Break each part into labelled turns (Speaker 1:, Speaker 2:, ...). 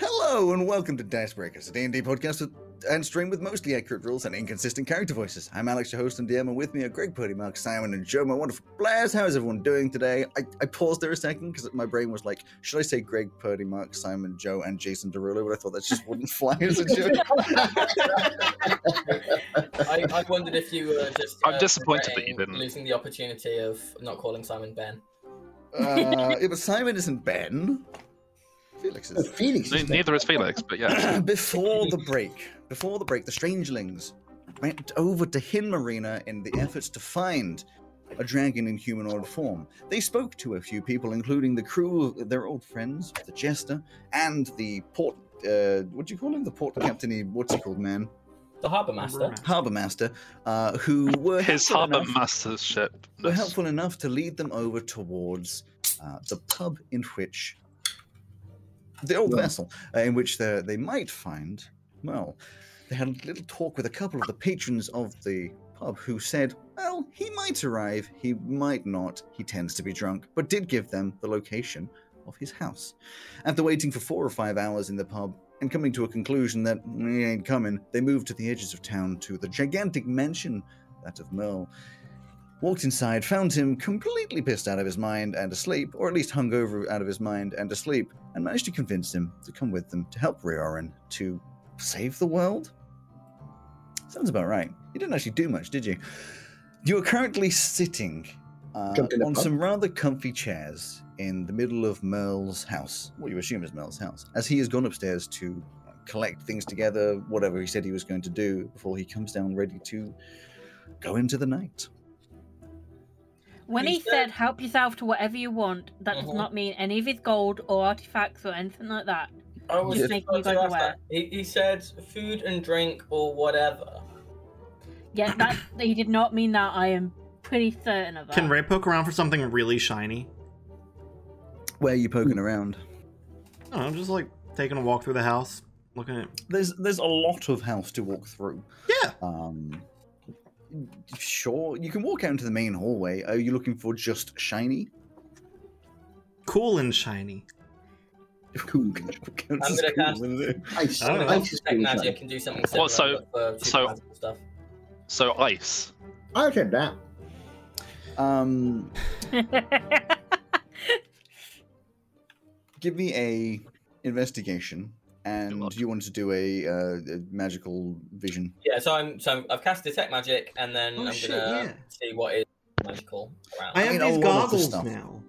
Speaker 1: Hello and welcome to Dice Breakers, a D&D podcast with, and stream with mostly accurate rules and inconsistent character voices. I'm Alex, your host and DM, and with me are Greg Purdy, Mark Simon, and Joe, my wonderful players. How is everyone doing today? I, I paused there a second because my brain was like, should I say Greg Purdy, Mark Simon, Joe, and Jason Derulo? But I thought that just wouldn't fly as a joke.
Speaker 2: I, I wondered if you were just.
Speaker 3: I'm disappointed that you
Speaker 2: regretting
Speaker 3: didn't.
Speaker 2: Losing the opportunity of not calling Simon Ben.
Speaker 1: Uh, yeah, but Simon isn't Ben. Felix
Speaker 4: No,
Speaker 1: is.
Speaker 4: Felix.
Speaker 3: Ne-
Speaker 4: is
Speaker 3: neither is Felix, but yeah.
Speaker 1: before the break, before the break, the Strangelings went over to Hin Marina in the efforts to find a dragon in humanoid form. They spoke to a few people, including the crew, their old friends, the Jester, and the port. Uh, what do you call him? The port captain? What's he called, man?
Speaker 2: The harbour master.
Speaker 1: Harbour master, uh, who were
Speaker 3: His
Speaker 1: helpful
Speaker 3: harbour
Speaker 1: enough-
Speaker 3: master's ship.
Speaker 1: were helpful enough to lead them over towards uh, the pub in which the old
Speaker 4: Yeah.
Speaker 1: vessel uh, in which they they might find well they had a little talk with a couple of the patrons of the pub who said well he might arrive he might not he tends to be drunk but did give them the location of his house after waiting for four or five hours in the pub and coming to a conclusion that "Mm, he ain't coming they moved to the edges of town to the gigantic mansion that of merle Walked inside, found him completely pissed out of his mind and asleep, or at least hungover out of his mind and asleep, and managed to convince him to come with them to help Riorin to save the world? Sounds about right. You didn't actually do much, did you? You are currently sitting uh,
Speaker 4: Jumped in the
Speaker 1: on
Speaker 4: pub.
Speaker 1: some rather comfy chairs in the middle of Merle's house, what you assume is Merle's house, as he has gone upstairs to collect things together, whatever he said he was going to do, before he comes down ready to go into the night.
Speaker 5: When
Speaker 2: He
Speaker 5: he said help yourself to whatever you want, that does
Speaker 2: Mhm.
Speaker 5: not mean any of his gold or artifacts or anything like that.
Speaker 2: I
Speaker 5: was Just making you
Speaker 2: about to
Speaker 5: guys
Speaker 2: ask
Speaker 5: aware.
Speaker 2: that. He, he said food and drink or whatever.
Speaker 5: Yeah, that he did not mean that. I am pretty certain of that.
Speaker 6: Can Ray poke around for something really shiny?
Speaker 1: Where are you poking around?
Speaker 6: I don't know, just like taking a walk through the house, looking at.
Speaker 1: There's there's a lot of house to walk through.
Speaker 6: Yeah.
Speaker 1: Um, sure, you can walk out into the main hallway. Are you looking for just shiny?
Speaker 6: Cool and shiny.
Speaker 4: Cool.
Speaker 2: I'm gonna cast-
Speaker 4: Ice.
Speaker 6: I don't know.
Speaker 4: Ice is
Speaker 2: Tech
Speaker 4: really
Speaker 2: magic
Speaker 4: shiny.
Speaker 2: can do something similar.
Speaker 3: Well,
Speaker 2: but for
Speaker 3: so-
Speaker 2: supernatural stuff.
Speaker 3: So ice.
Speaker 4: I said that.
Speaker 1: Um, give me a investigation, and
Speaker 3: luck.
Speaker 1: you want to do a, uh, a magical vision.
Speaker 2: Yeah, so I'm so I'm, I've cast detect magic and then
Speaker 6: Oh,
Speaker 2: I'm
Speaker 6: shit,
Speaker 2: gonna
Speaker 6: yeah.
Speaker 2: see what is magical around.
Speaker 6: I
Speaker 1: mean,
Speaker 6: have
Speaker 1: a
Speaker 6: these
Speaker 1: lot of the
Speaker 6: goggles
Speaker 1: stuff.
Speaker 6: now.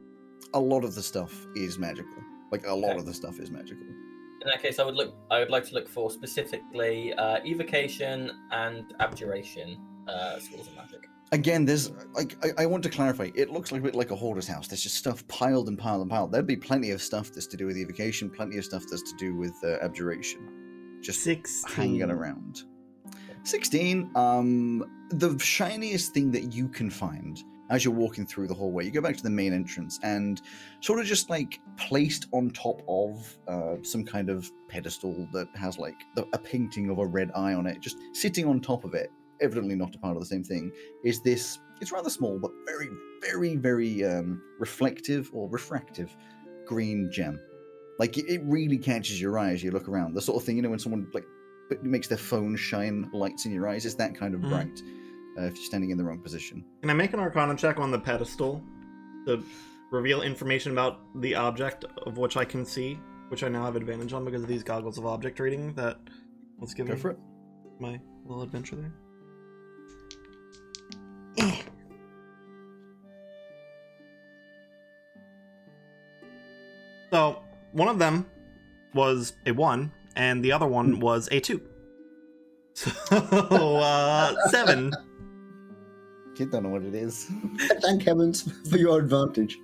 Speaker 1: A lot of the stuff is magical. Like a lot
Speaker 2: Okay.
Speaker 1: of the stuff is magical.
Speaker 2: In that case, I would look. I would like to look for specifically uh, evocation and abjuration uh, schools of magic.
Speaker 1: Again, there's like I, I want to clarify. It looks like a bit like a hoarder's house. There's just stuff piled and piled and piled. There'd be plenty of stuff that's to do with evocation, plenty of stuff that's to do with uh, abjuration, just
Speaker 6: Six.
Speaker 1: hanging around. Sixteen. Um, the shiniest thing that you can find as you're walking through the hallway, you go back to the main entrance and sort of just like placed on top of uh, some kind of pedestal that has like the, a painting of a red eye on it, just sitting on top of it. Evidently not a part of the same thing is this it's rather small but very very very um, reflective or refractive green gem like it, it really catches your eye as you look around the sort of thing you know when someone like p- makes their phone shine lights in your eyes it's that kind of
Speaker 6: Mhm.
Speaker 1: bright uh, if you're standing in the wrong position
Speaker 6: Can I make an arcana check on the pedestal to reveal information about the object of which I can see, which I now have advantage on because of these goggles of object reading that let's give
Speaker 1: go
Speaker 6: me
Speaker 1: for it
Speaker 6: my little adventure there. Eh. so one of them was a one, and the other one was a two. So uh, seven.
Speaker 1: kid don't know what it is
Speaker 4: Thank heavens for your advantage.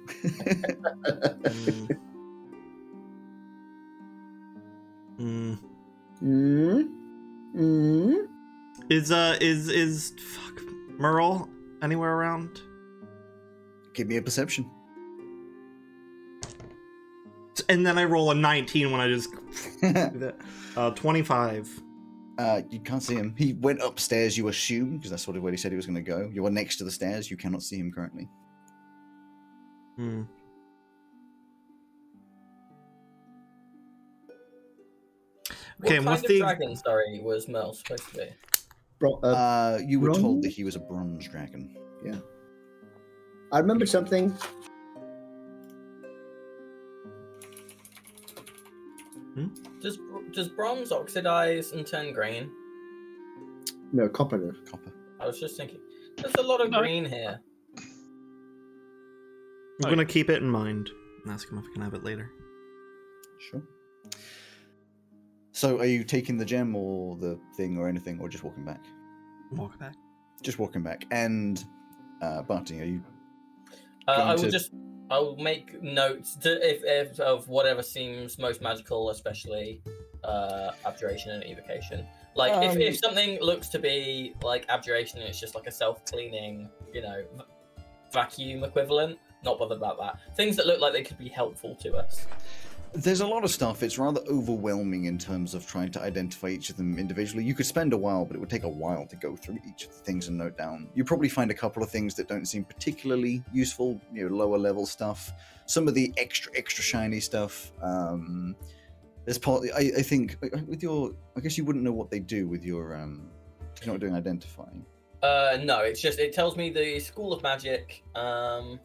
Speaker 6: Mm. Mm.
Speaker 4: Mm. Mm.
Speaker 6: Is uh is is fuck Merle anywhere around?
Speaker 1: give me a perception
Speaker 6: And then I roll a nineteen when I just do that. Uh, twenty-five.
Speaker 1: uh, you can't see him he went upstairs you assume because that's sort of where he said he was going to go you are next to the stairs you cannot see him currently
Speaker 6: Hmm. Okay,
Speaker 2: what
Speaker 6: and
Speaker 2: kind
Speaker 6: what's
Speaker 2: of
Speaker 6: the-
Speaker 2: dragon? Sorry, was Merle supposed to be?
Speaker 4: Bro, uh,
Speaker 1: Uh, you were told that
Speaker 4: Bronze?
Speaker 1: he was a bronze dragon.
Speaker 4: I remembered something.
Speaker 2: Does does bronze oxidize and turn green?
Speaker 4: No, copper. no.
Speaker 1: Copper.
Speaker 2: I was just thinking. There's a lot of
Speaker 3: No.
Speaker 2: green here.
Speaker 6: I'm
Speaker 3: Oh.
Speaker 6: gonna keep it in mind and ask him if I can have it later.
Speaker 1: Sure. So, are you taking the gem or the thing or anything, or just walking back?
Speaker 6: Walk back.
Speaker 1: Just walking back. And uh, Barty, are you?
Speaker 2: Uh, I
Speaker 1: Going
Speaker 2: will
Speaker 1: to-
Speaker 2: just I'll make notes to, if, if of whatever seems most magical, especially uh, abjuration and evocation. Like if,
Speaker 1: Um,
Speaker 2: if something looks to be like abjuration, and it's just like a self-cleaning, you know, v- vacuum equivalent. Not bothered about that. Things that look like they could be helpful to us.
Speaker 1: There's a lot of stuff. It's rather overwhelming in terms of trying to identify each of them individually. You could spend a while, but it would take a while to go through each of the things and note down. You probably find a couple of things that don't seem particularly useful. You know, lower level stuff. Some of the extra extra shiny stuff. Um, there's part. I, I think I- I- with your. I guess you wouldn't know what they do with your. Um, you're not doing identifying.
Speaker 2: Uh, no, it's just it tells me the school of magic. Um,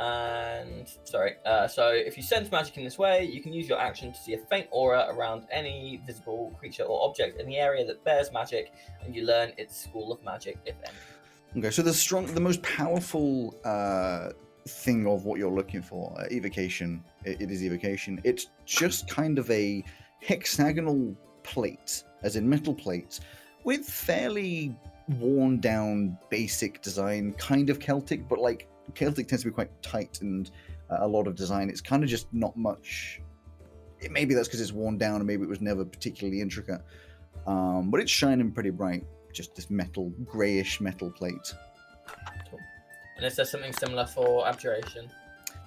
Speaker 2: and sorry. Uh, so if you sense magic in this way, you can use your action to see a faint aura around any visible creature or object in the area that bears magic, and you learn its school of magic, if any.
Speaker 1: Okay, so the strong, the most powerful uh, thing of what you're looking for, uh, evocation. It, it is evocation. It's just kind of a hexagonal plate, as in metal plates, with fairly worn down basic design, kind of Celtic, but like Celtic tends to be quite tight and uh, a lot of design. It's kind of just not much. It, maybe that's because it's worn down, and maybe it was never particularly intricate. Um, but it's shining pretty bright just this metal, greyish metal plate.
Speaker 2: And is there something similar for abjuration?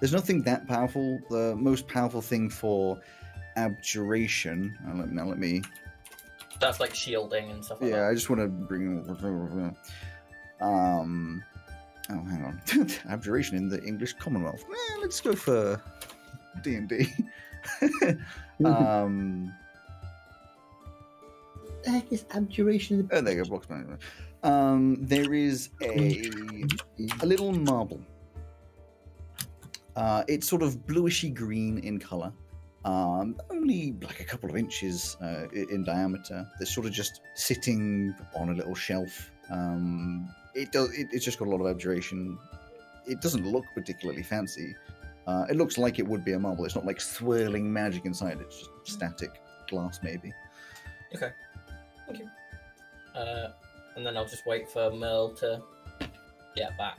Speaker 1: There's nothing that powerful. The most powerful thing for abjuration. uh, let- Now let me.
Speaker 2: That's like shielding and stuff like
Speaker 1: Yeah,
Speaker 2: that.
Speaker 1: I just want to bring. Um. Oh, hang on. abjuration in the English Commonwealth. Eh, let's go for D and D. Um.
Speaker 4: the heck is abjuration?
Speaker 1: Oh, there you go. Blocks management. Um. There is a a little marble. Uh, it's sort of bluishy green in color, um, only like a couple of inches uh, i- in diameter. That's sort of just sitting on a little shelf. Um, it does. It, it's just got a lot of abjuration. It doesn't look particularly fancy. Uh, it looks like it would be a marble. It's not like swirling magic inside. It's just static glass, maybe.
Speaker 2: Uh, and then I'll just wait for Merle to get back.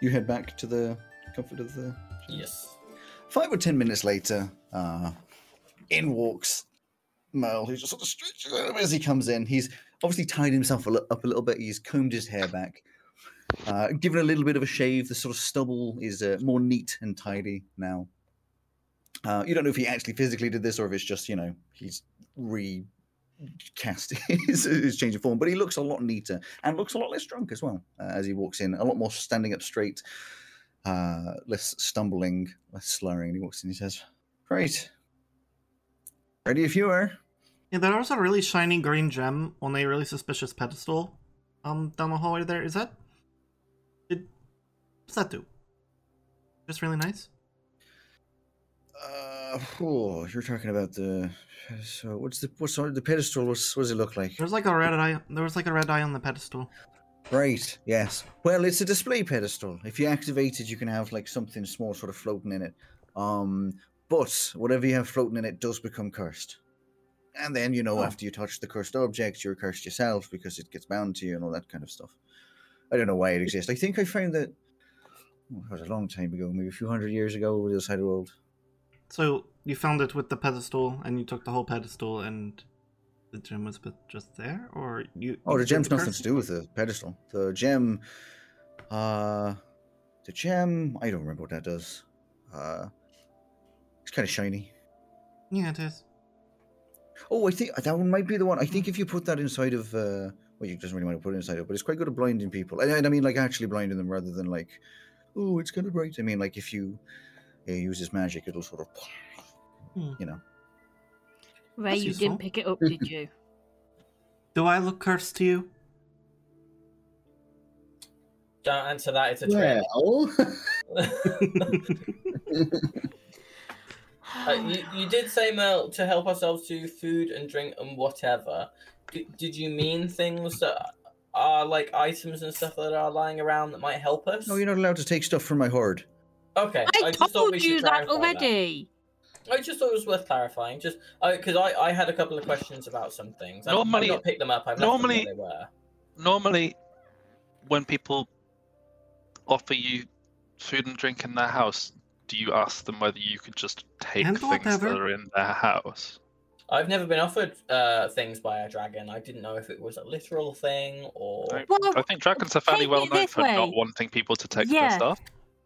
Speaker 1: You head back to the comfort of the
Speaker 2: Yes.
Speaker 1: Five or ten minutes later, uh, in walks Merle, who just sort of stretches out as he comes in. He's obviously tied himself a li- up a little bit. He's combed his hair back, uh, given a little bit of a shave. The sort of stubble is uh, more neat and tidy now. Uh, you don't know if he actually physically did this or if it's just, you know, he's recast his, his change of form, but he looks a lot neater and looks a lot less drunk as well uh, as he walks in, a lot more standing up straight, uh, less stumbling, less slurring. And he walks in and he says, Great. Ready if you are.
Speaker 6: Yeah, there was a really shiny green gem on a really suspicious pedestal um down the hallway there. Is that did what's that do? Just really nice?
Speaker 1: Uh, oh, you're talking about the so what's the what's on the pedestal? What's, what does it look like?
Speaker 6: There was like a red eye there was like a red eye on the pedestal.
Speaker 1: Right. Yes. Well, it's a display pedestal. If you activate it, you can have like something small sort of floating in it. Um, but whatever you have floating in it does become cursed. And then you know,
Speaker 6: Oh.
Speaker 1: after you touch the cursed object, you're cursed yourself because it gets bound to you and all that kind of stuff. I don't know why it exists. I think I found that oh, that was a long time ago, maybe a few hundred years ago, over the other side of the world.
Speaker 6: So you found it with the pedestal and you took the whole pedestal and the gem was bu- just there or you
Speaker 1: Oh,
Speaker 6: you
Speaker 1: the
Speaker 6: did
Speaker 1: gem's nothing
Speaker 6: curse-
Speaker 1: to do with the pedestal. The gem, uh, the gem. I don't remember what that does. Uh, it's kind of shiny.
Speaker 6: Yeah it is.
Speaker 1: Oh, I think that one might be the one. I think if you put that inside of, uh, well, you doesn't really want to put it inside of, but it's quite good at blinding people. And, and I mean, like actually blinding them rather than like, oh, it's kind of bright. I mean, like if you, uh use this magic, it'll sort of,
Speaker 6: Hmm.
Speaker 1: you know.
Speaker 5: Ray,
Speaker 6: That's
Speaker 5: you
Speaker 6: useful.
Speaker 5: didn't pick it up, did you?
Speaker 6: Do I look cursed to you?
Speaker 2: Don't answer that. It's a trick.
Speaker 4: Well,
Speaker 2: Uh, you, you did say, Mel, to help ourselves to food and drink and whatever. D- did you mean things that are like items and stuff that are lying around that might help us?
Speaker 1: No, you're not allowed to take stuff from my hoard.
Speaker 2: Okay,
Speaker 5: I,
Speaker 2: just thought we
Speaker 5: told
Speaker 2: should
Speaker 5: you that
Speaker 2: clarify
Speaker 5: already.
Speaker 2: I just thought it was worth clarifying, just because I, I had a couple of questions about some things. I've-
Speaker 3: Normally-
Speaker 2: I've not picked them up. I've left them where
Speaker 3: normally-
Speaker 2: they were.
Speaker 3: Normally, when people offer you food and drink in their house, do you ask them whether you could just take
Speaker 6: And
Speaker 3: things that
Speaker 6: whatever.
Speaker 3: are in their house?
Speaker 2: I've never been offered uh, things by a dragon. I didn't know if it was a literal thing or.
Speaker 3: Right.
Speaker 5: Well,
Speaker 3: I think dragons are fairly
Speaker 5: take
Speaker 3: well
Speaker 5: it
Speaker 3: known
Speaker 5: this
Speaker 3: for
Speaker 5: way.
Speaker 3: not wanting people to take their
Speaker 5: Yeah.
Speaker 3: stuff.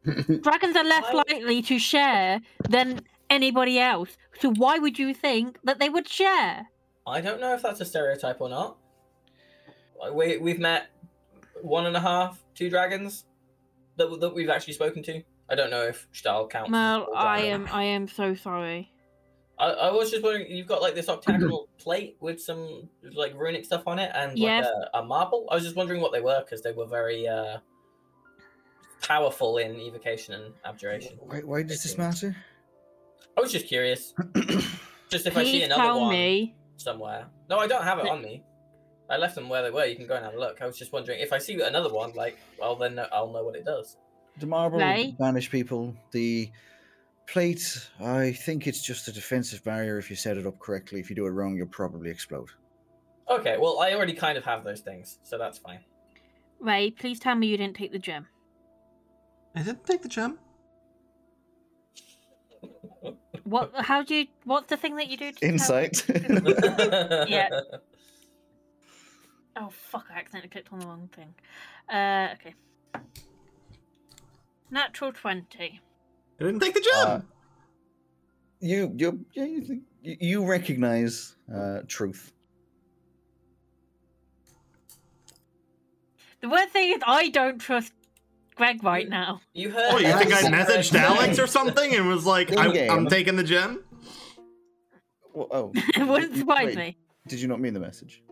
Speaker 5: dragons are less
Speaker 2: Why-
Speaker 5: likely to share than anybody else. So why would you think that they would share?
Speaker 2: I don't know if that's a stereotype or not. Like, We we've met one and a half, two dragons that that we've actually spoken to. I don't know if Stahl counts. as
Speaker 5: Mel,
Speaker 2: a
Speaker 5: I um,
Speaker 2: dragon.
Speaker 5: am I am so sorry.
Speaker 2: I, I was just wondering. You've got like this octagonal plate with some like runic stuff on it and
Speaker 5: Yes.
Speaker 2: like a, a marble. I was just wondering what they were because they were very uh, powerful in evocation and abjuration.
Speaker 1: Why, why does this matter?
Speaker 2: I was just curious, just if I see
Speaker 5: Please
Speaker 2: another
Speaker 5: tell
Speaker 2: one.
Speaker 5: me.
Speaker 2: somewhere. No, I don't have it on me. I left them where they were. You can go and have a look. I was just wondering if I see another one, like, well, then I'll know what it does.
Speaker 1: The marble
Speaker 5: Right.
Speaker 1: banish people. The plate, I think it's just a defensive barrier if you set it up correctly. If you do it wrong, you'll probably explode.
Speaker 2: Okay, well, I already kind of have those things, so that's fine.
Speaker 5: Ray, please tell me you didn't take the gem.
Speaker 6: I didn't take the gem.
Speaker 5: What how do you what's the thing that you do to tell-
Speaker 1: Insight.
Speaker 2: yeah.
Speaker 5: Oh fuck! I accidentally clicked on the wrong thing. Uh, okay. Natural twenty.
Speaker 6: I didn't take the gem.
Speaker 1: Uh, you you yeah, you, think- you you recognize uh, truth.
Speaker 5: The worst thing is I don't trust Greg right now.
Speaker 2: You heard.
Speaker 6: oh, you think I
Speaker 2: everything
Speaker 6: messaged
Speaker 2: Greg
Speaker 6: Alex or
Speaker 2: said.
Speaker 6: something and was like, I,
Speaker 1: In-game.
Speaker 6: I'm taking the gem?
Speaker 1: Well, oh,
Speaker 5: it wouldn't
Speaker 1: wait,
Speaker 5: surprise me.
Speaker 1: Did you not mean the message?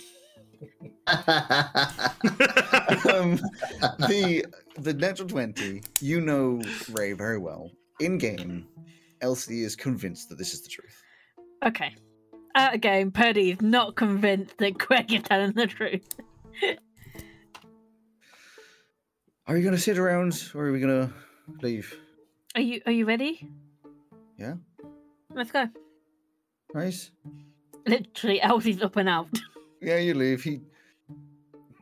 Speaker 1: Um, the the natural twenty. You know Ray very well. In game, Elsie is convinced that this is the truth.
Speaker 5: Okay. Out of game, Purdy is not convinced that Greg is telling the truth.
Speaker 1: Are you going to sit around, or are we going to leave?
Speaker 5: Are you Are you ready?
Speaker 1: Yeah.
Speaker 5: Let's go.
Speaker 1: Right?
Speaker 5: Literally, Elsie's up and out.
Speaker 1: Yeah, you leave. He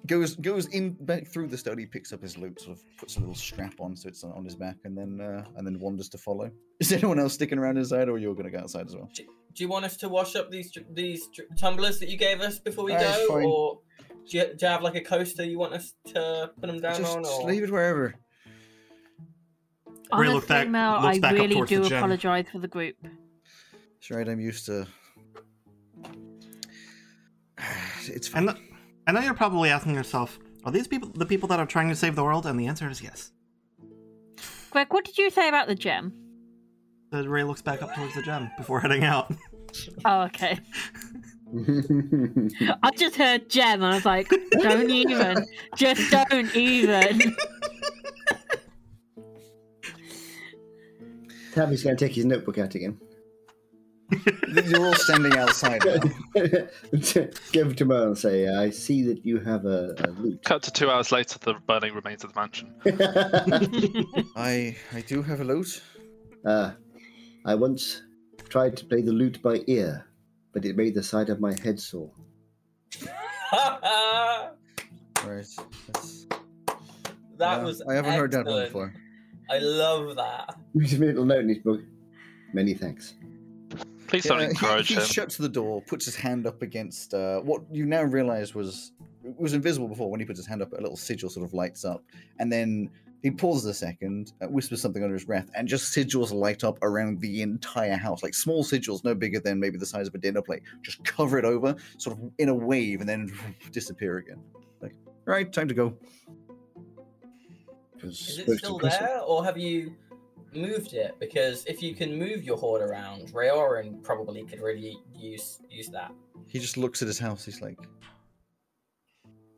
Speaker 1: goes goes in back through the study, picks up his loot, sort of puts a little strap on so it's on on his back, and then uh, and then wanders to follow. Is anyone else sticking around inside, or you're going to go outside as well?
Speaker 2: Do you want us to wash up these tr- these tr- tumblers that you gave us before we
Speaker 1: Ah, it's
Speaker 2: go,
Speaker 1: fine.
Speaker 2: or do you, do you have like a coaster you want us to put them down
Speaker 1: Just,
Speaker 2: on?
Speaker 1: just
Speaker 2: Or...
Speaker 1: leave it wherever.
Speaker 6: Ray
Speaker 5: Honestly,
Speaker 6: looked back-
Speaker 5: Mel,
Speaker 6: looks
Speaker 5: I
Speaker 6: back up
Speaker 5: really
Speaker 6: towards the
Speaker 5: do
Speaker 6: gem.
Speaker 5: apologise for the group.
Speaker 1: It's right. I'm used to. It's
Speaker 6: I
Speaker 1: fine.
Speaker 6: know, I know you're probably asking yourself, are these people the people that are trying to save the world? And the answer is yes.
Speaker 5: Greg, what did you say about the gem?
Speaker 6: Then Ray looks back up towards the gem before heading out.
Speaker 5: Oh, okay. I just heard gem and I was like, don't even. Just don't even.
Speaker 4: Tavi's going to take his notebook out again.
Speaker 1: You're all standing outside. Now.
Speaker 4: Give it to Merle and say, I see that you have a, a loot.
Speaker 3: Cut to two hours later, the burning remains of the mansion.
Speaker 1: I I do have a loot.
Speaker 4: uh, I once tried to play the lute by ear, but it made the side of my head sore.
Speaker 1: Right. that's-
Speaker 2: that
Speaker 1: yeah,
Speaker 2: was.
Speaker 1: I haven't heard that one
Speaker 2: excellent.
Speaker 1: before.
Speaker 2: I love that.
Speaker 4: He just made a little note in his book. Many thanks.
Speaker 3: Please don't
Speaker 1: Yeah, he-
Speaker 3: encourage
Speaker 1: he,
Speaker 3: him.
Speaker 1: shuts the door, puts his hand up against uh, what you now realize was it was invisible before. When he puts his hand up, a little sigil sort of lights up, and then he pauses a second, uh, whispers something under his breath, and just sigils light up around the entire house, like small sigils, no bigger than maybe the size of a dinner plate. Just cover it over, sort of in a wave, and then disappear again. Like, right, time to go.
Speaker 4: It was
Speaker 2: Is it
Speaker 4: supposed to
Speaker 2: still
Speaker 4: impress him.
Speaker 2: there, or have you moved it because if you can move your horde around, Rayoran probably could really use use that.
Speaker 1: He just looks at his house. He's like,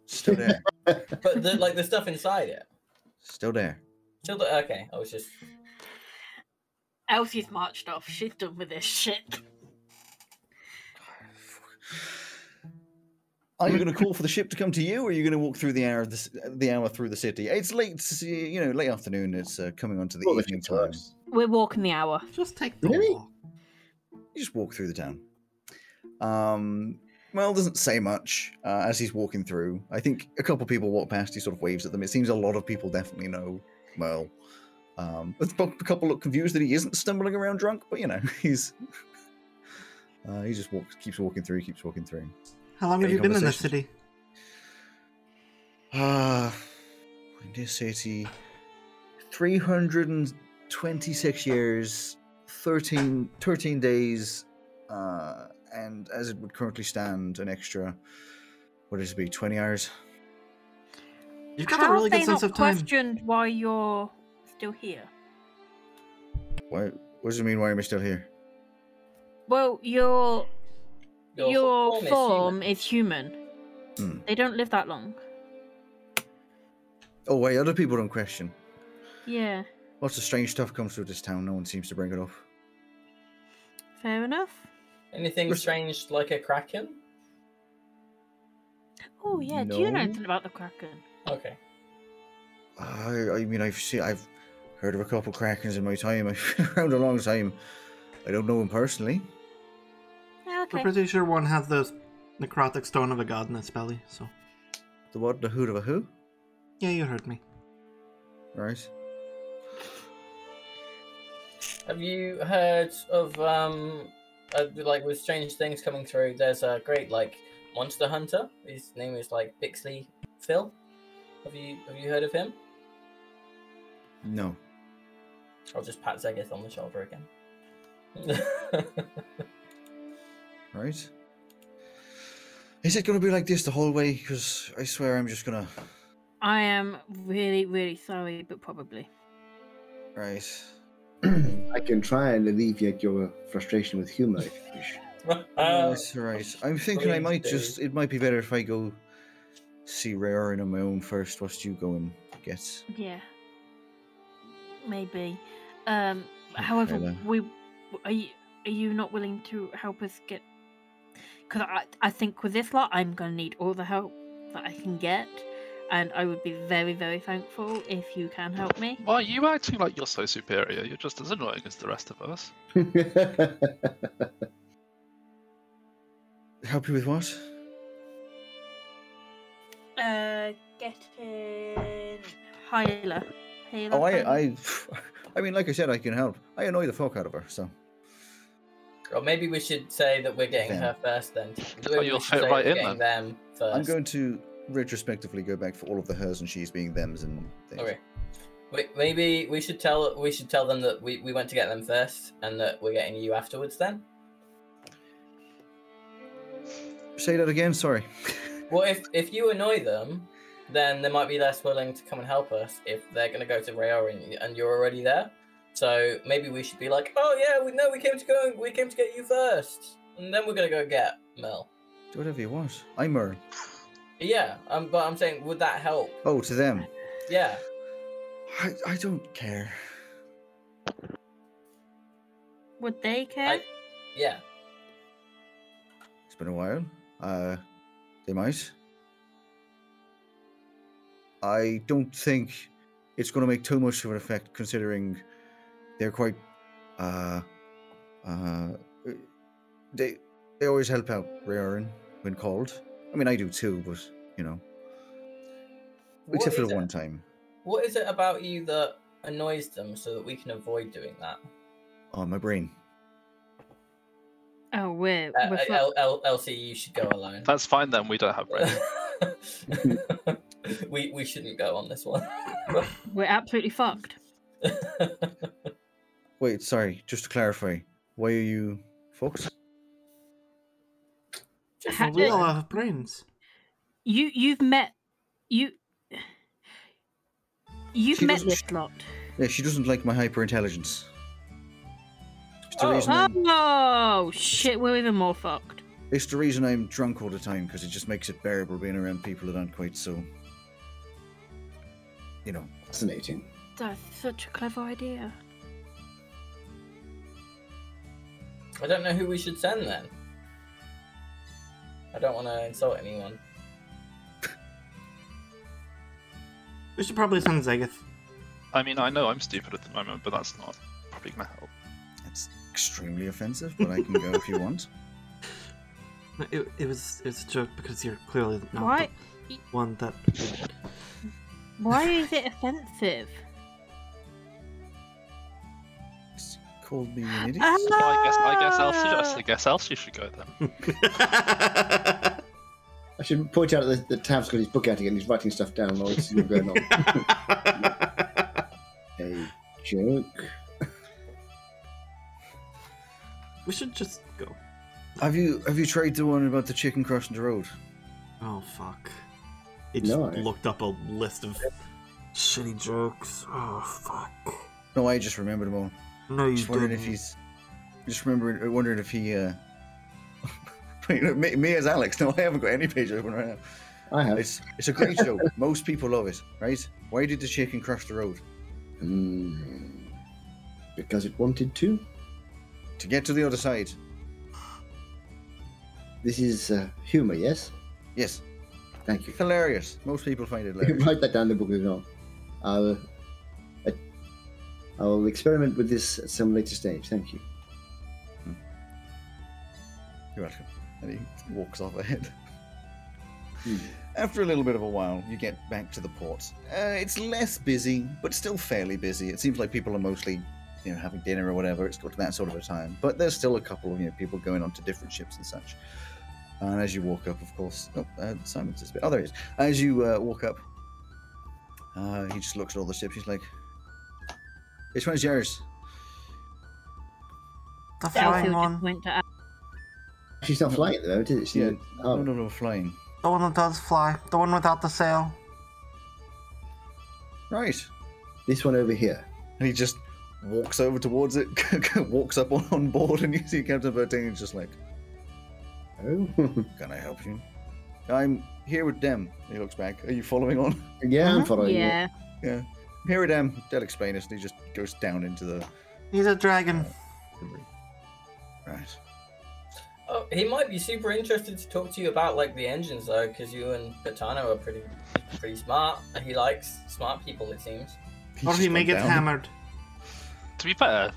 Speaker 1: still there,
Speaker 2: But the, like the stuff inside it.
Speaker 1: still there.
Speaker 2: Still, the, okay. I was just
Speaker 5: Elsie's marched off. She's done with this shit.
Speaker 1: Are you going to call for the ship to come to you, or are you going to walk through the hour of the, c- the hour through the city? It's late, s- you know, late afternoon. It's uh, coming on to the
Speaker 4: Well, if
Speaker 1: evening
Speaker 4: it
Speaker 1: time.
Speaker 4: works.
Speaker 5: We're walking the hour.
Speaker 6: Just take the
Speaker 4: Really?
Speaker 6: walk.
Speaker 1: You just walk through the town. Um, well, doesn't say much uh, as he's walking through. I think a couple people walk past. He sort of waves at them. It seems a lot of people definitely know Merle. Um, a bu- a couple look confused that he isn't stumbling around drunk, but you know, he's uh, he just walks, keeps walking through, keeps walking through.
Speaker 6: How long have
Speaker 1: Any
Speaker 6: you been in this
Speaker 1: conversations?
Speaker 6: city?
Speaker 1: Ah, in this city, 326 years, 13, 13 days, uh, and as it would currently stand, an extra, what is it be, 20 hours?
Speaker 6: You've got
Speaker 5: How
Speaker 6: a really
Speaker 5: have they
Speaker 6: good
Speaker 5: not
Speaker 6: sense of time.
Speaker 5: questioned why you're still here?
Speaker 1: Why, what does it mean, why am I still here?
Speaker 5: Well, your
Speaker 2: your,
Speaker 5: your
Speaker 2: is
Speaker 5: form
Speaker 2: human.
Speaker 5: is human.
Speaker 1: Hmm.
Speaker 5: They don't live that long.
Speaker 1: Oh, wait, other people don't question.
Speaker 5: Yeah,
Speaker 1: Lots of strange stuff comes through this town, no one seems to bring it up.
Speaker 5: fair enough.
Speaker 2: Anything
Speaker 1: Listen-
Speaker 2: strange like a kraken?
Speaker 5: Oh yeah, do you know
Speaker 1: No.
Speaker 5: anything about the kraken?
Speaker 2: Okay.
Speaker 1: I, I mean, I've seen, I've heard of a couple krakens in my time. I've been around a long time. I don't know him personally.
Speaker 5: Yeah,
Speaker 6: I'm
Speaker 5: okay.
Speaker 6: pretty sure one has the necrotic stone of a god in its belly, so.
Speaker 1: The what, the who, of a who?
Speaker 6: Yeah, you heard me.
Speaker 1: Right.
Speaker 2: Have you heard of um, uh, like with strange things coming through? There's a great like monster hunter. His name is like Bixley Phil. Have you have you heard of him?
Speaker 1: No.
Speaker 2: I'll just pat Zegith on the shoulder again.
Speaker 1: right? Is it going to be like this the whole way? Because I swear I'm just going to.
Speaker 5: I am really, really sorry, but probably.
Speaker 1: Right.
Speaker 4: I can try and alleviate your frustration with humor if you wish.
Speaker 1: Oh,
Speaker 2: Uh,
Speaker 1: that's right. I'm thinking I
Speaker 2: please
Speaker 1: might
Speaker 2: do.
Speaker 1: just. It might be better if I go see Rarin on my own first. Whilst you go and get.
Speaker 5: Yeah, maybe. Um, however,
Speaker 1: then.
Speaker 5: we are you are you not willing to help us get? Because I I think with this lot, I'm gonna need all the help that I can get, and I would be very, very thankful if you can help me.
Speaker 3: Why are you acting like you're so superior? You're just as annoying as the rest of us.
Speaker 1: Help you with what?
Speaker 5: Uh, getting Hyla. Hyla.
Speaker 1: Oh,
Speaker 5: Hyla?
Speaker 1: I, I. I mean, like I said, I can help. I annoy the fuck out of her, so.
Speaker 2: or maybe we should say that we're getting
Speaker 1: Them.
Speaker 2: her first then. Maybe
Speaker 3: Oh,
Speaker 2: we
Speaker 3: you'll
Speaker 2: should
Speaker 3: fit
Speaker 2: say
Speaker 3: right
Speaker 2: we're
Speaker 3: in
Speaker 2: getting
Speaker 3: then.
Speaker 2: them first.
Speaker 1: I'm going to retrospectively go back for all of the hers and she's being thems and things.
Speaker 2: Okay. Wait, maybe we should tell we should tell them that we, we went to get them first and that we're getting you afterwards then.
Speaker 1: Say that again, sorry.
Speaker 2: Well if if you annoy them, then they might be less willing to come and help us if they're gonna go to Rayor and, and you're already there. So maybe we should be like, Oh yeah, we no we came to go we came to get you first and then we're gonna go get Mel.
Speaker 1: Do whatever you want. I'm her.
Speaker 2: Yeah, um, but I'm saying would that help?
Speaker 1: Oh, to them.
Speaker 2: Yeah.
Speaker 1: I, I don't care.
Speaker 5: Would they care?
Speaker 2: I- Yeah.
Speaker 1: It's been a while. Uh, they might. I don't think it's going to make too much of an effect, considering they're quite. Uh, uh, they they always help out Rarin when called. I mean, I do too, but you know,
Speaker 2: What
Speaker 1: except for
Speaker 2: is
Speaker 1: the
Speaker 2: it-
Speaker 1: one time.
Speaker 2: What is it about you that annoys them so that we can avoid doing that?
Speaker 1: Oh, my brain.
Speaker 5: Oh, we're,
Speaker 2: Uh,
Speaker 5: we're
Speaker 2: uh,
Speaker 5: fucked.
Speaker 2: El- El- Elsie, you should go alone.
Speaker 3: That's fine then, we don't have brains.
Speaker 2: we we shouldn't go on this one.
Speaker 5: we're absolutely fucked.
Speaker 1: Wait, sorry. Just to clarify, why are you fucked?
Speaker 2: Just-
Speaker 5: Ha-
Speaker 6: Well, we all have brains.
Speaker 5: You you've met you you've
Speaker 1: She
Speaker 5: met
Speaker 1: doesn't
Speaker 5: this
Speaker 1: sh-
Speaker 5: lot.
Speaker 1: Yeah, she doesn't like my hyper intelligence. It's the
Speaker 2: Oh.
Speaker 1: reason I'm,
Speaker 5: Oh shit, we're even more fucked.
Speaker 1: it's the reason I'm drunk all the time because it just makes it bearable being around people that aren't quite so. You know,
Speaker 4: Fascinating.
Speaker 5: That's such a clever idea.
Speaker 2: I don't know who we should send then. I don't want to insult anyone.
Speaker 6: We should probably send Zegith.
Speaker 3: I mean, I know I'm stupid at the moment, but that's not probably gonna help.
Speaker 1: that's extremely offensive, but I can go if you want.
Speaker 6: No, It, it was it was a joke because you're clearly not
Speaker 5: Why?
Speaker 6: the one that.
Speaker 5: Why is it offensive?
Speaker 1: It's called me an idiot.
Speaker 5: Ah!
Speaker 3: So I guess I guess else I guess else you should go then.
Speaker 4: I should point out that, that Tav's got his book out again. He's writing stuff down while this is all going on. a joke.
Speaker 6: we should just go.
Speaker 1: Have you have you tried the one about the chicken crossing the road?
Speaker 6: Oh fuck! It just
Speaker 4: No.
Speaker 6: looked up a list of shitty jokes. Oh fuck!
Speaker 1: No, I just remembered them all.
Speaker 6: No, you
Speaker 1: Just wondering if
Speaker 6: didn't.
Speaker 1: he's. Just remembering, wondering if he. uh Wait, no, me, me as Alex. No, I haven't got any page open right now.
Speaker 4: I have.
Speaker 1: It's it's a great show. Most people love it, right? Why did the chicken cross the road?
Speaker 4: Mm. Because it wanted to.
Speaker 1: To get to the other side.
Speaker 4: This is uh, humour, yes?
Speaker 1: Yes,
Speaker 4: Thank you.
Speaker 1: hilarious. Most people find it
Speaker 4: You
Speaker 1: hilarious.
Speaker 4: write that down in the book as well. I'll, I, I'll experiment with this at some later stage. Thank you.
Speaker 1: You're welcome. And he walks off ahead.
Speaker 4: Hmm.
Speaker 1: After a little bit of a while, you get back to the port. Uh, it's less busy, but still fairly busy. It seems like people are mostly, you know, having dinner or whatever. It's got to that sort of a time. But there's still a couple of you know people going on to different ships and such. And as you walk up, of course, oh, uh, Simon's this bit. Oh, there he is. As you uh, walk up, uh, he just looks at all the ships. He's like, "Which one's yours?"
Speaker 6: The
Speaker 5: Delphi
Speaker 6: flying
Speaker 5: just
Speaker 6: one,
Speaker 5: went to.
Speaker 4: She's not flying at the moment, is it? She's
Speaker 1: Yeah.
Speaker 4: in- oh,
Speaker 1: No, no, no, flying.
Speaker 6: the one that does fly, the one without the sail.
Speaker 1: Right.
Speaker 4: This one over here.
Speaker 1: And he just walks over towards it, walks up on, on board, and you see Captain Bertin is just like,
Speaker 4: Oh,
Speaker 1: Can I help you? I'm here with them. He looks back. Are you following on?
Speaker 4: yeah, I'm
Speaker 5: Apple.
Speaker 4: following you.
Speaker 5: Yeah.
Speaker 1: I'm here with them. They'll explain us. And he just goes down into the.
Speaker 6: He's a dragon.
Speaker 1: Right.
Speaker 2: Oh, he might be super interested to talk to you about like the engines though, because you and Katano are pretty pretty smart, and he likes smart people. It seems.
Speaker 1: He's
Speaker 6: Or he
Speaker 1: just
Speaker 6: may
Speaker 1: gone
Speaker 6: get
Speaker 1: down.
Speaker 6: hammered.
Speaker 3: To be fair,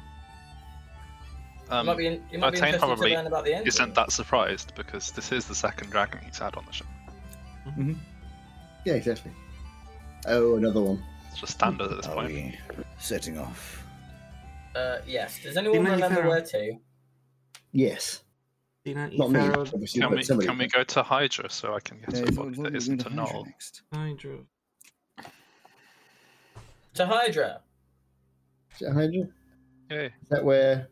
Speaker 3: um,
Speaker 2: you might be, in, you might be
Speaker 3: I'd say
Speaker 2: interested
Speaker 3: probably
Speaker 2: to learn about the engines.
Speaker 3: isn't that surprised because this is the second dragon he's had on the ship.
Speaker 4: Yeah, exactly. Oh, another one.
Speaker 3: It's just standard at this
Speaker 1: Are
Speaker 3: point.
Speaker 1: we Oh, setting off?
Speaker 2: Uh, yes. Does anyone
Speaker 6: know you
Speaker 2: remember
Speaker 6: found-
Speaker 2: where to?
Speaker 4: Yes.
Speaker 6: Dina,
Speaker 4: Not me,
Speaker 6: Pharaoh,
Speaker 4: obviously,
Speaker 3: Can
Speaker 4: but
Speaker 3: we
Speaker 4: somebody.
Speaker 3: can we go to Hydra so I can get
Speaker 1: Yeah,
Speaker 3: a
Speaker 1: he's
Speaker 3: book
Speaker 1: going
Speaker 3: that
Speaker 1: to
Speaker 3: isn't a
Speaker 1: Hydra
Speaker 3: null?
Speaker 1: next.
Speaker 6: Hydra.
Speaker 2: To Hydra.
Speaker 4: Is it Hydra?
Speaker 3: Yay.
Speaker 4: Is that where?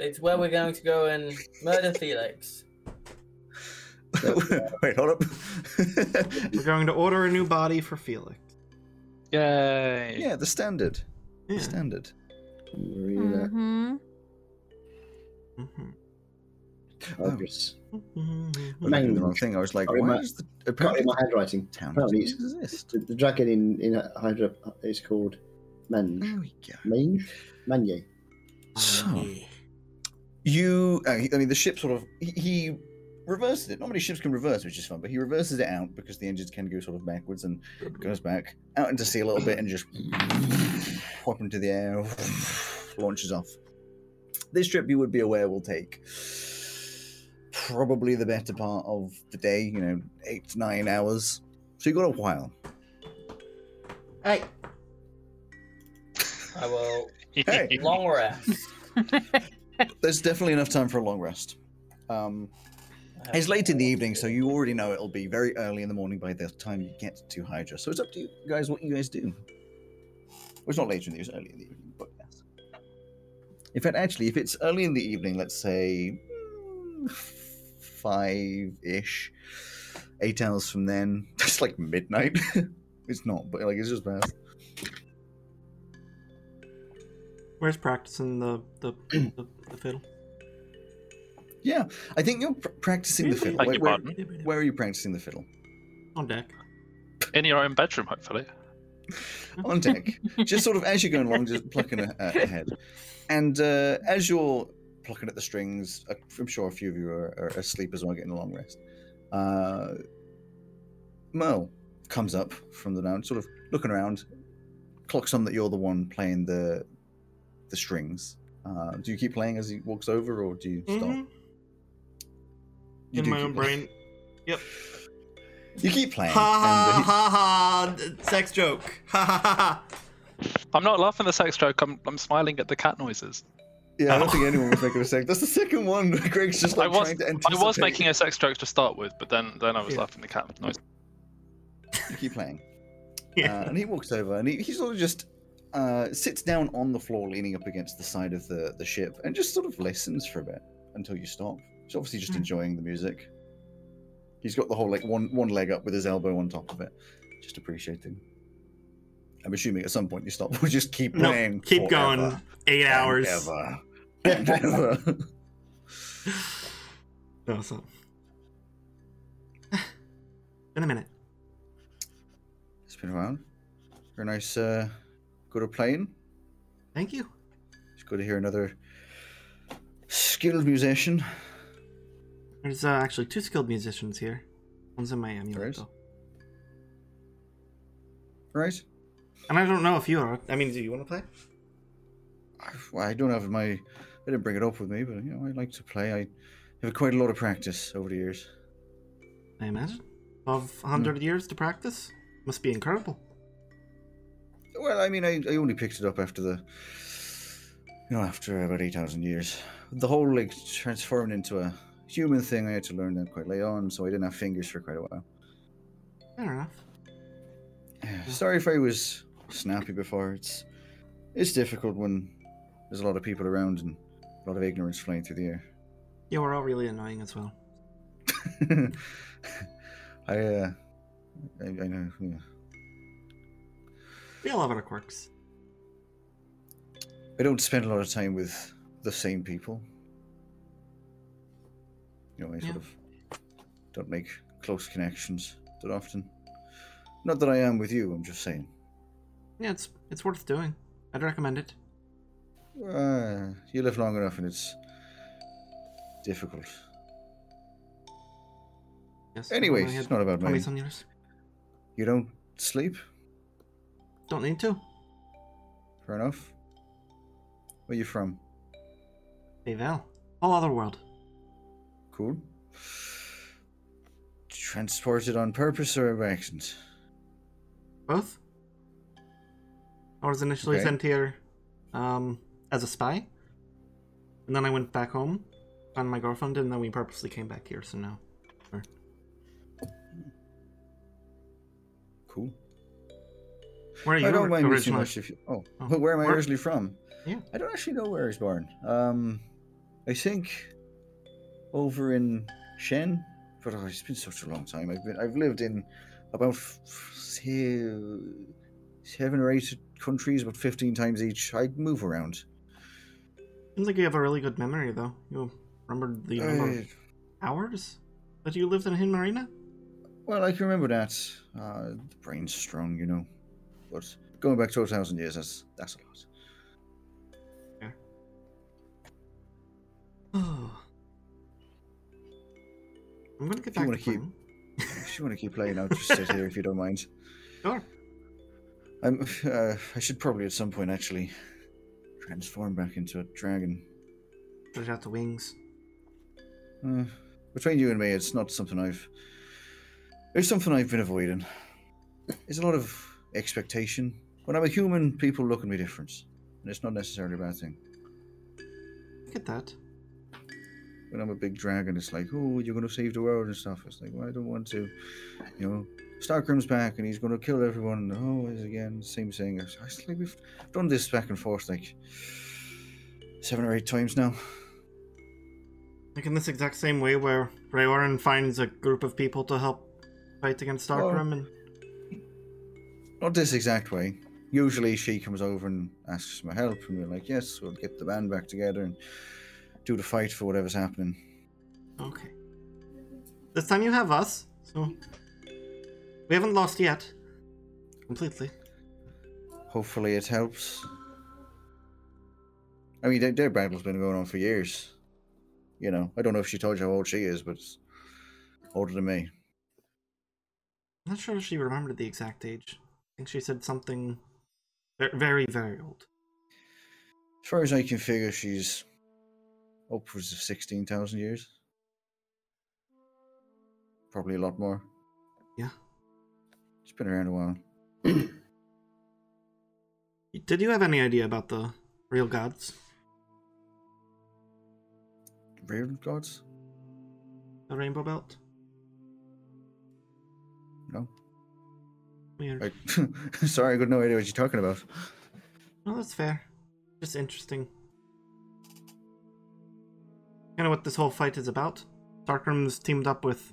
Speaker 2: It's where we're going to go and murder Felix.
Speaker 1: Wait, hold up.
Speaker 6: We're going to order a new body for Felix.
Speaker 3: Yay.
Speaker 1: yeah, the standard. The
Speaker 6: Yeah.
Speaker 1: standard.
Speaker 4: Marina
Speaker 5: Mm-hmm.
Speaker 6: Mhm.
Speaker 4: Hydras.
Speaker 1: I'm making the wrong
Speaker 4: Manganese.
Speaker 1: thing. I was like,
Speaker 4: Sorry,
Speaker 1: why
Speaker 4: my-
Speaker 1: is the
Speaker 4: Can't
Speaker 1: apparently
Speaker 4: read my
Speaker 1: the
Speaker 4: handwriting.
Speaker 1: town
Speaker 4: apparently
Speaker 1: doesn't
Speaker 4: it's-
Speaker 1: exist?
Speaker 4: The, the dragon in in Hydra is called Mange.
Speaker 1: There we go.
Speaker 4: Mange. Mange.
Speaker 6: Mm-hmm.
Speaker 1: So, you uh, he- i mean the ship sort of he, he reverses it not many ships can reverse which is fun but he reverses it out because the engines can go sort of backwards and goes back out into sea a little bit and just hop into the air launches off this trip you would be aware will take probably the better part of the day you know eight nine hours so you got a while
Speaker 6: Hey.
Speaker 2: I will
Speaker 1: Hey.
Speaker 2: long rest.
Speaker 1: there's definitely enough time for a long rest um It's late in the evening, so you already know it'll be very early in the morning by the time you get to Hydra. So it's up to you guys what you guys do. Well, it's not later in the it's early in the evening, but yes. In fact, actually, if it's early in the evening, let's say hmm, five ish, eight hours from then, that's like midnight. it's not, but like it's just past.
Speaker 6: Where's practicing the the, the, the fiddle?
Speaker 1: Yeah, I think you're pr- practicing the fiddle.
Speaker 3: Thank
Speaker 1: Where-
Speaker 3: you,
Speaker 1: where-
Speaker 3: pardon.
Speaker 1: where are you practicing the fiddle?
Speaker 6: On deck.
Speaker 3: In your own bedroom, hopefully.
Speaker 1: on deck, just sort of as you're going along, just plucking a- a- ahead. And uh, as you're plucking at the strings, uh, I'm sure a few of you are, are asleep as well, getting a long rest. Uh, Merle comes up from the lounge, sort of looking around, clocks on that you're the one playing the the strings. Uh, do you keep playing as he walks over, or do you stop?
Speaker 6: Mhm.
Speaker 1: You
Speaker 6: In
Speaker 1: do
Speaker 6: my
Speaker 1: keep
Speaker 6: own
Speaker 1: playing.
Speaker 6: brain. Yep.
Speaker 1: You keep
Speaker 6: Ha
Speaker 1: playing.
Speaker 6: ha
Speaker 1: and, uh, he-
Speaker 6: ha ha! d- Sex joke. Ha ha ha ha!
Speaker 3: I'm not laughing at the sex joke. I'm, I'm smiling at the cat noises.
Speaker 1: yeah, I don't think anyone was making a second. That's the second one. Greg's just
Speaker 3: I
Speaker 1: like
Speaker 3: was
Speaker 1: trying to
Speaker 3: I was
Speaker 1: anticipate.
Speaker 3: making a sex joke to start with, but then then I was
Speaker 6: Yeah.
Speaker 3: laughing at the cat noises.
Speaker 1: You keep playing.
Speaker 6: Yeah.
Speaker 1: Uh, and he walks over and he, he sort of just uh, sits down on the floor, leaning up against the side of the, the ship, and just sort of listens for a bit until you stop. He's obviously just
Speaker 5: Hmm.
Speaker 1: enjoying the music. He's got the whole like one one leg up with his elbow on top of it, just appreciating. I'm assuming at some point you stop. We'll just keep
Speaker 6: No,
Speaker 1: playing.
Speaker 6: keep going.
Speaker 1: forever
Speaker 6: Eight
Speaker 1: and
Speaker 6: hours.
Speaker 1: Ever. and ever.
Speaker 6: No, it's not. In a minute.
Speaker 1: it's been around. Very nice. Uh, good at playing.
Speaker 6: Thank you.
Speaker 1: It's good to hear another skilled musician.
Speaker 6: There's uh, actually two skilled musicians here. One's in my
Speaker 1: There
Speaker 6: amulet,
Speaker 1: is?
Speaker 6: though.
Speaker 1: Right?
Speaker 6: And I don't know if you are. I mean, do you want to play?
Speaker 1: I- well, I don't have my. I didn't bring it up with me, but you know, I like to play. I have quite a lot of practice over the years.
Speaker 6: I imagine. Of 100
Speaker 1: Hmm.
Speaker 6: years to practice? Must be incredible.
Speaker 1: Well, I mean, I, I only picked it up after the. You know, after about 8,000 years. The whole, like, transforming into a human thing, I had to learn that quite late on, so I didn't have fingers for quite a while.
Speaker 6: Fair enough.
Speaker 1: Sorry if I was snappy before. It's it's difficult when there's a lot of people around and a lot of ignorance flying through the air.
Speaker 6: Yeah, we're all really annoying as well.
Speaker 1: I, uh. I, I know, yeah.
Speaker 6: We all have our quirks.
Speaker 1: I don't spend a lot of time with the same people. You know, I sort
Speaker 6: Yeah.
Speaker 1: of don't make close connections that often. Not that I am with you, I'm just saying.
Speaker 6: Yeah, it's it's worth doing. I'd recommend it.
Speaker 1: Uh, you live long enough and it's difficult.
Speaker 6: Yes.
Speaker 1: Anyway,
Speaker 6: I
Speaker 1: it's
Speaker 6: had
Speaker 1: not about me.
Speaker 6: 20 some years.
Speaker 1: You don't sleep?
Speaker 6: Don't need to.
Speaker 1: Fair enough. Where you from?
Speaker 6: Hey, Val. Whole other world.
Speaker 1: Cool. Transported on purpose or by accident?
Speaker 6: Both? I was initially
Speaker 1: Okay.
Speaker 6: sent here um, as a spy. And then I went back home, found my girlfriend, and then we purposely came back here, so now.
Speaker 1: Cool.
Speaker 6: Where are you
Speaker 1: I don't mind me too
Speaker 6: originally?
Speaker 1: much if you. Oh,
Speaker 6: Oh,
Speaker 1: but where am I
Speaker 6: where-
Speaker 1: originally from?
Speaker 6: Yeah.
Speaker 1: I don't actually know where I was born. Um, I think over in Shen, but oh, it's been such a long time. I've been, I've lived in about f- f- se- seven or eight countries, about fifteen times each. I move around.
Speaker 6: Seems like you have a really good memory, though. You remembered the number
Speaker 1: Uh,
Speaker 6: of hours that you lived in Hin Marina?
Speaker 1: Well, I can remember that. Uh, the brain's strong, you know. But going back twelve thousand years, that's that's a lot.
Speaker 6: Oh. I'm gonna get
Speaker 1: If you
Speaker 6: back
Speaker 1: wanna
Speaker 6: to
Speaker 1: keep-
Speaker 6: playing.
Speaker 1: If you want to keep playing, I'll just sit here if you don't mind.
Speaker 6: Sure.
Speaker 1: I'm, uh, I should probably at some point actually transform back into a dragon.
Speaker 6: Stretch out the wings.
Speaker 1: Uh, between you and me, it's not something I've. It's something I've been avoiding. There's a lot of expectation. When I'm a human, people look at me different, and it's not necessarily a bad thing.
Speaker 6: Look at that.
Speaker 1: When I'm a big dragon, it's like, oh, you're gonna save the world and stuff. It's like, well, I don't want to. You know, Starkroom's back and he's gonna kill everyone. And, oh, it's again, same thing. It's it's like we've done this back and forth like seven or eight times now.
Speaker 6: Like in this exact same way where Rayoran finds a group of people to help fight against Darkrim and
Speaker 1: Not this exact way, usually she comes over and asks for help, and we're like, yes, we'll get the band back together and do the fight for whatever's happening.
Speaker 6: Okay. This time you have us, so we haven't lost yet. Completely.
Speaker 1: Hopefully, it helps. I mean, their, their battle's been going on for years. You know, I don't know if she told you how old she is, but it's older than me.
Speaker 6: I'm not sure if she remembered the exact age. I think she said something ver- very, very old.
Speaker 1: As far as I can figure, she's upwards of 16,000 years. Probably a lot more.
Speaker 6: Yeah.
Speaker 1: She's been around a while.
Speaker 6: Did you have any idea about the real gods?
Speaker 1: Real gods?
Speaker 6: The Rainbow Belt?
Speaker 1: No.
Speaker 6: Weird.
Speaker 1: I, sorry, I got no idea what you're talking about.
Speaker 6: No, Oh, that's fair. Just interesting. Kind of what this whole fight is about. Darkroom's teamed up with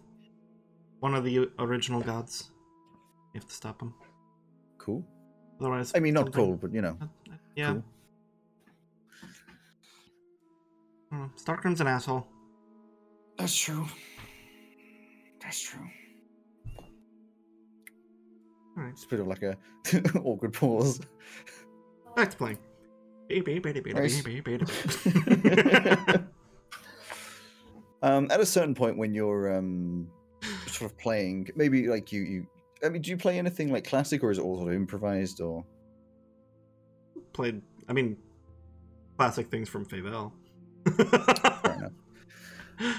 Speaker 6: one of the original gods. You have to stop him.
Speaker 1: Cool.
Speaker 6: Otherwise,
Speaker 1: I mean, not
Speaker 6: something-
Speaker 1: cool, but you know.
Speaker 6: Uh, uh, Yeah.
Speaker 1: Cool.
Speaker 6: I don't know. Starkroom's Hmm, an asshole.
Speaker 1: That's true. That's true.
Speaker 6: Alright,
Speaker 1: It's a bit of like a awkward pause.
Speaker 6: back to playing. Beep, beep, beep, beep, beep,
Speaker 1: Nice.
Speaker 6: beep, beep, beep.
Speaker 1: Um, at a certain point when you're um, sort of playing, maybe like you, you. I mean, do you play anything like classic, or is it all sort of improvised? Or
Speaker 6: Played, I mean, classic things from Favel.
Speaker 1: Fair enough.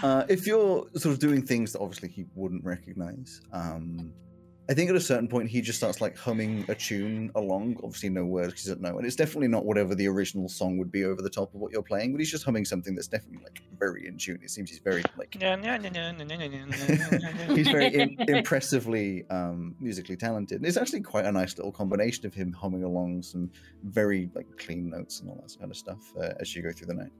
Speaker 1: Uh, if you're sort of doing things that obviously he wouldn't recognize, um, I think at a certain point he just starts like humming a tune along. Obviously, no words because he doesn't know, and it's definitely not whatever the original song would be over the top of what you're playing. But he's just humming something that's definitely like very in tune. It seems he's very like he's very im- impressively um, musically talented. And it's actually quite a nice little combination of him humming along some very like clean notes and all that kind of stuff uh, as you go through the night.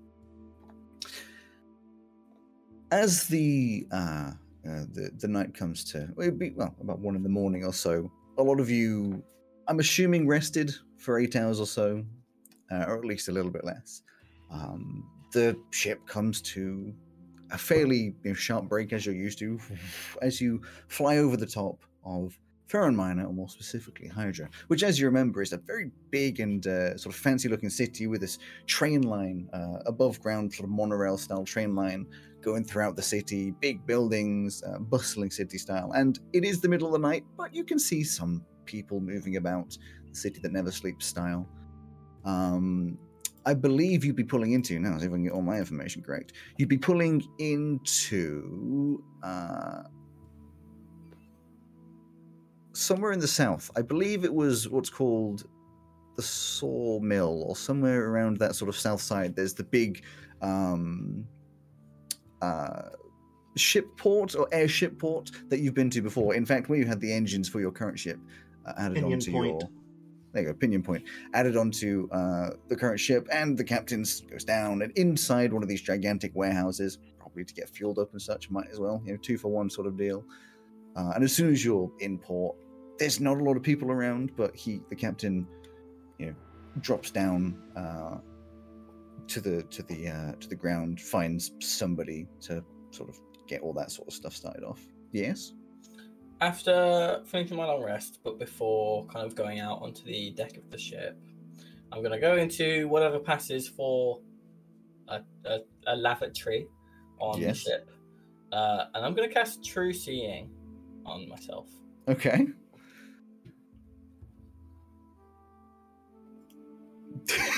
Speaker 1: As the uh, uh, the the night comes to well, it'd be well about one in the morning or so. A lot of you, I'm assuming, rested for eight hours or so, uh, or at least a little bit less. Um, the ship comes to a fairly you know, sharp break as you're used to, as you fly over the top of Ferron Minor, or more specifically Hydra, which, as you remember, is a very big and uh, sort of fancy-looking city with this train line uh, above ground, sort of monorail-style train line going throughout the city, big buildings, uh, bustling city style. And it is the middle of the night, but you can see some people moving about, the city that never sleeps style. Um, I believe you'd be pulling into now. See if I can get all my information correct. You'd be pulling into uh, somewhere in the south. I believe it was what's called the sawmill, or somewhere around that sort of south side. There's the big um, uh, ship port or airship port that you've been to before. In fact, where you had the engines for your current ship uh, added
Speaker 6: Pinion
Speaker 1: onto
Speaker 6: Point.
Speaker 1: your. There you go, pinion point added onto uh, the current ship, and the captain s- goes down and inside one of these gigantic warehouses, probably to get fueled up and such. Might as well, you know, two for one sort of deal. Uh, and as soon as you're in port, there's not a lot of people around, but he, the captain, you know, drops down uh, to the to the uh, to the ground, finds somebody to sort of get all that sort of stuff started off. Yes.
Speaker 2: After finishing my long rest, but before kind of going out onto the deck of the ship, I'm going to go into whatever passes for a, a, a lavatory on
Speaker 1: Yes.
Speaker 2: the ship. Uh, and I'm going to cast True Seeing on myself.
Speaker 1: Okay.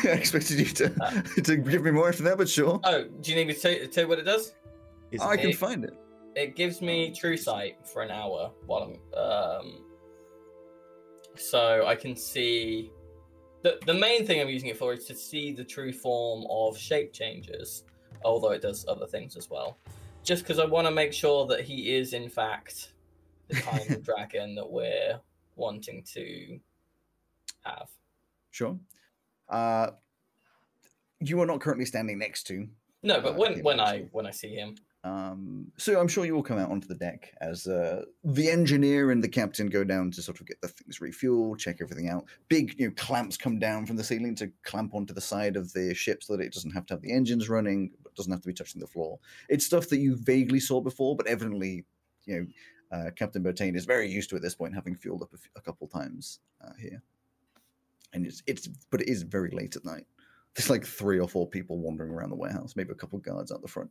Speaker 1: I expected you to,
Speaker 2: Uh,
Speaker 1: to give me more after that, but sure.
Speaker 2: Oh, do you need me to tell- tell you what it does?
Speaker 6: He's
Speaker 1: Uh, I can
Speaker 2: big.
Speaker 1: find it.
Speaker 2: It gives me true sight for an hour while I'm um so I can see the the main thing I'm using it for is to see the true form of shape changes, although it does other things as well. Just because I want to make sure that he is in fact the kind of dragon that we're wanting to have.
Speaker 1: Sure. Uh, you are not currently standing next to.
Speaker 2: No, but
Speaker 1: Uh,
Speaker 2: when
Speaker 1: yeah,
Speaker 2: when
Speaker 1: that's
Speaker 2: I
Speaker 1: cool.
Speaker 2: when I see him,
Speaker 1: Um, so I'm sure you will come out onto the deck as uh, the engineer and the captain go down to sort of get the things refueled, check everything out. Big you know, clamps come down from the ceiling to clamp onto the side of the ship so that it doesn't have to have the engines running, but doesn't have to be touching the floor. It's stuff that you vaguely saw before, but evidently, you know, uh, Captain Bertain is very used to at this point, having fueled up a, f- a couple times uh, here. And it's it's but it is very late at night. There's like three or four people wandering around the warehouse, maybe a couple guards out the front.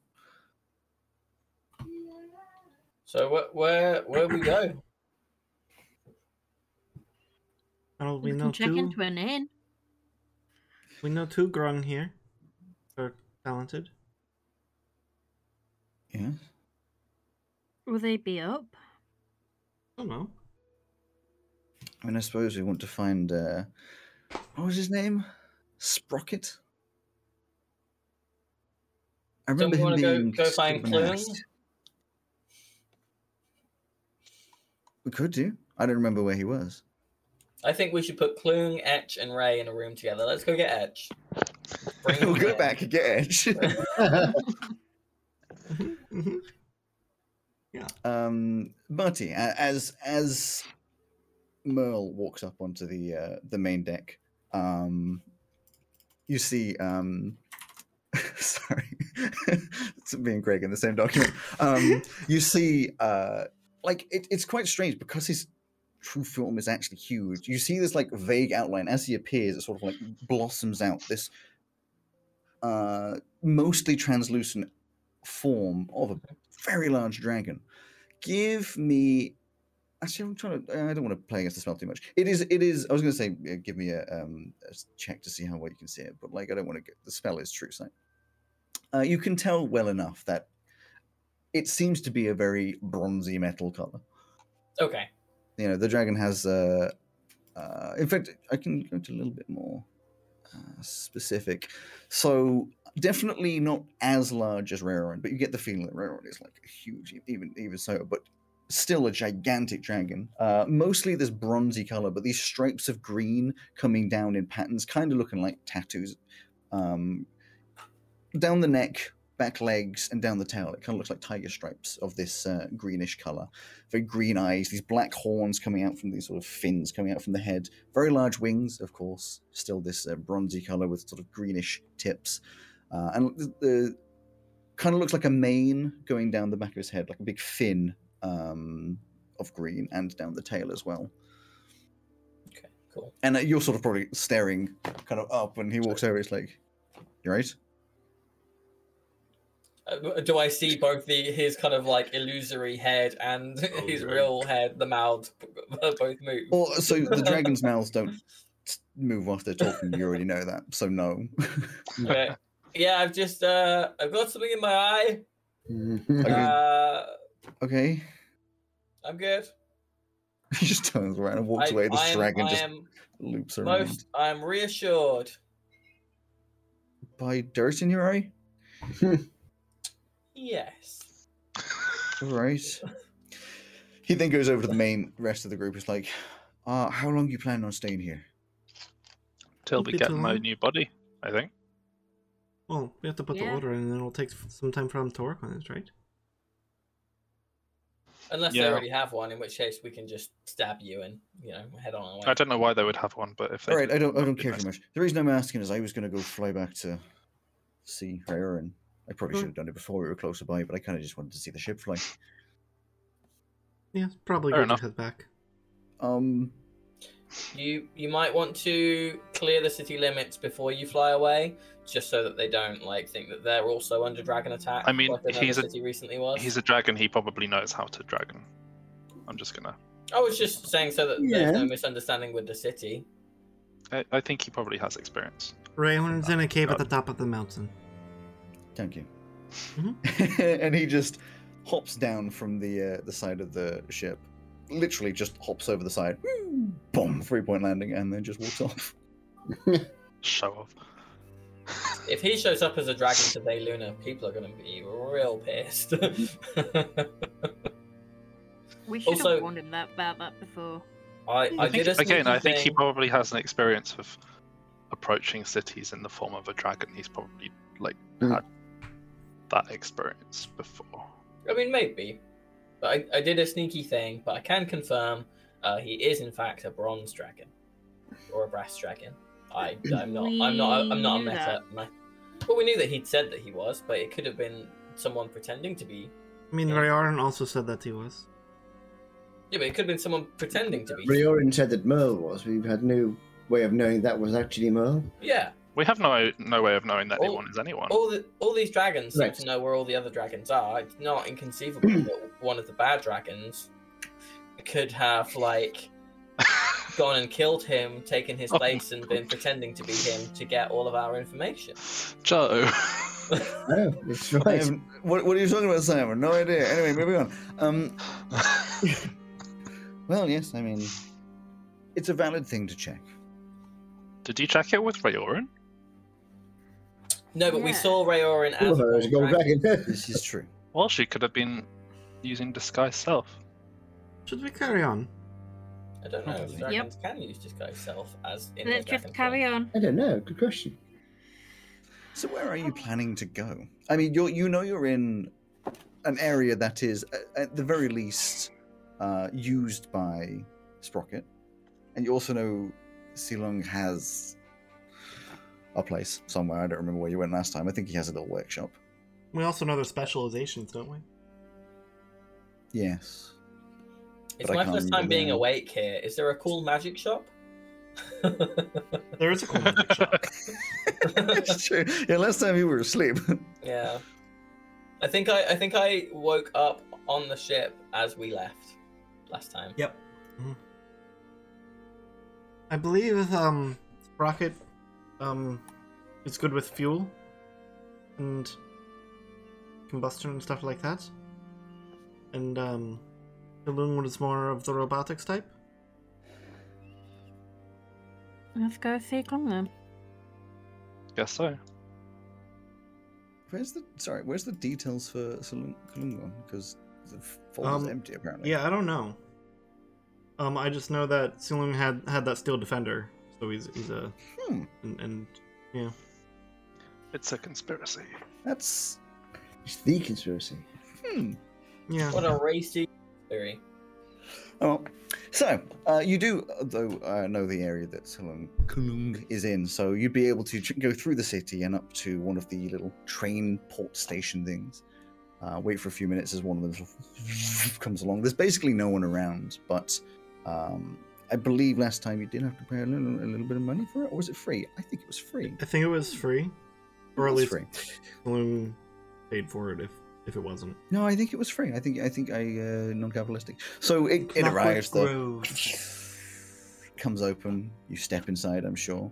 Speaker 2: So where where where we go?
Speaker 6: Oh, we
Speaker 5: We
Speaker 6: know
Speaker 5: can check
Speaker 6: two.
Speaker 5: into an inn.
Speaker 6: We know two grung here. They're talented.
Speaker 1: Yeah.
Speaker 5: Will they be up?
Speaker 6: I don't know.
Speaker 1: I mean, I suppose we want to find uh, what was his name, Sprocket. I
Speaker 2: Don't
Speaker 1: remember
Speaker 2: we
Speaker 1: him
Speaker 2: wanna go-
Speaker 1: being
Speaker 2: go find
Speaker 1: sort of an
Speaker 2: Clune?
Speaker 1: ass. We could do. I don't remember where he was.
Speaker 2: I think we should put Klung, Etch, and Ray in a room together. Let's go get Etch. Bring
Speaker 1: we'll
Speaker 2: him
Speaker 1: go
Speaker 2: in.
Speaker 1: back and get Edge.
Speaker 6: Mhm.
Speaker 1: um, Marty, a- as as Merle walks up onto the uh, the main deck, um, you see. Um, sorry, it's me and Greg in the same document. Um, you see, uh, like it, it's quite strange because his true form is actually huge. You see this like vague outline as he appears. It sort of like blossoms out. This uh, mostly translucent form of a very large dragon. Give me. Actually, I'm trying to. I don't want to play against the spell too much. It is. It is. I was going to say, uh, give me a, um, a s- check to see how well you can see it, but like, I don't want to get the spell is true sight. Uh, you can tell well enough that it seems to be a very bronzy metal color.
Speaker 2: Okay.
Speaker 1: You know, the dragon has. Uh, uh, in fact, I can go into a little bit more uh, specific. So definitely not as large as Raron, but you get the feeling that Raron is like huge, e- even even so, but still a gigantic dragon. Uh, mostly this bronzy color, but these stripes of green coming down in patterns, kind of looking like tattoos, um, down the neck, back legs, and down the tail. It kind of looks like tiger stripes of this uh, greenish color. Very green eyes, these black horns coming out from these sort of fins coming out from the head. Very large wings, of course. Still this uh, bronzy color with sort of greenish tips, uh, and the, the kind of looks like a mane going down the back of his head, like a big fin um, of green, and down the tail as well.
Speaker 2: Okay. Cool.
Speaker 1: And uh, you're sort of probably staring kind of up when he walks over. It's like, you right?
Speaker 2: Uh, do I see both the his kind of like illusory head and his
Speaker 3: Oh, yeah.
Speaker 2: real head, the mouth, both move?
Speaker 1: Well, uh, so the dragon's mouths don't s- move whilst they're talking. You already know that, so no.
Speaker 2: Okay. yeah, I've just uh, I've got something in my eye.
Speaker 1: Okay.
Speaker 2: Uh,
Speaker 1: okay,
Speaker 2: I'm good.
Speaker 1: he just turns around and walks
Speaker 2: I,
Speaker 1: away. This
Speaker 2: I am,
Speaker 1: dragon
Speaker 2: I
Speaker 1: just
Speaker 2: am
Speaker 1: loops around.
Speaker 2: most. I'm reassured.
Speaker 1: By dirt in your eye,
Speaker 2: Yes.
Speaker 1: all right? He then goes over to the main rest of the group. He's like, uh, "How long you planning on staying here?"
Speaker 3: Till we
Speaker 6: Keep it
Speaker 3: get my
Speaker 6: alive.
Speaker 3: new body, I think.
Speaker 6: Well, we have to put the
Speaker 5: Yeah.
Speaker 6: order in, and it'll take f- some time for them to work on it, right?
Speaker 2: Unless
Speaker 3: Yeah.
Speaker 2: they already have one, in which case we can just stab you and you know head on away.
Speaker 3: I don't know why they would have one, but if they
Speaker 1: All right, I don't, I don't
Speaker 3: be
Speaker 1: care too much. The reason I'm asking is I was gonna go fly back to see her, and I probably
Speaker 6: Hmm.
Speaker 1: should have done it before we were closer by, but I kind of just wanted to see the ship fly.
Speaker 6: Yeah, it's probably
Speaker 3: Fair
Speaker 6: good
Speaker 3: enough.
Speaker 6: to head back.
Speaker 1: Um,
Speaker 2: You you might want to clear the city limits before you fly away, just so that they don't like think that they're also under dragon attack.
Speaker 3: I mean,
Speaker 2: like another
Speaker 3: he's a-
Speaker 2: city recently was.
Speaker 3: he's a dragon, he probably knows how to dragon. I'm just gonna.
Speaker 2: I was just saying so that
Speaker 4: Yeah.
Speaker 2: there's no misunderstanding with the city.
Speaker 3: I, I think he probably has experience.
Speaker 6: Rayhorn's in a cave at
Speaker 3: God.
Speaker 6: the top of the mountain.
Speaker 1: Thank you. and he just hops down from the uh, the side of the ship, literally just hops over the side, boom, three point landing, and then just walks off.
Speaker 3: Show off.
Speaker 2: If he shows up as a dragon today, Luna, people are going to be real pissed.
Speaker 5: We should
Speaker 2: Also-
Speaker 5: have warned him that about that before.
Speaker 2: I, I
Speaker 5: I
Speaker 2: did a sneaky
Speaker 3: Again, I think he
Speaker 2: thing.
Speaker 3: probably has an experience of
Speaker 1: Hmm.
Speaker 3: approaching cities in the form of a dragon. He's probably like
Speaker 4: Mm.
Speaker 3: had that experience before.
Speaker 2: I mean, maybe. But I, I did a sneaky thing, but I can confirm uh, he is in fact a bronze dragon or a brass dragon. I, I'm not. I'm not. I'm not a
Speaker 5: We knew
Speaker 2: meta.
Speaker 5: that.
Speaker 2: My, well, we knew that he'd said that he was, but it could have been someone pretending to be.
Speaker 6: I mean,
Speaker 2: Yeah.
Speaker 6: Rayarn also said that he was.
Speaker 2: Yeah, but it could have been someone pretending to be.
Speaker 4: Riorin said that Merle was. We've had no way of knowing that was actually Merle.
Speaker 2: Yeah.
Speaker 3: We have no no way of knowing that
Speaker 2: Oh,
Speaker 3: anyone is anyone.
Speaker 2: All the all these dragons seem
Speaker 4: Right.
Speaker 2: to know where all the other dragons are. It's not inconceivable that one of the bad dragons could have like gone and killed him, taken his
Speaker 3: Oh my
Speaker 2: place, and been
Speaker 3: God.
Speaker 2: pretending to be him to get all of our information.
Speaker 3: Joe.
Speaker 4: Oh, that's
Speaker 1: I
Speaker 4: right.
Speaker 1: have- Um, what, what are you talking about, Simon? No idea. Anyway, moving on. Um, well, yes, I mean, it's a valid thing to check.
Speaker 3: Did you check it with Rayoran?
Speaker 2: No, but we
Speaker 5: Yeah.
Speaker 2: saw Rayoran
Speaker 4: Oh,
Speaker 2: as a
Speaker 4: there's a
Speaker 2: bald
Speaker 4: gold
Speaker 2: dragon.
Speaker 4: dragon.
Speaker 1: This is true.
Speaker 3: Well, she could have been using disguise self.
Speaker 6: Should we carry on?
Speaker 2: I don't know if
Speaker 1: Probably.
Speaker 2: dragons can use disguise self as in
Speaker 5: Let's
Speaker 2: the dragon
Speaker 5: just carry
Speaker 2: form.
Speaker 5: on.
Speaker 4: I don't know. Good question.
Speaker 1: So, where are you planning to go? I mean, you you know you're in an area that is, a- at the very least, uh, used by Sprocket, and you also know Silong has a place somewhere. I don't remember where you went last time. I think he has a little workshop.
Speaker 6: We also know their specializations, don't we?
Speaker 1: Yes.
Speaker 2: It's
Speaker 1: but I
Speaker 2: my
Speaker 1: can't
Speaker 2: first time
Speaker 1: remember
Speaker 2: being
Speaker 1: now.
Speaker 2: awake here. Is there a cool magic shop?
Speaker 6: There is a cool magic shop.
Speaker 1: That's true. Yeah, last time you were asleep.
Speaker 2: yeah. I think I, I think I woke up on the ship as we left last time.
Speaker 6: Yep. Mhm. I believe um, Sprocket um, is good with fuel and combustion and stuff like that. And um, Illumwood is more of the robotics type.
Speaker 5: Let's go see Glum then.
Speaker 3: Guess so.
Speaker 1: Where's the sorry? Where's the details for Kalungon? Because the folder's
Speaker 6: Um,
Speaker 1: empty apparently.
Speaker 6: Yeah, I don't know. Um, I just know that Silung had had that steel defender, so he's he's a
Speaker 1: Hmm.
Speaker 6: and, and
Speaker 3: It's a conspiracy.
Speaker 1: That's
Speaker 4: It's the conspiracy.
Speaker 1: hmm.
Speaker 6: yeah.
Speaker 2: What a racy theory.
Speaker 1: Oh, so uh, you do uh, though uh, know the area that Silung Kalung is in, so you'd be able to ch- go through the city and up to one of the little train port station things. Uh, wait for a few minutes as one of them sort of comes along. There's basically no one around, but um, I believe last time you did have to pay a little, a little bit of money for it, or was it free? I think it was free.
Speaker 6: I think it was free, or
Speaker 1: It
Speaker 6: at
Speaker 1: was
Speaker 6: least
Speaker 1: free.
Speaker 6: Silung paid for it if if it wasn't.
Speaker 1: No, I think it was free. I think I think I uh, non-capitalistic. So it, it arrives. The comes open. You step inside. I'm sure.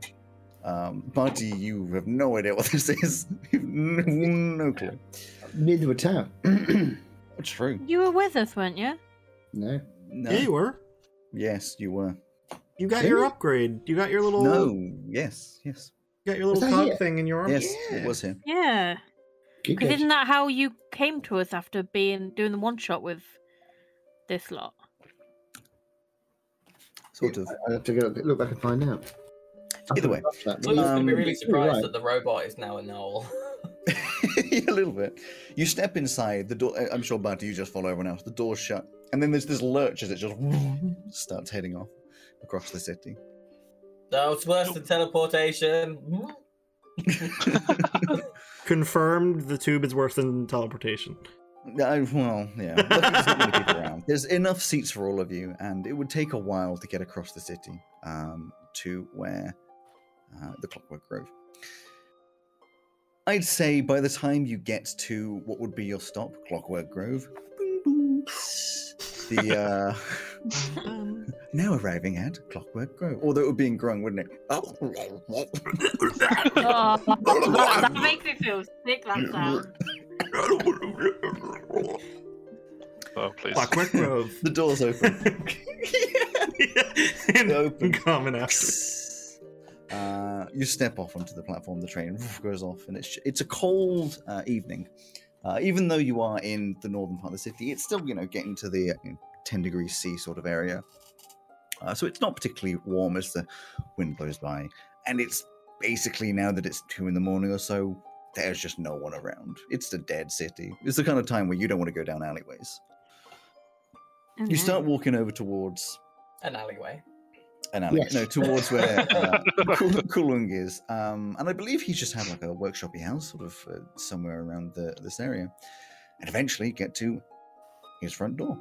Speaker 1: Um, Buddy, you have no idea what this is. You've n- no clue.
Speaker 4: Neither were Tau.
Speaker 1: True.
Speaker 5: You were with us, weren't you?
Speaker 4: no.
Speaker 1: No.
Speaker 6: Yeah, you were.
Speaker 1: Yes, you were.
Speaker 6: You got
Speaker 4: Didn't
Speaker 6: your
Speaker 4: we?
Speaker 6: upgrade. You got your little
Speaker 1: No. Yes. Yes.
Speaker 6: You got your
Speaker 4: Was
Speaker 6: little
Speaker 4: I
Speaker 6: cog
Speaker 4: here?
Speaker 6: thing in your arm.
Speaker 1: Yes. It
Speaker 4: yeah.
Speaker 1: was him.
Speaker 5: Yeah.
Speaker 4: Good
Speaker 5: Because isn't
Speaker 4: guess.
Speaker 5: that how you came to us after being doing the one shot with this lot?
Speaker 1: Sort of.
Speaker 4: I'll have to go look back and find out.
Speaker 1: Either way.
Speaker 2: I'm just gonna be
Speaker 1: Um,
Speaker 2: really surprised
Speaker 4: right.
Speaker 2: that the robot is now a knoll.
Speaker 1: a little bit. You step inside the door. I- I'm sure, Buddy, you just follow everyone else. The door's shut, and then there's this lurch as it just starts heading off across the city.
Speaker 2: no, it's worse than teleportation.
Speaker 6: Confirmed the tube is worse than teleportation.
Speaker 1: I, well, yeah. Luckily, there's not many people around. There's enough seats for all of you, and it would take a while to get across the city um, to where uh, the Clockwork Grove. I'd say by the time you get to what would be your stop, Clockwork Grove, boom, boom, the uh,
Speaker 6: Um,
Speaker 1: now arriving at Clockwork Grove. Although it would be in Grung, wouldn't it? Oh,
Speaker 5: Oh, that makes me feel sick. That sound.
Speaker 3: Oh please.
Speaker 6: Clockwork Grove.
Speaker 1: the door's open.
Speaker 6: and
Speaker 1: Open.
Speaker 6: common after.
Speaker 1: Uh, you step off onto the platform. The train goes off, and it's it's a cold uh, evening. Uh, even though you are in the northern part of the city, it's still you know getting to the uh, you know, ten degrees C sort of area. Uh, so it's not particularly warm as the wind blows by, and it's basically now that it's two in the morning or so, there's just no one around. It's the dead city. It's the kind of time where you don't want to go down alleyways.
Speaker 5: Oh,
Speaker 1: You
Speaker 5: no.
Speaker 1: start walking over towards
Speaker 2: An alleyway.
Speaker 1: an alley.
Speaker 4: Yes.
Speaker 1: No, towards where uh, Kul- Kulung is. Um, and I believe he's just had like a workshoppy house, sort of uh, somewhere around the, this area. And eventually get to his front door.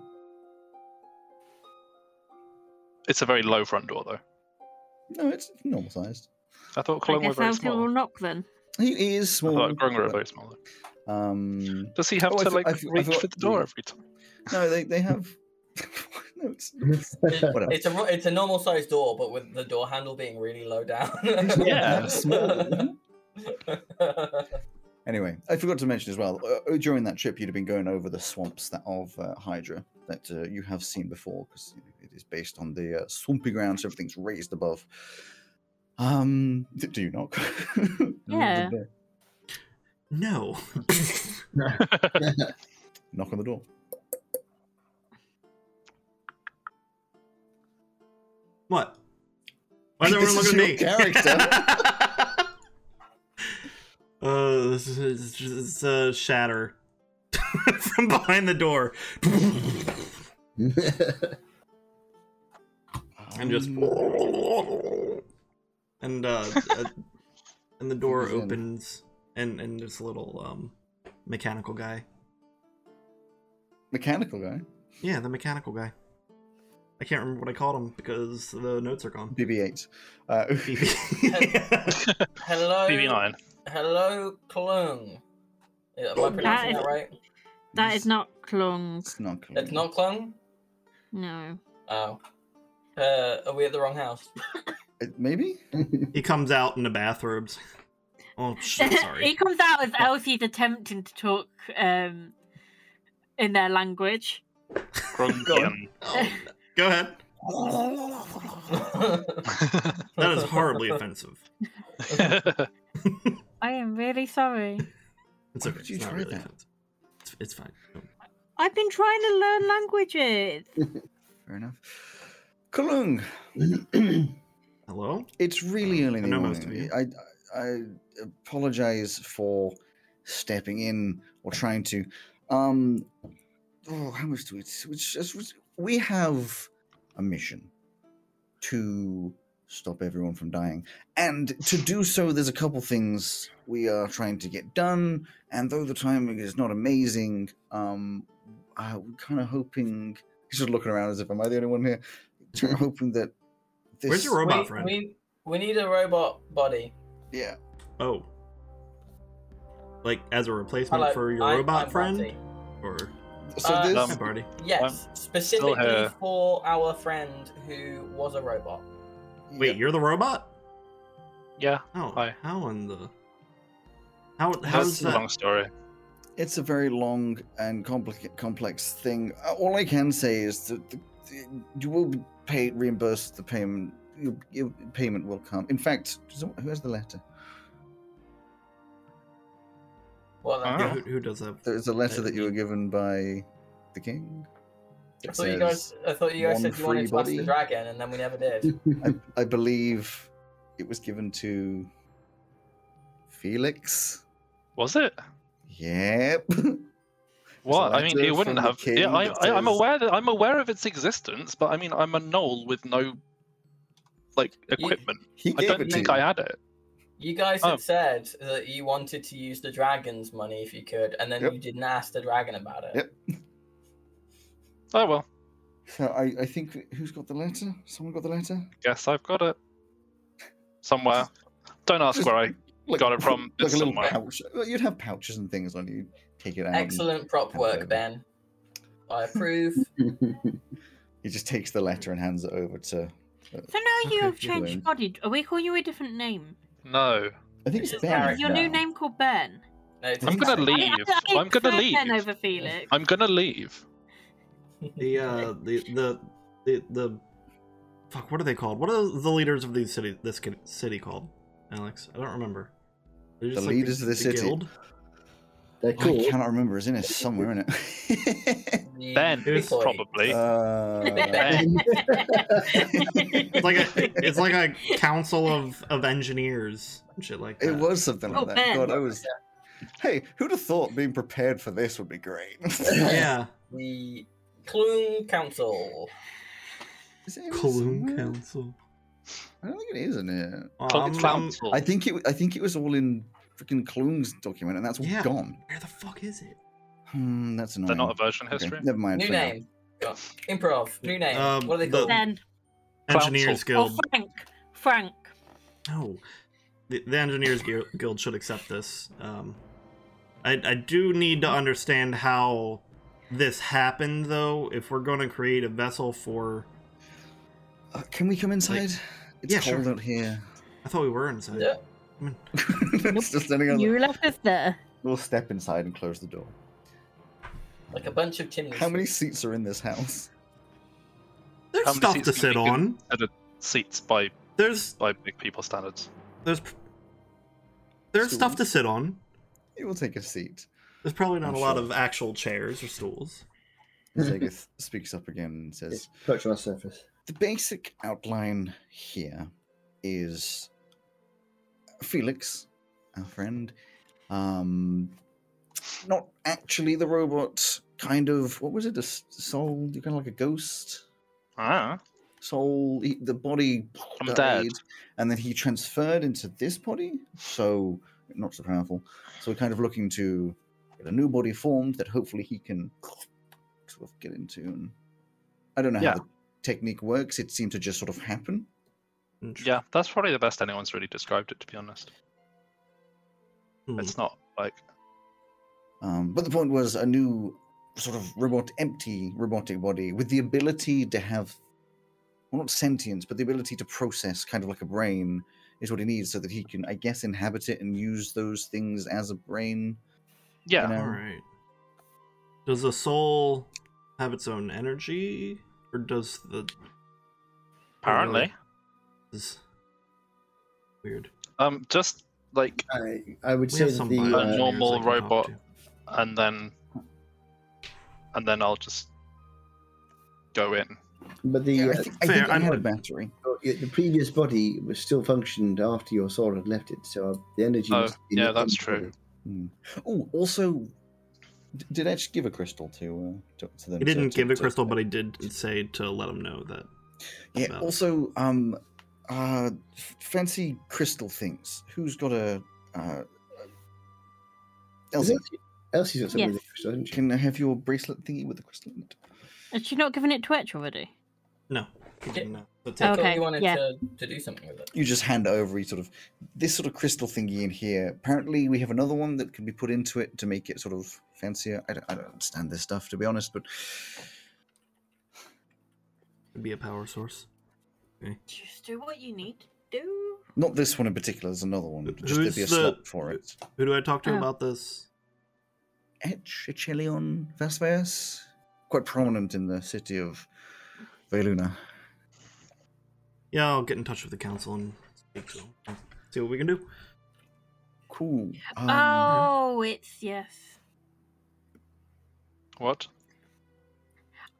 Speaker 3: It's a very low front door, though.
Speaker 1: No, it's normal sized.
Speaker 3: I thought
Speaker 5: I
Speaker 3: Cologne were
Speaker 5: guess
Speaker 3: very
Speaker 5: Alfil will
Speaker 3: small.
Speaker 5: knock then.
Speaker 1: He is
Speaker 3: I
Speaker 1: small.
Speaker 3: thought Grung were very small. though.
Speaker 1: Um,
Speaker 3: Does he have
Speaker 1: Oh, I
Speaker 3: to
Speaker 1: thought-
Speaker 3: like
Speaker 1: I thought- I
Speaker 3: reach
Speaker 1: thought
Speaker 3: for the door
Speaker 1: the-
Speaker 3: every time?
Speaker 1: no, they, they have. no, it's,
Speaker 2: It-
Speaker 1: Whatever.
Speaker 2: it's a ro- it's a normal sized door, but with the door handle being really low down.
Speaker 3: Yeah.
Speaker 1: That's small. Anyway, I forgot to mention as well. Uh, during that trip, you'd have been going over the swamps that of uh, Hydra that uh, you have seen before, because it is based on the uh, swampy ground, so everything's raised above. Um, d- do you knock?
Speaker 5: Yeah.
Speaker 6: No.
Speaker 1: knock on the door.
Speaker 6: what? Why is
Speaker 1: This
Speaker 6: everyone
Speaker 1: is
Speaker 6: looking at
Speaker 1: your
Speaker 6: me?
Speaker 1: character.
Speaker 6: uh, this is it's a shatter from behind the door. and just
Speaker 1: Um,
Speaker 6: and uh, uh and the door
Speaker 1: He's in.
Speaker 6: opens and and this little um mechanical guy
Speaker 1: mechanical guy,
Speaker 6: yeah the mechanical guy i can't remember what i called him because the notes are gone
Speaker 1: BB-8. Uh,
Speaker 2: hello,
Speaker 3: BB9.
Speaker 2: hello, Klung. Yeah, Am I pronouncing
Speaker 5: That
Speaker 2: that
Speaker 5: is-
Speaker 2: right?
Speaker 5: That is not Klung.
Speaker 1: It's not. Cool.
Speaker 2: That's not Klung.
Speaker 5: No.
Speaker 2: Oh, uh, are we at the wrong house?
Speaker 1: Uh, Maybe.
Speaker 6: he comes out in the bathrobes oh shit
Speaker 5: he
Speaker 6: sorry
Speaker 5: comes out as Elsie's attempting to talk um, in their language.
Speaker 3: Grungian.
Speaker 6: Oh, no. go ahead that is horribly offensive
Speaker 5: I am really sorry.
Speaker 6: it's
Speaker 1: Why
Speaker 6: okay
Speaker 1: would
Speaker 6: it's
Speaker 1: you
Speaker 6: not
Speaker 1: try
Speaker 6: really
Speaker 1: that?
Speaker 6: offensive it's, it's fine Don't-
Speaker 5: I've been trying to learn languages.
Speaker 1: Fair enough. Kalung.
Speaker 6: hello
Speaker 1: It's really
Speaker 6: Um,
Speaker 1: early in the
Speaker 6: I know most of
Speaker 1: morning. I, I I apologize for stepping in or trying to. Um, oh, how much do we? Which just- we have a mission to stop everyone from dying, and to do so, there's a couple things we are trying to get done. And though the timing is not amazing, um, I'm kind of hoping. He's just looking around as if am I the only one here? Kinda hoping that. This,
Speaker 6: where's your robot
Speaker 2: we,
Speaker 6: friend
Speaker 2: we we need a robot body.
Speaker 1: Yeah.
Speaker 6: oh like as a replacement
Speaker 2: Hello,
Speaker 6: for your
Speaker 2: I-
Speaker 6: robot
Speaker 2: I'm
Speaker 6: friend
Speaker 2: Monty.
Speaker 6: or
Speaker 1: So
Speaker 2: Uh,
Speaker 1: this,
Speaker 6: Hi,
Speaker 3: Um,
Speaker 6: Barty.
Speaker 2: Yes, specifically
Speaker 3: here.
Speaker 2: for our friend who was a robot.
Speaker 6: um, Wait, you're the robot?
Speaker 3: yeah,
Speaker 6: Oh,
Speaker 3: Hi.
Speaker 6: how in the how how's
Speaker 3: that's a
Speaker 6: that?
Speaker 3: long story.
Speaker 1: it's a very long and complicated, complex thing. Uh, All I can say is that the, the, you will be paid, reimbursed. The payment, your, your payment will come. In fact, does- who has the letter?
Speaker 2: Well, then,
Speaker 6: Yeah,
Speaker 3: Oh.
Speaker 6: who, who does that?
Speaker 1: There is a letter that you were
Speaker 6: Uh,
Speaker 1: given by the king.
Speaker 2: I
Speaker 1: It
Speaker 2: thought you guys.
Speaker 1: says,
Speaker 2: I thought you guys
Speaker 1: one
Speaker 2: said you wanted
Speaker 1: free
Speaker 2: to ask the
Speaker 1: body.
Speaker 2: dragon, and then we never did.
Speaker 1: I, I believe it was given to Felix.
Speaker 3: Was it?
Speaker 1: Yep.
Speaker 3: What? I mean,
Speaker 1: letter
Speaker 3: it wouldn't
Speaker 1: from the
Speaker 3: have. Yeah,
Speaker 1: king
Speaker 3: I,
Speaker 1: that
Speaker 3: I, I'm
Speaker 1: says-
Speaker 3: aware that I'm aware of its existence, but I mean, I'm a knoll with no like equipment.
Speaker 1: He
Speaker 3: I
Speaker 1: gave
Speaker 3: don't
Speaker 1: it
Speaker 3: think
Speaker 1: to
Speaker 3: I
Speaker 1: you.
Speaker 3: had it.
Speaker 2: You guys
Speaker 3: Oh.
Speaker 2: had said that you wanted to use the dragon's money if you could, and then
Speaker 1: Yep.
Speaker 2: you didn't ask the dragon about it.
Speaker 1: Yep.
Speaker 3: Oh well,
Speaker 1: So I, I think who's got the letter? Someone got the letter.
Speaker 3: guess I've got it somewhere. Don't ask
Speaker 1: Just-
Speaker 3: where I
Speaker 1: Like-
Speaker 3: got it from.
Speaker 1: like
Speaker 3: It's
Speaker 1: a little
Speaker 3: somewhere.
Speaker 1: pouch. Well, You'd have pouches and things on you. Take it out. and
Speaker 2: Excellent prop
Speaker 1: hand it over.
Speaker 2: work, Ben. I approve.
Speaker 1: He just takes the letter and hands it over to.
Speaker 5: So now you
Speaker 6: Okay,
Speaker 5: have
Speaker 6: you're
Speaker 5: changed
Speaker 1: lame.
Speaker 5: body. Are we calling you a different name?
Speaker 3: No,
Speaker 1: I think it's
Speaker 2: Is
Speaker 1: Ben.
Speaker 2: Eric
Speaker 5: Is your new
Speaker 1: now.
Speaker 5: name called Ben?
Speaker 2: No, it's
Speaker 3: I'm gonna
Speaker 2: fine.
Speaker 3: leave.
Speaker 5: I, I, I
Speaker 3: I'm gonna
Speaker 5: prefer Ben
Speaker 3: leave.
Speaker 5: over Felix.
Speaker 3: I'm gonna leave.
Speaker 6: The uh the the the, the fuck. What are they called? What are the leaders of these city this ki- city called? Alex, I don't remember. They're
Speaker 1: The leaders of the city.
Speaker 4: They're
Speaker 1: I
Speaker 4: cool.
Speaker 1: cannot remember. It's in it somewhere, isn't it?
Speaker 2: The
Speaker 3: Ben,
Speaker 6: Here's-
Speaker 2: boy.
Speaker 3: probably.
Speaker 1: uh,
Speaker 3: Ben.
Speaker 6: It's like a, it's like a council of of engineers and shit like that.
Speaker 1: it was something like
Speaker 5: Oh,
Speaker 1: that.
Speaker 5: Ben.
Speaker 1: God, I was. Hey, who'd have thought being prepared for this would be great?
Speaker 6: yeah.
Speaker 2: The Clune Council.
Speaker 1: Is it in
Speaker 6: Cologne
Speaker 1: somewhere?
Speaker 6: Council.
Speaker 1: I don't think it is in it.
Speaker 5: Uh,
Speaker 6: Oh,
Speaker 5: um,
Speaker 3: Cologne
Speaker 6: I'm- I'm-
Speaker 3: Council.
Speaker 1: I think it. I think it was all in freaking Clung's document, and that's all
Speaker 6: Yeah.
Speaker 1: gone.
Speaker 6: where the fuck is it?
Speaker 1: Hmm, that's annoying.
Speaker 3: They're not a version
Speaker 1: Okay,
Speaker 3: history.
Speaker 1: Never mind.
Speaker 2: New
Speaker 1: for now.
Speaker 2: name. Got Improv. New name.
Speaker 6: Um,
Speaker 2: what are they
Speaker 6: the-
Speaker 2: called?
Speaker 5: Then,
Speaker 6: Engineers
Speaker 5: oh
Speaker 6: Guild.
Speaker 5: Frank, Frank,
Speaker 6: No. Oh. The, the Engineers Guil- Guild should accept this. Um, I, I do need to understand how this happened, though. If we're going to create a vessel for.
Speaker 1: Uh, can we come inside? it's
Speaker 6: yeah, sure.
Speaker 1: cold out here.
Speaker 6: I thought we were inside.
Speaker 2: Yeah.
Speaker 1: it's just standing on
Speaker 5: you left us there.
Speaker 1: We'll step inside and close the door.
Speaker 2: Like a bunch of chimneys.
Speaker 1: How many seats are in this house?
Speaker 6: There's
Speaker 3: How many
Speaker 6: stuff
Speaker 3: seats
Speaker 6: to
Speaker 3: can
Speaker 6: sit
Speaker 3: we get?
Speaker 6: on.
Speaker 3: Seats by
Speaker 6: There's
Speaker 3: by big people standards.
Speaker 6: there's there's stuff to
Speaker 1: Stools.
Speaker 6: sit on.
Speaker 1: You will take a seat.
Speaker 6: There's probably not
Speaker 1: I'm
Speaker 6: a lot
Speaker 1: sure.
Speaker 6: of actual chairs or stools.
Speaker 1: Zegith speaks up again and says,
Speaker 4: It's perched on our surface.
Speaker 1: The basic outline here is Felix, our friend, um, not actually the robot, kind of, what was it, a s- soul, kind of like a ghost?
Speaker 3: Ah,
Speaker 1: Soul, he- the body
Speaker 3: I'm dead.
Speaker 1: and then he transferred into this body, so not so powerful. So we're kind of looking to get a new body formed that hopefully he can sort of get into. And I don't know
Speaker 3: Yeah.
Speaker 1: how the technique works. It seemed to just sort of happen.
Speaker 6: Int-
Speaker 3: Yeah, that's probably the best anyone's really described it. To be honest,
Speaker 6: Hmm.
Speaker 3: it's not like
Speaker 1: Um, but the point was a new sort of robot, empty robotic body with the ability to have, well, not sentience, but the ability to process kind of like a brain is what he needs so that he can, I guess, inhabit it and use those things as a brain.
Speaker 3: yeah.
Speaker 1: know.
Speaker 6: All right. Does the soul have its own energy, or does the
Speaker 3: Apparently,
Speaker 6: is weird?
Speaker 3: um, just like
Speaker 4: I, I would
Speaker 6: We
Speaker 4: say
Speaker 6: have
Speaker 4: that
Speaker 6: some
Speaker 4: the
Speaker 6: bio
Speaker 3: A
Speaker 6: engineers
Speaker 4: uh,
Speaker 3: normal-
Speaker 6: I can talk
Speaker 3: robot.
Speaker 6: to.
Speaker 3: and then and then I'll just go in.
Speaker 4: but the
Speaker 1: Yeah, I
Speaker 4: uh,
Speaker 1: think, I
Speaker 6: Fair,
Speaker 1: think it
Speaker 6: I'm
Speaker 1: had a
Speaker 6: not-
Speaker 1: battery.
Speaker 4: yeah, the previous body was still functioned after your soul had left it, so uh, the energy.
Speaker 3: Oh,
Speaker 4: was in
Speaker 3: yeah,
Speaker 4: the
Speaker 3: that's
Speaker 4: empty body.
Speaker 3: true.
Speaker 1: Oh, also, d- did Etch give a crystal to uh, to, to them?
Speaker 6: He
Speaker 1: to-
Speaker 6: didn't
Speaker 1: to-
Speaker 6: give a
Speaker 1: to-
Speaker 6: crystal, but he did say to let him know that.
Speaker 1: yeah.
Speaker 6: about it.
Speaker 1: Also, um, uh, f- fancy crystal things. Who's got a? Uh,
Speaker 4: Is
Speaker 1: Elsie,
Speaker 4: Elsie- Elsie's got something
Speaker 5: Yes.
Speaker 4: with the crystal, hasn't she?
Speaker 1: can I have your bracelet thingy with the crystal in it?
Speaker 5: Has she not given it to Etch already?
Speaker 6: No, he didn't. know.
Speaker 2: I
Speaker 6: So take-
Speaker 2: thought
Speaker 5: Okay,
Speaker 2: you wanted
Speaker 5: yeah.
Speaker 2: to, to do something with it.
Speaker 1: You just hand over. You sort of this sort of crystal thingy in here. Apparently, we have another one that can be put into it to make it sort of fancier. I don't, I don't understand this stuff to be honest, but
Speaker 6: It'd be a power source.
Speaker 5: Just do what you need to do.
Speaker 1: not this one in particular. There's another one.
Speaker 6: Wh-
Speaker 1: Just there'd be a
Speaker 6: who's the-
Speaker 1: slot for it.
Speaker 6: Who do I talk to
Speaker 5: Oh.
Speaker 6: about this?
Speaker 1: Etch, Echelion, Vasvas, quite prominent in the city of Veluna.
Speaker 6: Yeah, I'll get in touch with the council and speak to them. See what we can do.
Speaker 1: Cool. Um,
Speaker 5: oh, it's yes.
Speaker 3: What?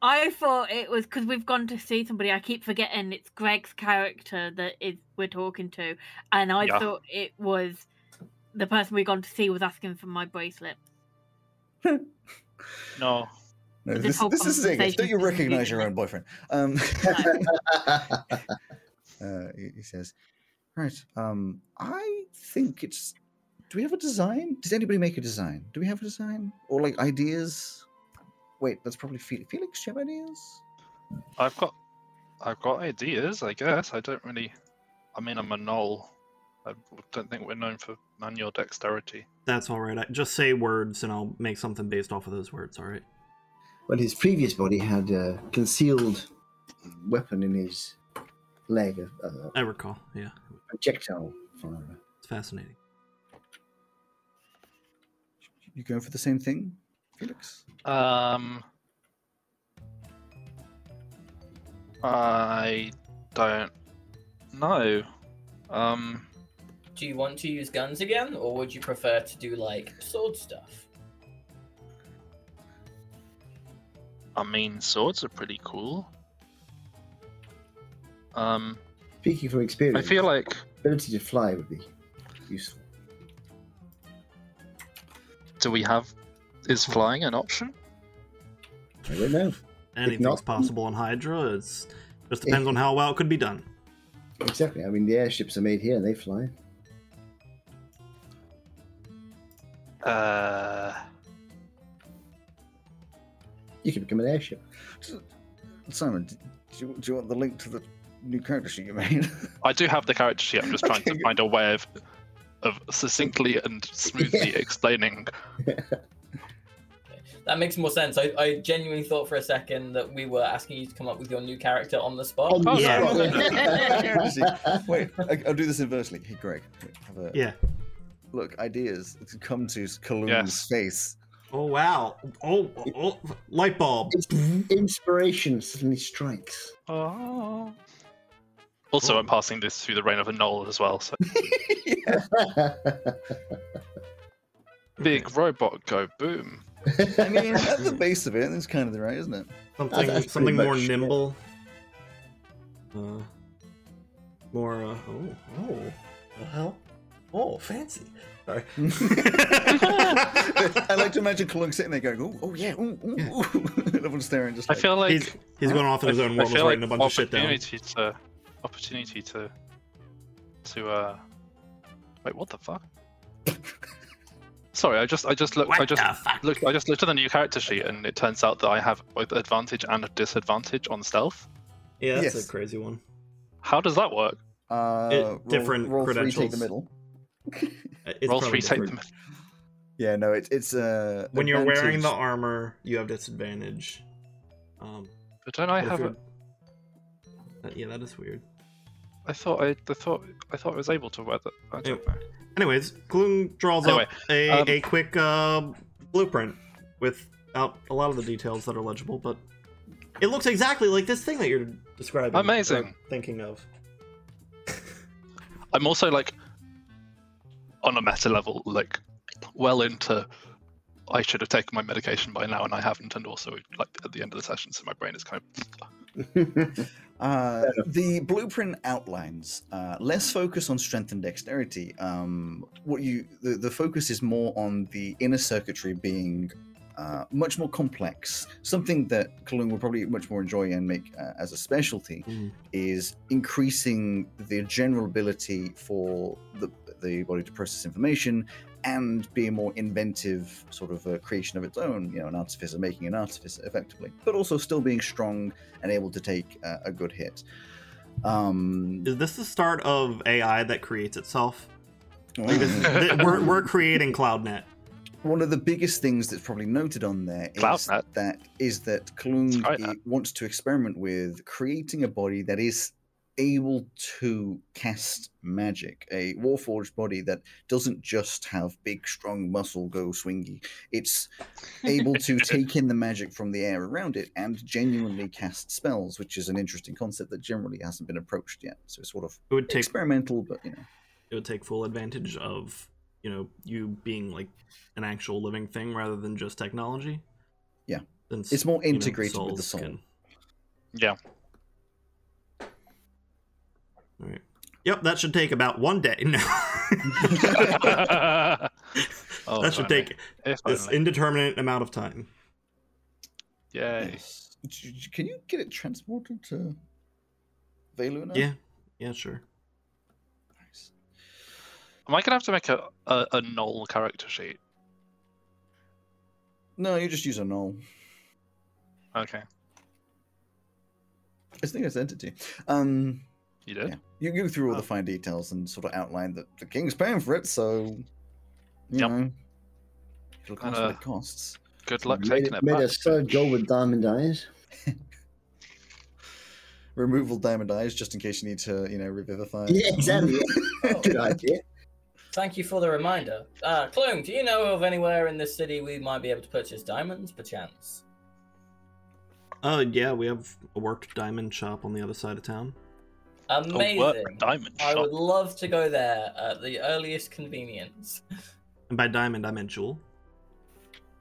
Speaker 5: I thought it was because we've gone to see somebody. I keep forgetting it's Greg's character that is we're talking to, and I
Speaker 3: Yeah.
Speaker 5: thought it was the person we've gone to see was asking for my bracelet.
Speaker 3: No.
Speaker 1: no,
Speaker 5: this
Speaker 1: this,
Speaker 5: whole
Speaker 1: this is Zingis. Don't you
Speaker 5: conversation's
Speaker 1: recognize your own boyfriend? Um, uh, he he says, right, um, I think it's. Do we have a design? Did anybody make a design? Do we have a design? Or like ideas? Wait, that's probably Felix. Felix, do you have ideas?
Speaker 3: I've got I've got ideas, I guess. I don't really I mean I'm a knoll. I don't think we're known for manual dexterity.
Speaker 6: That's all right. I, just say words, and I'll make something based off of those words. All right.
Speaker 4: Well, his previous body had a concealed weapon in his leg, a, a
Speaker 6: I recall. Yeah,
Speaker 4: projectile. fire.
Speaker 6: it's fascinating.
Speaker 1: You going for the same thing, Felix?
Speaker 3: Um I don't know. Um
Speaker 2: Do you want to use guns again, or would you prefer to do like sword stuff?
Speaker 3: I mean swords are pretty cool. Um
Speaker 4: Speaking from
Speaker 3: I
Speaker 4: Hmm. experience,
Speaker 3: feel like
Speaker 4: ability to fly would be useful.
Speaker 3: do we have? Is flying an option?
Speaker 4: I don't know.
Speaker 6: Anything's
Speaker 4: not-
Speaker 6: possible on Hydra. It's just
Speaker 4: If-
Speaker 6: depends on how well it could be done.
Speaker 4: Exactly. I mean, the airships are made here and they fly.
Speaker 3: Uh,
Speaker 4: You can become an airship.
Speaker 1: Simon, d- do you, do you want the link to the new character sheet you made?
Speaker 3: I do have the character sheet. I'm just trying
Speaker 1: Okay.
Speaker 3: to find a way of, of succinctly and smoothly explaining.
Speaker 2: That makes more sense. I, I genuinely thought for a second that we were asking you to come up with your new character on the spot.
Speaker 4: On the
Speaker 3: Oh,
Speaker 6: Yeah.
Speaker 3: no, no, no, no.
Speaker 1: Character sheet. Wait, I, I'll do this inversely. Hey, Greg, wait, have a
Speaker 6: Yeah.
Speaker 1: look. Ideas come to Kalun's
Speaker 3: Yes.
Speaker 1: face.
Speaker 6: Oh wow. Oh, oh, oh, light bulb.
Speaker 4: Inspiration suddenly strikes.
Speaker 3: Oh. Also, I'm passing this through the reign of a knoll as well. So big robot go boom.
Speaker 1: I mean, at the base of it, that's kind of right, isn't it?
Speaker 6: Something
Speaker 4: That's
Speaker 6: something
Speaker 4: pretty
Speaker 6: more
Speaker 4: much it.
Speaker 6: nimble. Uh, more uh, oh oh well oh fancy. Sorry.
Speaker 1: I like to imagine Kalung sitting there going, "Oh, oh yeah, ooh, ooh,
Speaker 6: Yeah.
Speaker 1: ooh," and everyone's staring just
Speaker 3: I
Speaker 1: like.
Speaker 3: feel like
Speaker 6: he's he's gone off in his
Speaker 3: I-
Speaker 6: own
Speaker 3: I
Speaker 6: world, and
Speaker 3: feel
Speaker 6: writing a
Speaker 3: like
Speaker 6: bunch of shit down.
Speaker 3: Opportunity to, opportunity to, to uh, wait, what the fuck? Sorry, I just, I just looked, I just
Speaker 6: fuck?
Speaker 3: looked, I just looked at the new character sheet, and it turns out that I have both advantage and a disadvantage on stealth.
Speaker 6: Yeah, that's
Speaker 1: Yes.
Speaker 6: a crazy one.
Speaker 3: How does that work?
Speaker 1: uh,
Speaker 6: it-
Speaker 1: roll-
Speaker 6: different
Speaker 1: roll Three, take the
Speaker 6: credentials.
Speaker 1: middle.
Speaker 6: Uh, It's
Speaker 3: Roll
Speaker 6: probably
Speaker 3: three, take
Speaker 6: different.
Speaker 3: them.
Speaker 1: Yeah, no, it, it's uh,
Speaker 6: When you're wearing the
Speaker 1: advantage.
Speaker 6: armor, you have disadvantage. Um,
Speaker 3: But don't I
Speaker 6: but if
Speaker 3: have?
Speaker 6: you're-
Speaker 3: A,
Speaker 6: That- yeah, that is weird.
Speaker 3: I thought I, I thought I thought I was able to wear that. I don't know.
Speaker 6: Anyways, Gloom draws
Speaker 3: Anyway,
Speaker 6: up a,
Speaker 3: um,
Speaker 6: a quick uh, blueprint without a lot of the details that are legible, but it looks exactly like this thing that you're describing. or
Speaker 3: Amazing.
Speaker 6: Thinking of.
Speaker 3: I'm also like on a meta level, like well into I should have taken my medication by now and I haven't, and also like at the end of the session, so my brain is kind of
Speaker 1: Uh, the blueprint outlines uh, less focus on strength and dexterity. Um, what you the, the focus is more on the inner circuitry being uh, much more complex. Something that Kalung will probably much more enjoy and make uh, as a specialty
Speaker 6: Mm.
Speaker 1: is increasing the general ability for the the body to process information and be a more inventive sort of a creation of its own. You know, an artificer making an artificer effectively, but also still being strong and able to take uh, a good hit. Um,
Speaker 6: Is this the start of AI that creates itself? Like this,
Speaker 1: one
Speaker 6: th- we're, we're creating CloudNet.
Speaker 1: of the biggest things that's probably noted on there is
Speaker 3: Cloudnet.
Speaker 1: that is that Kalung
Speaker 3: Try that.
Speaker 1: i- wants to experiment with creating a body that is able to cast magic, a warforged body that doesn't just have big, strong muscle go swingy. It's able to take in the magic from the air around it and genuinely cast spells, which is an interesting concept that generally hasn't been approached yet. So it's sort of
Speaker 6: It would take
Speaker 1: experimental, but you know.
Speaker 6: it would take full advantage of you know you being like an actual living thing rather than just technology.
Speaker 1: Yeah.
Speaker 6: Since,
Speaker 1: It's more
Speaker 6: you know,
Speaker 1: integrated with the
Speaker 6: souls
Speaker 1: soul.
Speaker 6: can-
Speaker 3: yeah.
Speaker 6: Yep, that should take about one day. No.
Speaker 3: Oh,
Speaker 6: that should
Speaker 3: finally.
Speaker 6: take
Speaker 3: If
Speaker 6: this
Speaker 3: only.
Speaker 6: indeterminate amount of time.
Speaker 3: Yay.
Speaker 1: Yes. J- j- Can you get it transported to Veluna?
Speaker 6: Yeah, yeah, sure.
Speaker 1: Nice.
Speaker 3: Am I gonna have to make a a, a null character sheet?
Speaker 1: No, you just use a null.
Speaker 3: Okay,
Speaker 1: I think it's entity. Um,
Speaker 3: you did.
Speaker 1: Yeah. you go through all
Speaker 6: Oh.
Speaker 1: the fine details and sort of outline that the king's paying for it, so you
Speaker 3: Yep.
Speaker 1: know it'll cost what
Speaker 3: Uh,
Speaker 1: it costs.
Speaker 3: Good luck
Speaker 4: made,
Speaker 3: taking it
Speaker 4: made
Speaker 3: back.
Speaker 4: a solid goal with diamond eyes.
Speaker 1: Removal diamond eyes, just in case you need to, you know, revivify.
Speaker 4: Yeah, exactly.
Speaker 1: Oh.
Speaker 4: Good idea.
Speaker 2: Thank you for the reminder. Uh, Clone, do you know of anywhere in this city we might be able to purchase diamonds, perchance?
Speaker 6: Uh, yeah, we have a worked diamond shop on the other side of town.
Speaker 3: A work
Speaker 2: Amazing.
Speaker 3: Oh, diamond
Speaker 2: I
Speaker 3: shop.
Speaker 2: would love to go there at the earliest convenience.
Speaker 6: And by diamond, I meant jewel.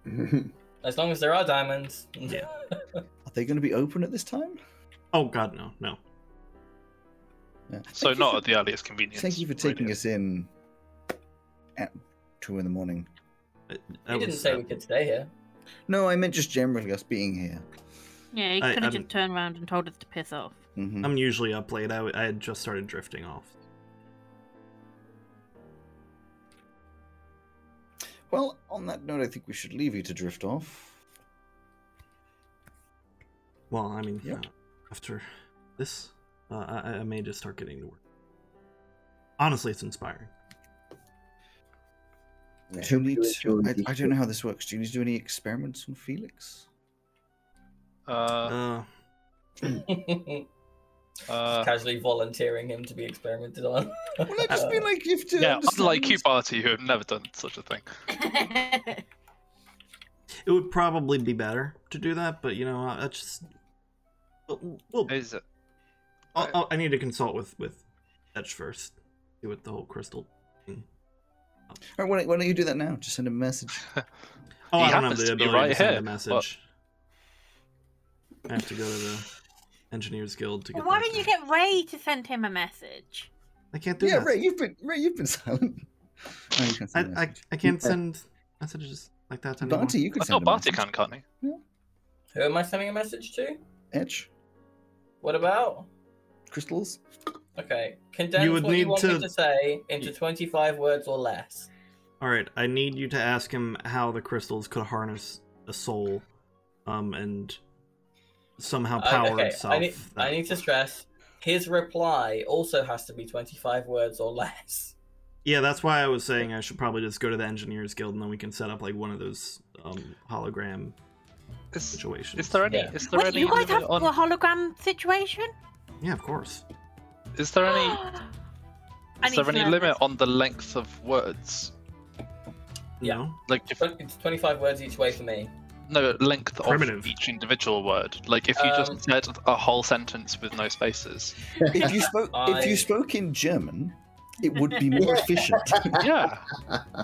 Speaker 4: Mm-hmm.
Speaker 2: As long as there are diamonds.
Speaker 6: Yeah.
Speaker 1: Are they going to be open at this time?
Speaker 6: Oh God, no, no.
Speaker 1: Yeah.
Speaker 3: So
Speaker 1: Thank you
Speaker 3: not
Speaker 1: for-
Speaker 3: at the earliest convenience.
Speaker 1: Thank you for taking us in at two in the morning.
Speaker 7: I,
Speaker 2: You didn't
Speaker 3: uh,
Speaker 6: uh,
Speaker 2: say we could stay here.
Speaker 1: No, I meant just generally us being here.
Speaker 5: Yeah, he
Speaker 6: I-
Speaker 5: could have
Speaker 6: I'm-
Speaker 5: just turned around and told us to piss off.
Speaker 1: hmm
Speaker 6: I'm usually up late. I, I had just started drifting off.
Speaker 1: Well, on that note, I think we should leave you to drift off.
Speaker 6: Well, I mean,
Speaker 1: Yeah.
Speaker 6: uh, after this, uh, I, I may just start getting to work. Honestly, it's inspiring.
Speaker 4: Yeah,
Speaker 1: do you need
Speaker 4: you
Speaker 1: to,
Speaker 4: enjoy
Speaker 1: I,
Speaker 4: the-
Speaker 1: I don't know how this works. Do you need to do any experiments on Felix?
Speaker 3: Uh,
Speaker 6: Uh,
Speaker 3: uh,
Speaker 2: Casually volunteering him to be experimented on. Uh,
Speaker 1: Well, I just mean like if to
Speaker 3: yeah,
Speaker 1: understand
Speaker 3: unlike you
Speaker 1: what's-
Speaker 3: party who have never done such a thing.
Speaker 6: it would probably be better to do that, but you know, I, I just. Well, well,
Speaker 3: Is it?
Speaker 6: I'll, I'll, I need to consult with with Etch first. See what the whole crystal.
Speaker 1: Alright, why, don't- why don't you do that now? Just send a message.
Speaker 6: Oh,
Speaker 3: He
Speaker 6: I don't have
Speaker 3: happens
Speaker 6: the
Speaker 3: to be
Speaker 6: ability to
Speaker 3: right
Speaker 6: send
Speaker 3: here,
Speaker 6: a message. I have to go to the Engineers Guild to get.
Speaker 5: Why
Speaker 6: that
Speaker 5: don't you
Speaker 6: done.
Speaker 5: get Ray to send him a message?
Speaker 6: I can't do
Speaker 1: Yeah,
Speaker 6: that.
Speaker 1: Ray, you've been Ray, you've been silent. No, you can't
Speaker 6: I,
Speaker 1: send a
Speaker 6: I,
Speaker 1: message.
Speaker 6: I can't
Speaker 4: Yeah.
Speaker 6: send messages like that anymore.
Speaker 1: Barty, you could
Speaker 3: Well,
Speaker 1: send
Speaker 3: no,
Speaker 1: a
Speaker 3: Barty
Speaker 1: message.
Speaker 3: can, can't he?
Speaker 2: Who am I sending a message to?
Speaker 1: Etch,
Speaker 2: What about?
Speaker 1: crystals.
Speaker 2: Okay, condense
Speaker 6: You would
Speaker 2: what
Speaker 6: need
Speaker 2: you want
Speaker 6: to-
Speaker 2: me to say into 25 words or less.
Speaker 6: All right, I need you to ask him how the crystals could harness a soul, um, and somehow
Speaker 2: I-
Speaker 6: power
Speaker 2: Uh, okay,
Speaker 6: itself.
Speaker 2: I need, I
Speaker 6: that-
Speaker 2: need to stress his reply also has to be 25 words or less.
Speaker 6: Yeah, that's why I was saying I should probably just go to the Engineers Guild, and then we can set up like one of those um, hologram
Speaker 3: Is,
Speaker 6: situations.
Speaker 3: is there any?
Speaker 2: Yeah.
Speaker 3: Is there
Speaker 5: Wait,
Speaker 3: any?
Speaker 5: you guys have
Speaker 3: on-
Speaker 5: a hologram situation?
Speaker 6: Yeah, of course.
Speaker 3: is there any?
Speaker 5: I
Speaker 3: Is
Speaker 5: need
Speaker 3: there
Speaker 5: to
Speaker 3: any
Speaker 5: learn
Speaker 3: limit
Speaker 5: this.
Speaker 3: on the length of words?
Speaker 2: Yeah.
Speaker 6: No?
Speaker 3: Like if
Speaker 2: Twen- It's 25 words each way for me.
Speaker 3: no length
Speaker 6: Primitive.
Speaker 3: of each individual word. Like if you
Speaker 2: Um,
Speaker 3: just said a whole sentence with no spaces.
Speaker 1: If you spoke if
Speaker 2: I-
Speaker 1: you spoke in German, it would be more efficient.
Speaker 3: yeah,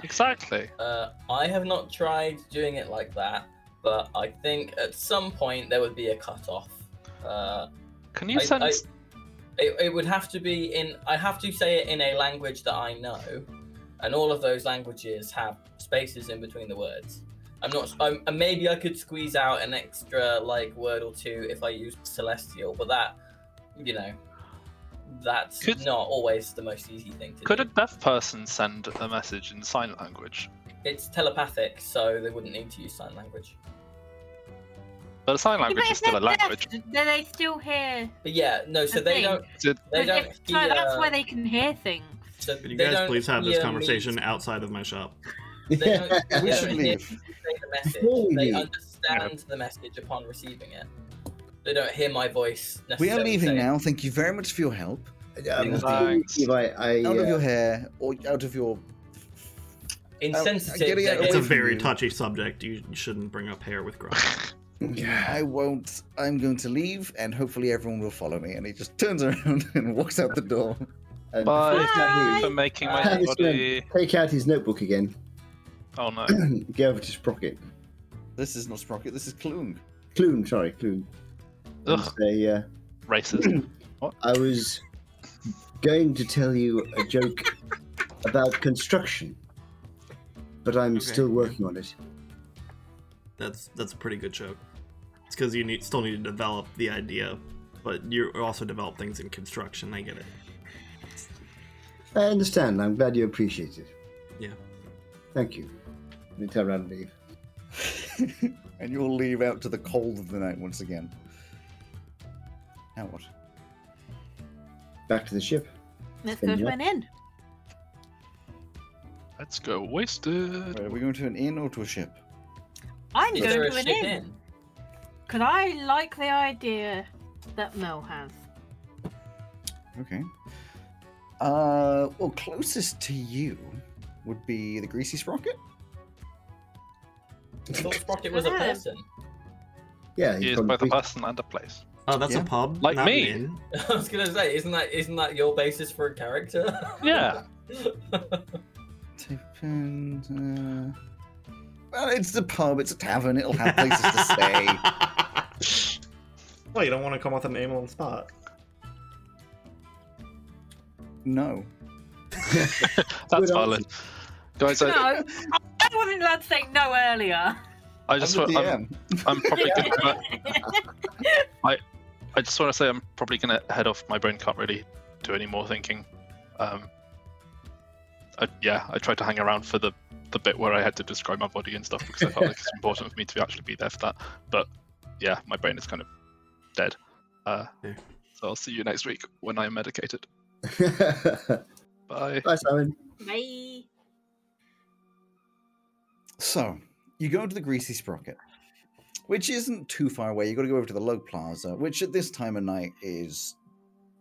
Speaker 3: exactly.
Speaker 2: Uh, I have not tried doing it like that, but I think at some point there would be a cutoff. Uh,
Speaker 3: Can you
Speaker 2: I-
Speaker 3: send?
Speaker 2: I- it, it would have to be in. I have to say it in a language that I know, and all of those languages have spaces in between the words. I'm not. I'm, and maybe I could squeeze out an extra like word or two if I used celestial, but that, you know, that's
Speaker 3: Could-
Speaker 2: not always the most easy thing to
Speaker 3: Could
Speaker 2: do.
Speaker 3: a deaf person send a message in sign language?
Speaker 2: It's telepathic, so they wouldn't need to use sign language.
Speaker 3: But a sign
Speaker 5: Yeah,
Speaker 3: language
Speaker 5: but
Speaker 3: is still a
Speaker 5: if they're
Speaker 3: language.
Speaker 5: deaf, Then they still hear.
Speaker 2: But yeah, no. So
Speaker 5: I
Speaker 2: they
Speaker 5: think.
Speaker 2: don't.
Speaker 3: Did-
Speaker 2: They
Speaker 5: But
Speaker 2: don't.
Speaker 5: if-
Speaker 2: hear- uh,
Speaker 5: no, that's why they can hear things.
Speaker 2: so
Speaker 6: Could you
Speaker 2: they
Speaker 6: guys
Speaker 2: don't
Speaker 6: please have this
Speaker 2: hear me
Speaker 6: conversation outside of my shop?
Speaker 2: They don't, they
Speaker 1: We
Speaker 2: don't
Speaker 1: should
Speaker 2: hear
Speaker 1: leave.
Speaker 2: me say the message.
Speaker 4: Before we
Speaker 2: They
Speaker 4: leave.
Speaker 2: understand the message upon receiving it. They don't hear my voice.
Speaker 1: We are
Speaker 2: necessarily
Speaker 1: leaving
Speaker 2: saying-
Speaker 1: now. Thank you very much for your help.
Speaker 4: Um,
Speaker 3: Thanks.
Speaker 4: if I, I,
Speaker 1: Out of
Speaker 4: uh,
Speaker 1: your hair or out of your
Speaker 2: Insensitive.
Speaker 1: I'm getting
Speaker 2: they
Speaker 1: out of
Speaker 6: Oh, It's a
Speaker 1: Away from
Speaker 6: very
Speaker 1: you.
Speaker 6: touchy subject. You shouldn't bring up hair with Grunt.
Speaker 1: I won't. I'm going to leave, and hopefully everyone will follow me. And he just turns around and walks out the door.
Speaker 4: and
Speaker 3: Bye.
Speaker 4: before
Speaker 3: Thank you
Speaker 4: I
Speaker 3: for making
Speaker 2: Bye.
Speaker 3: my
Speaker 4: Have a
Speaker 3: body.
Speaker 4: leave, take out his notebook again.
Speaker 3: Oh no.
Speaker 4: Go over to Sprocket.
Speaker 1: This is not Sprocket. This is Kloong.
Speaker 4: Clune, sorry, Clune. And
Speaker 3: Ugh,
Speaker 4: say, uh,
Speaker 3: racist.
Speaker 4: I was going to tell you a joke about construction, but I'm
Speaker 6: Okay.
Speaker 4: still working on it.
Speaker 6: That's that's a pretty good joke. It's because you need still need to develop the idea, but you also develop things in construction. I get it.
Speaker 4: I understand. I'm glad you appreciate it.
Speaker 6: Yeah.
Speaker 4: Thank you. They turn around and leave.
Speaker 1: and you'll leave out to the cold of the night once again. Now what?
Speaker 4: Back to the ship.
Speaker 5: Let's go to
Speaker 4: Yeah.
Speaker 5: an inn.
Speaker 3: Let's go wasted.
Speaker 1: Wait, are we going to an inn or to a ship?
Speaker 5: I'm
Speaker 2: Is there
Speaker 5: going
Speaker 2: a
Speaker 5: to an
Speaker 2: ship
Speaker 5: inn because I like the idea that Mel has.
Speaker 1: Okay. Uh, well, closest to you would be the Greasy Sprocket.
Speaker 2: I thought Sprocket was a
Speaker 5: Yeah.
Speaker 2: person.
Speaker 4: Yeah,
Speaker 3: He
Speaker 4: he's
Speaker 3: is both a
Speaker 4: probably-
Speaker 3: person and a place.
Speaker 6: Oh, that's
Speaker 1: Yeah.
Speaker 6: a pub.
Speaker 3: Like
Speaker 6: not an
Speaker 3: me.
Speaker 6: inn.
Speaker 2: I was gonna say, isn't that isn't that your basis for a character?
Speaker 3: Yeah.
Speaker 1: Type in, uh, Well, it's the pub. It's a tavern. It'll have places to stay.
Speaker 6: well, you don't want to come up with a name on the spot.
Speaker 1: No.
Speaker 3: That's
Speaker 4: Good
Speaker 3: valid. Guys, I,
Speaker 5: No, I wasn't allowed to say no earlier.
Speaker 3: I just
Speaker 1: I'm
Speaker 3: want,
Speaker 1: the
Speaker 3: I'm,
Speaker 1: DM.
Speaker 3: I'm probably gonna, I just want to say I'm probably gonna head off. My brain can't really do any more thinking. Um, I, yeah, I tried to hang around for the the bit where I had to describe my body and stuff because I felt like it's important for me to actually be there for that. But yeah, my brain is kind of dead. Uh,
Speaker 6: Yeah.
Speaker 3: So I'll see you next week when I am medicated. Bye.
Speaker 4: Bye, Simon.
Speaker 5: Bye.
Speaker 1: So, you go to the Greasy Sprocket, which isn't too far away. You've got to go over to the Low Plaza, which at this time of night is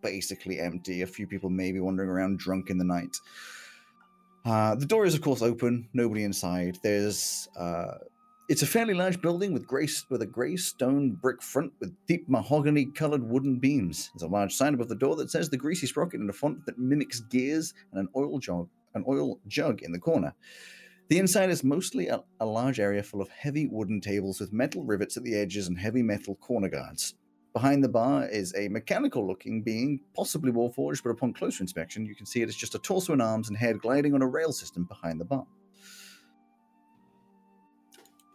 Speaker 1: basically empty. A few people may be wandering around drunk in the night. Uh, the door is, of course, open. Nobody inside. There's. Uh, it's a fairly large building with grey, with a grey stone brick front with deep mahogany coloured wooden beams. There's a large sign above the door that says "The Greasy Sprocket" in a font that mimics gears and an oil jug, an oil jug in the corner. The inside is mostly a, a large area full of heavy wooden tables with metal rivets at the edges and heavy metal corner guards. Behind the bar is a mechanical looking being, possibly warforged, but upon closer inspection, you can see it is just a torso and arms and head gliding on a rail system behind the bar.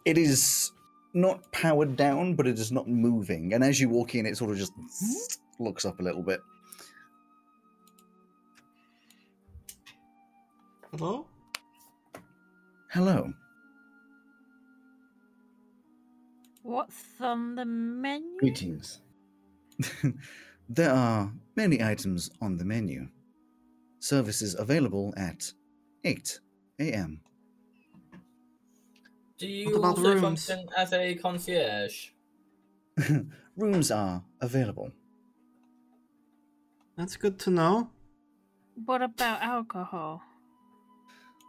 Speaker 1: It is not powered down, but it is not moving. And as you walk in, it sort of just looks up a little bit.
Speaker 6: Hello?
Speaker 1: Hello.
Speaker 5: What's on the menu?
Speaker 4: Greetings.
Speaker 1: there are many items on the menu. Services available at 8 a.m.
Speaker 2: Do
Speaker 6: What
Speaker 2: you
Speaker 6: about the
Speaker 2: also
Speaker 6: rooms?
Speaker 2: function as a concierge?
Speaker 1: Rooms are available.
Speaker 6: That's good to know.
Speaker 5: What about alcohol?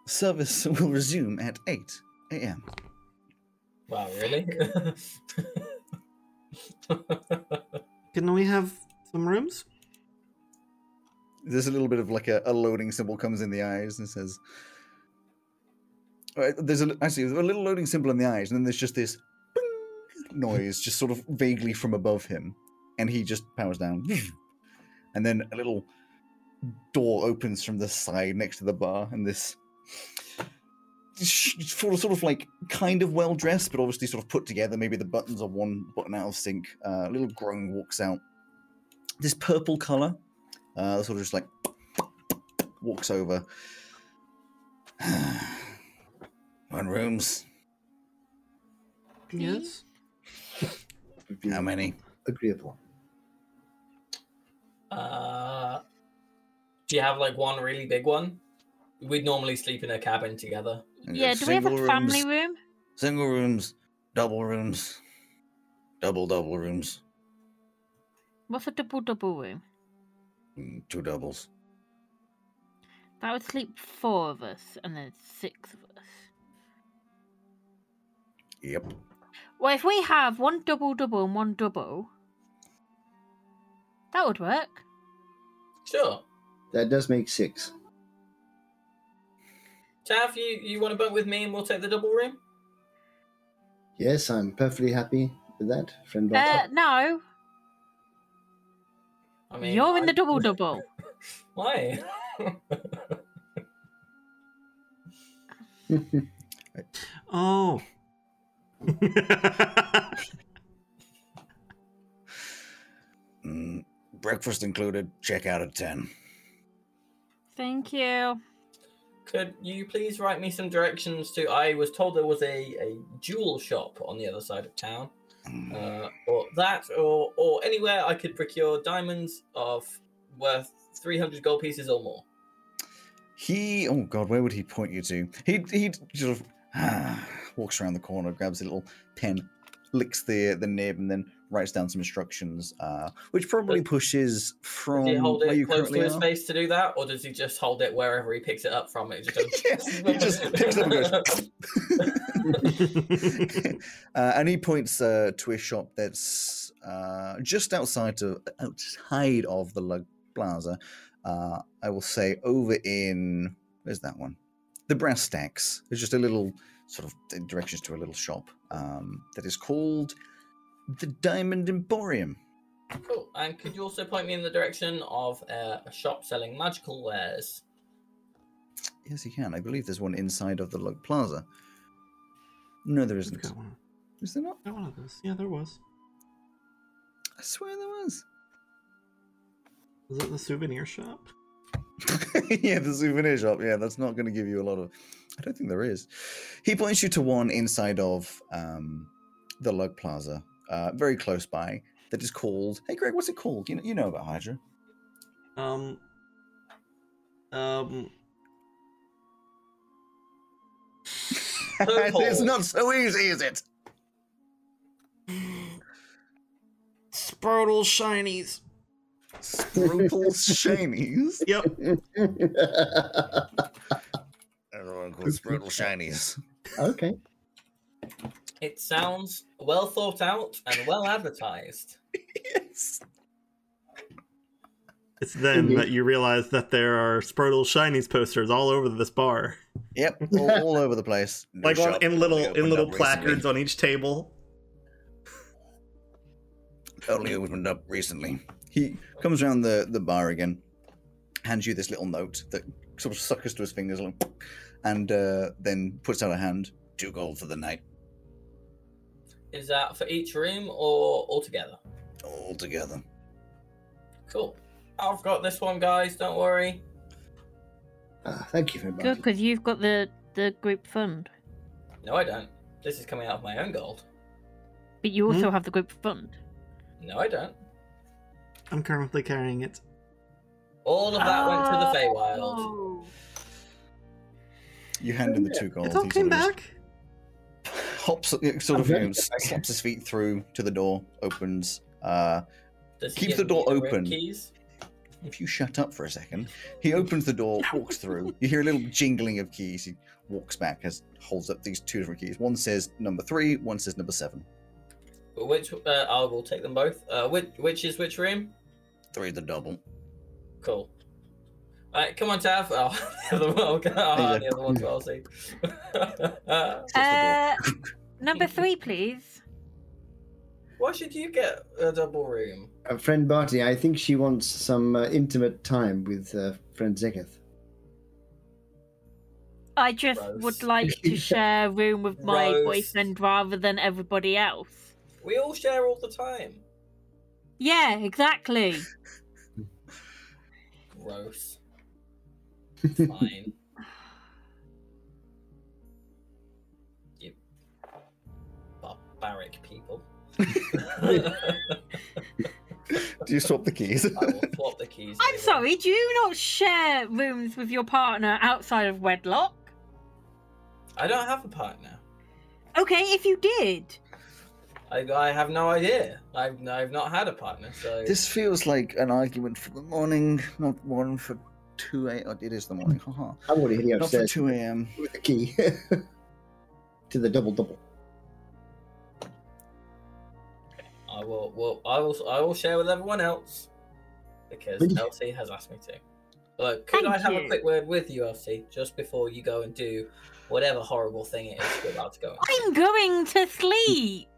Speaker 1: Service will resume at 8 a.m.
Speaker 2: Wow, really?
Speaker 6: Can we have some rooms?
Speaker 1: There's a little bit of like a, a loading symbol comes in the eyes and says, Uh, there's a, actually there's a little loading symbol in the eyes, and then there's just this "Bing" noise, just sort of vaguely from above him, and he just powers down, and then a little door opens from the side next to the bar, and this sh- sort of, sort of like kind of well dressed, but obviously sort of put together. Maybe the buttons are one button out of sync. Uh, little groan walks out. This purple color, uh, sort of just like walks over. One rooms.
Speaker 6: Yes.
Speaker 4: Would be
Speaker 1: How many?
Speaker 4: Agreeable.
Speaker 2: uh, do you have like one really big one? We'd normally sleep in a cabin together.
Speaker 1: And
Speaker 5: yeah,
Speaker 1: go,
Speaker 5: do we have a
Speaker 1: "Single rooms,
Speaker 5: family room?
Speaker 1: Single rooms, double rooms, double double rooms,
Speaker 5: What's a double double room?
Speaker 1: mm, two doubles.
Speaker 5: That would sleep four of us and then six of us.
Speaker 1: Yep.
Speaker 5: Well, if we have one double double and one double, that would work.
Speaker 2: Sure.
Speaker 4: That does make six.
Speaker 2: Tav, you, you want to bunk with me and we'll take the double room?
Speaker 4: Yes, I'm perfectly happy with that, friend.
Speaker 5: Uh,
Speaker 4: Bartok.
Speaker 5: no,
Speaker 2: I mean,
Speaker 5: you're in
Speaker 2: I-
Speaker 5: the double double.
Speaker 2: Why?
Speaker 6: Oh.
Speaker 1: Mm, breakfast included. Check out at ten.
Speaker 5: Thank you.
Speaker 2: Could you please write me some directions to? I was told there was a, a jewel shop on the other side of town,
Speaker 1: Mm,
Speaker 2: uh, or that, or or anywhere I could procure diamonds of worth three hundred gold pieces or more.
Speaker 1: He. Oh God, where would he point you to? He. He sort of walks around the corner, grabs a little pen, licks the the nib, and then writes down some instructions, uh, which probably pushes from
Speaker 2: Does he hold
Speaker 1: Um, where
Speaker 2: it
Speaker 1: you
Speaker 2: close to
Speaker 1: currently
Speaker 2: his
Speaker 1: are.
Speaker 2: face to do that, or does he just hold it wherever he picks it up from? It just goes-
Speaker 1: Yeah, he just picks it up and goes. uh, and he points uh, to a shop that's uh, just outside of outside of the Lug Plaza. Uh, I will say over in where's that one? The Brass Stacks. There's just a little sort of directions to a little shop um, that is called the Diamond Emporium.
Speaker 2: Cool. And could you also point me in the direction of uh, a shop selling magical wares?
Speaker 1: Yes, you can. I believe there's one inside of the Lug Plaza. No, there
Speaker 6: We've
Speaker 1: isn't.
Speaker 6: got one.
Speaker 1: Is there not?
Speaker 6: Got one of those. Yeah, there was.
Speaker 1: I swear there was.
Speaker 6: Was it the souvenir shop?
Speaker 1: yeah, the souvenir shop. Yeah, that's not going to give you a lot of. I don't think there is. He points you to one inside of um, the Lug Plaza, uh, very close by, that is called. Hey, Greg, what's it called? You know, you know about Hydra.
Speaker 6: Um. Um.
Speaker 1: it's
Speaker 2: Hole.
Speaker 1: not so easy, is it?
Speaker 6: Spurtle shinies.
Speaker 1: Spruple Shinies.
Speaker 6: Yep.
Speaker 1: Everyone calls Sprutle Shinies.
Speaker 4: okay.
Speaker 2: It sounds well thought out and well advertised.
Speaker 1: Yes.
Speaker 6: It's then
Speaker 4: Indeed.
Speaker 6: that you realize that there are Spurtle shinies posters all over this bar,
Speaker 1: Yep, all, all over the place. No
Speaker 6: like on,
Speaker 1: shop
Speaker 6: in
Speaker 1: only
Speaker 6: little in
Speaker 1: opened
Speaker 6: little
Speaker 1: up recently.
Speaker 6: placards on each table.
Speaker 1: only opened up recently. He comes around the, the bar again, hands you this little note that sort of suckers to his fingers, like, and uh, then puts out a hand. Two gold for the night,
Speaker 2: Is that for each room or altogether?
Speaker 1: all together.
Speaker 2: Cool. I've got this one, guys. Don't worry.
Speaker 4: Ah, thank you very much.
Speaker 5: Good, because you've got the the group fund,
Speaker 2: No, I don't. This is coming out of my own gold.
Speaker 5: but you also have the group fund.
Speaker 2: No, I don't.
Speaker 6: I'm currently carrying it.
Speaker 2: All of that went
Speaker 5: Oh, Ah,
Speaker 2: to the Feywild.
Speaker 1: You hand him the two gold.
Speaker 6: It all
Speaker 1: he
Speaker 6: came
Speaker 1: sort of
Speaker 6: back.
Speaker 1: just Hops, uh, sort of you know, slaps his feet through to the door, opens. Uh,
Speaker 2: Does he
Speaker 1: Keep
Speaker 2: give
Speaker 1: the
Speaker 2: me
Speaker 1: door
Speaker 2: ring
Speaker 1: open.
Speaker 2: Keys?
Speaker 1: if you shut up for a second, he opens the door, walks through. You hear a little jingling of keys. He walks back as holds up these two different keys. One says number three, one says number seven.
Speaker 2: Which uh, I will take them both. Uh, which which is which room?
Speaker 1: Three the double.
Speaker 2: Cool. All right, come on, Tav. Oh, the other one. Oh, the other one's well saved.
Speaker 5: Uh, number three, please.
Speaker 2: Why should you get a double room?
Speaker 4: Uh, friend Barty, I think she wants some uh, intimate time with uh, friend Zeketh.
Speaker 5: I just
Speaker 2: Gross.
Speaker 5: would like to share a room with my
Speaker 2: Gross.
Speaker 5: boyfriend rather than everybody else.
Speaker 2: We all share all the time.
Speaker 5: Yeah, exactly.
Speaker 2: Gross. Fine. you barbaric people. I
Speaker 1: Do you swap the keys?
Speaker 2: will swap the keys.
Speaker 5: I'm
Speaker 2: over.
Speaker 5: sorry, do you not share rooms with your partner outside of wedlock?
Speaker 2: I don't have a partner.
Speaker 5: Okay, if you did.
Speaker 2: I, I have no idea. I've, I've not had a partner, so.
Speaker 1: This feels like an argument for the morning, not one for 2 a.m. It is the morning, haha.
Speaker 4: I want to hear you
Speaker 1: Not for
Speaker 4: upstairs
Speaker 1: 2 a.m.
Speaker 4: with the key to the double double.
Speaker 2: I will, well, I will, I will share with everyone else because
Speaker 4: Really?
Speaker 2: LC has asked me to. But could
Speaker 5: Thank
Speaker 2: I have a
Speaker 5: you.
Speaker 2: quick word with you, LC, just before you go and do whatever horrible thing it is you're about to go? and do?
Speaker 5: I'm going to sleep.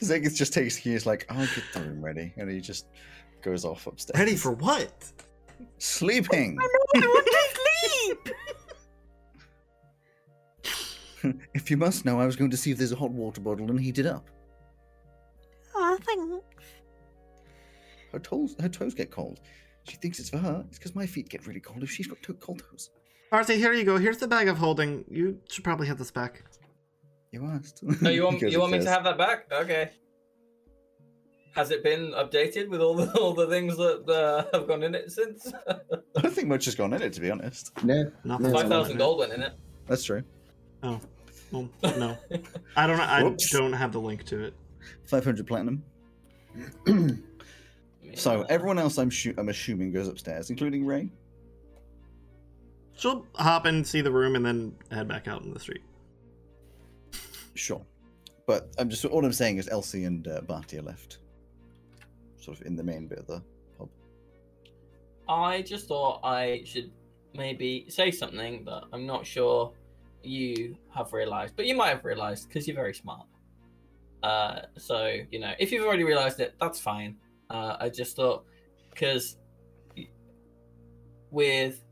Speaker 1: Zegith just takes the keys, like, I'll get the room ready. And he just goes off upstairs.
Speaker 6: Ready for what?
Speaker 1: sleeping?
Speaker 5: I want to sleep.
Speaker 1: if you must know, I was going to see if there's a hot water bottle and heat it up.
Speaker 5: Oh, thanks.
Speaker 1: Her toes, her toes get cold. She thinks it's for her. It's because my feet get really cold if she's got to- cold toes.
Speaker 6: Barty, here you go. Here's the bag of holding. You should probably have this back.
Speaker 1: You asked.
Speaker 2: No, you want
Speaker 1: He goes
Speaker 2: you want me to
Speaker 1: upstairs.
Speaker 2: have that back? Okay. Has it been updated with all the all the things that uh, have gone in it since?
Speaker 1: I don't think much has gone in it, to be honest.
Speaker 4: No,
Speaker 6: Nothing's
Speaker 2: Five
Speaker 6: gone in
Speaker 2: thousand
Speaker 6: it.
Speaker 2: gold went in it.
Speaker 1: That's true.
Speaker 6: Oh, well, no. I don't. I
Speaker 1: Whoops.
Speaker 6: don't have the link to it.
Speaker 1: 500 platinum. So everyone else, I'm, shu- I'm assuming, goes upstairs, including Ray.
Speaker 6: She'll hop and see the room and then head back out in the street.
Speaker 1: Sure, but I'm just all I'm saying is Elsie and uh, Barty are left, sort of in the main bit of the.
Speaker 2: I just thought I should maybe say something that I'm not sure you have realized, but you might have realized because you're very smart. Uh, so you know, if you've already realized it, that's fine. Uh, I just thought because with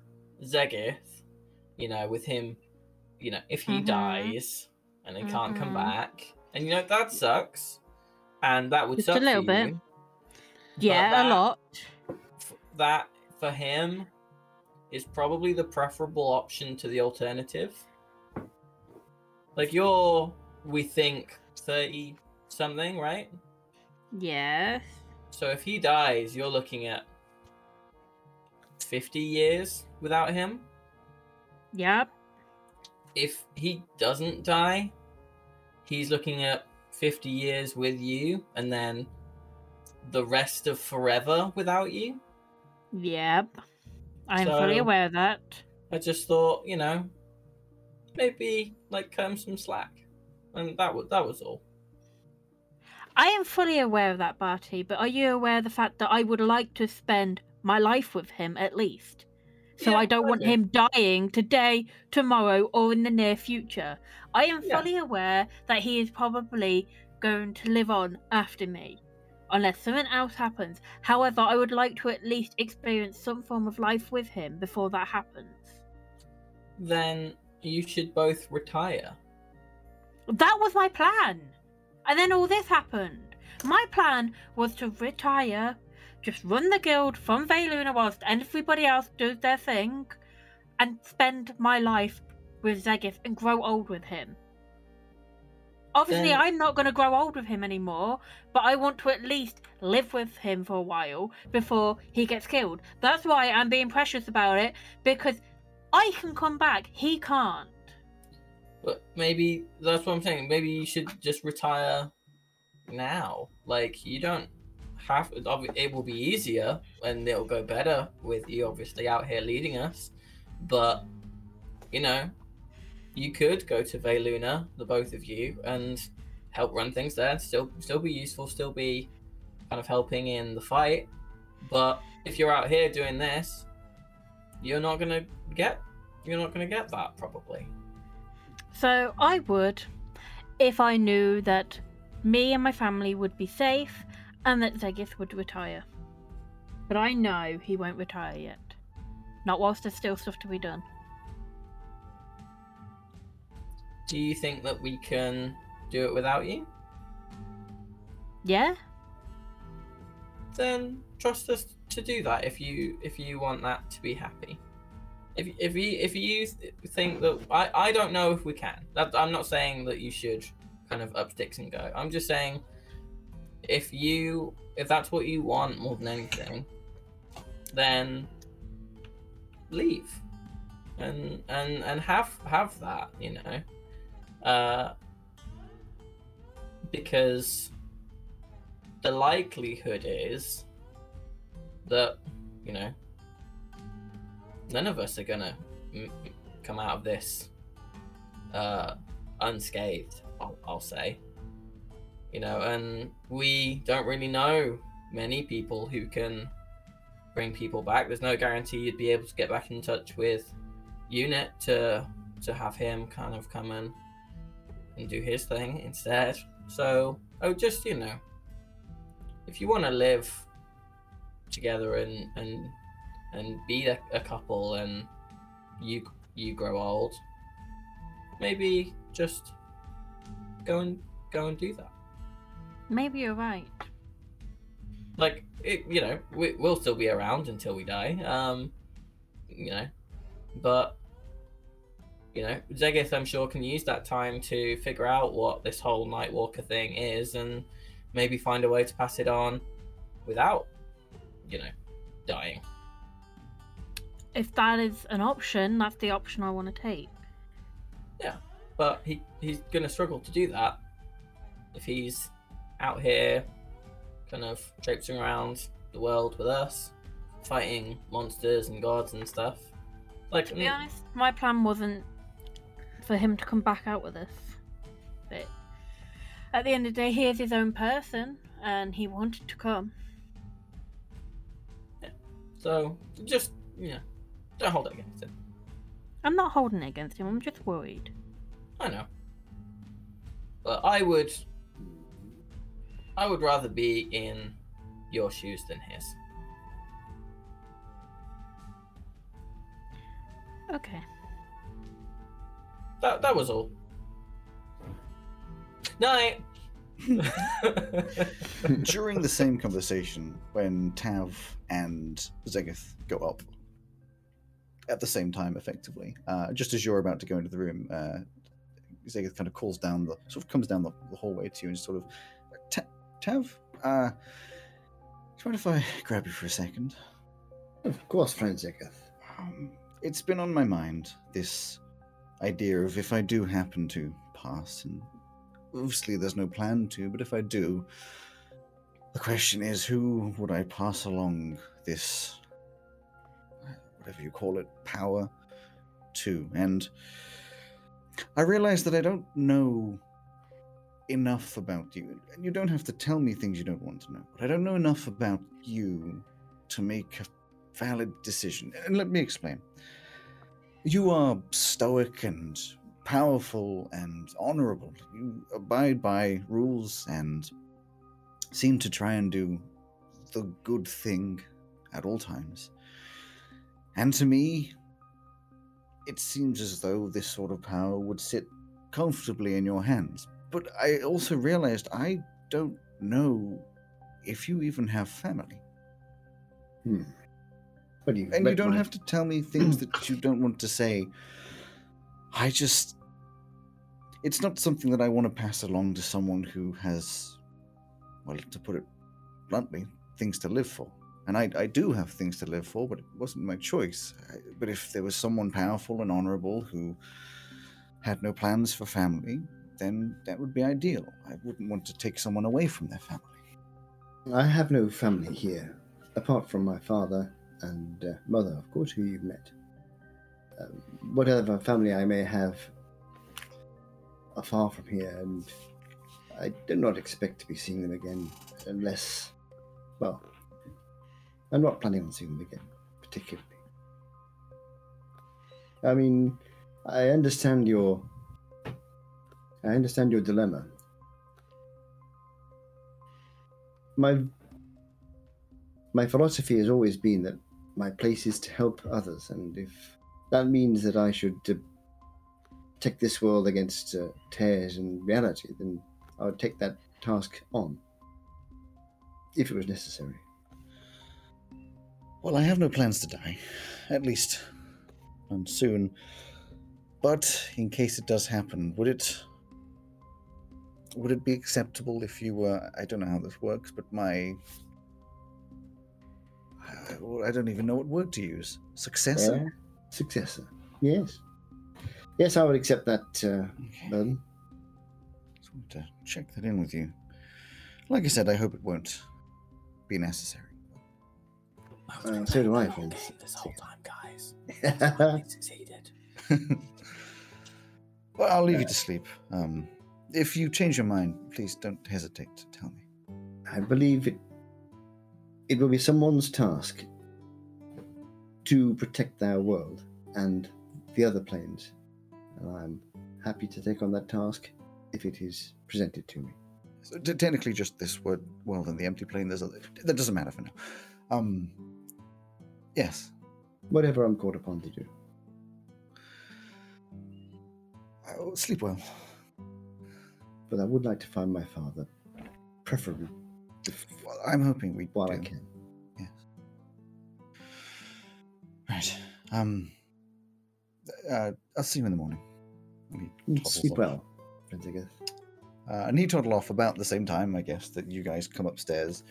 Speaker 2: Zegith, you know, with him, you know, if he
Speaker 5: Mhm.
Speaker 2: dies, and they can't come
Speaker 5: Mhm.
Speaker 2: back. And you know that sucks, and that would
Speaker 5: Just a
Speaker 2: suck for
Speaker 5: little bit.
Speaker 2: you.
Speaker 5: Yeah,
Speaker 2: that-
Speaker 5: a lot.
Speaker 2: F- That for him is probably the preferable option to the alternative. Like you're, we think thirty something, right?
Speaker 5: Yes.
Speaker 2: So if he dies, you're looking at 50 years without him.
Speaker 5: Yep.
Speaker 2: If he doesn't die, he's looking at 50 years with you and then the rest of forever without you.
Speaker 5: Yep. I'm fully
Speaker 2: So-
Speaker 5: aware of that.
Speaker 2: I just thought, you know, maybe like cut him some slack. And that was that was all.
Speaker 5: I am fully aware of that, Barty, but are you aware of the fact that I would like to spend my life with him at least? So
Speaker 2: Yeah,
Speaker 5: I don't want
Speaker 2: okay.
Speaker 5: him dying today, tomorrow, or in the near future. I am
Speaker 2: Yeah.
Speaker 5: fully aware that he is probably going to live on after me, unless something else happens. However, I would like to at least experience some form of life with him before that happens.
Speaker 2: Then you should both retire.
Speaker 5: That was my plan. And then all this happened. My plan was to retire, just run the guild from Veiluna whilst everybody else does their thing, and spend my life with Zegith and grow old with him. Obviously,
Speaker 2: Then-
Speaker 5: I'm not going to grow old with him anymore, but I want to at least live with him for a while before he gets killed. That's why I'm being precious about it, because I can come back, he can't.
Speaker 2: But maybe that's what I'm saying. Maybe you should just retire now. Like you don't have. obvi- It will be easier, and it'll go better with you obviously out here leading us. But you know, you could go to Veiluna, the both of you, and help run things there. Still, still be useful. Still be kind of helping in the fight. But if you're out here doing this, you're not gonna get. You're not gonna get that probably.
Speaker 5: So I would if I knew that me and my family would be safe and that Zegith would retire. But I know he won't retire yet. Not whilst there's still stuff to be done.
Speaker 2: Do you think that we can do it without you?
Speaker 5: Yeah?
Speaker 2: Then trust us to do that if you if you want that to be happy. If if you if you th- think that I I don't know if we can. That, I'm not saying that you should kind of up sticks and go. I'm just saying if you if that's what you want more than anything, then leave and and and have have that you know uh because the likelihood is that you know none of us are gonna m- m- come out of this uh unscathed I'll, I'll say you know and we don't really know many people who can bring people back there's no guarantee you'd be able to get back in touch with unit to to have him kind of come in and do his thing instead so oh just you know if you want to live together and and and be a, a couple and you you grow old maybe just go and go and do that
Speaker 5: Maybe you're right.
Speaker 2: like it, you know we, we'll still be around until we die um you know but you know zegith i'm sure can use that time to figure out what this whole nightwalker thing is and maybe find a way to pass it on without you know dying
Speaker 5: If that is an option, that's the option I want to take.
Speaker 2: but he he's gonna struggle to do that if he's out here kind of traipsing around the world with us fighting monsters and gods and stuff like
Speaker 5: To be
Speaker 2: mm,
Speaker 5: honest, my plan wasn't for him to come back out with us. But at the end of the day, he is his own person and he wanted to come.
Speaker 2: So just you know, don't hold it against him.
Speaker 5: I'm not holding it against him, I'm just worried.
Speaker 2: I know. But I would I would rather be in your shoes than his.
Speaker 5: Okay.
Speaker 2: That that was all. Night.
Speaker 4: Uh,
Speaker 1: During the same conversation, when Tav and Zegith go up at the same time, effectively, uh, just as you're about to go into the room, uh, Zegith kind of calls down the sort of comes down the, the hallway to you and sort of "Ta- Tav, uh, do you mind if I grab you for a second?
Speaker 4: Of course, friend Zeketh.
Speaker 1: Um, it's been on my mind this idea of if I do happen to pass, and obviously there's no plan to, but if I do, the question is who would I pass along this, whatever you call it, power to? And I realize that I don't know enough about you. And you don't have to tell me things you don't want to know, but I don't know enough about you to make a valid decision. And let me explain. You are stoic and powerful and honorable. You abide by rules and seem to try and do the good thing at all times. And to me, it seems as though this sort of power would sit comfortably in your hands. But I also realized I don't know if you even have family.
Speaker 4: Hmm. What do you
Speaker 1: And you
Speaker 4: read
Speaker 1: don't
Speaker 4: my-
Speaker 1: have to tell me things that you don't want to say. I just. It's not something that I want to pass along to someone who has, well, to put it bluntly, things to live for. And I, I do have things to live for, but it wasn't my choice. I, but if there was someone powerful and honorable who had no plans for family, then that would be ideal. I wouldn't want to take someone away from their family.
Speaker 4: I have no family here, apart from my father and uh, mother, of course, who you've met. Um, whatever family I may have are far from here, and I do not expect to be seeing them again unless, well, I'm not planning on seeing them again, particularly. I mean, I understand your. I understand your dilemma. My my philosophy has always been that my place is to help others, and if that means that I should uh, take this world against uh, tears and reality, then I would take that task on, if it was necessary.
Speaker 1: Well, I have no plans to die, at least, and soon. But in case it does happen, would it would it be acceptable if you were? I don't know how this works, but my I- well, I don't even know what word to use. Successor.
Speaker 4: Yeah. Successor. Yes. Yes, I would accept that uh,
Speaker 1: Okay.
Speaker 4: burden.
Speaker 1: Just wanted to check that in with you. Like I said, I hope it won't be necessary.
Speaker 4: Uh, so do I, friends.
Speaker 2: This whole time, guys.
Speaker 4: Thank
Speaker 2: succeeded.
Speaker 1: well, I'll leave you
Speaker 4: Yeah.
Speaker 1: to sleep. Um, if you change your mind, please don't hesitate to tell me.
Speaker 4: I believe it, it will be someone's task to protect their world and the other planes. And I'm happy to take on that task if it is presented to me.
Speaker 1: So t- technically, just this word world and the empty plane. There's other, that doesn't matter for now. Um, yes,
Speaker 4: Whatever I'm called upon to do.
Speaker 1: Oh, sleep well.
Speaker 4: But I would like to find my father, preferably
Speaker 1: Well, I'm hoping we
Speaker 4: while I
Speaker 1: do.
Speaker 4: can.
Speaker 1: Right. Um. Uh, I'll see you in the morning. We toddle
Speaker 4: Sleep
Speaker 1: off.
Speaker 4: well, Renzigath.
Speaker 1: Uh, and he toddled off about the same time, I guess, that you guys come upstairs.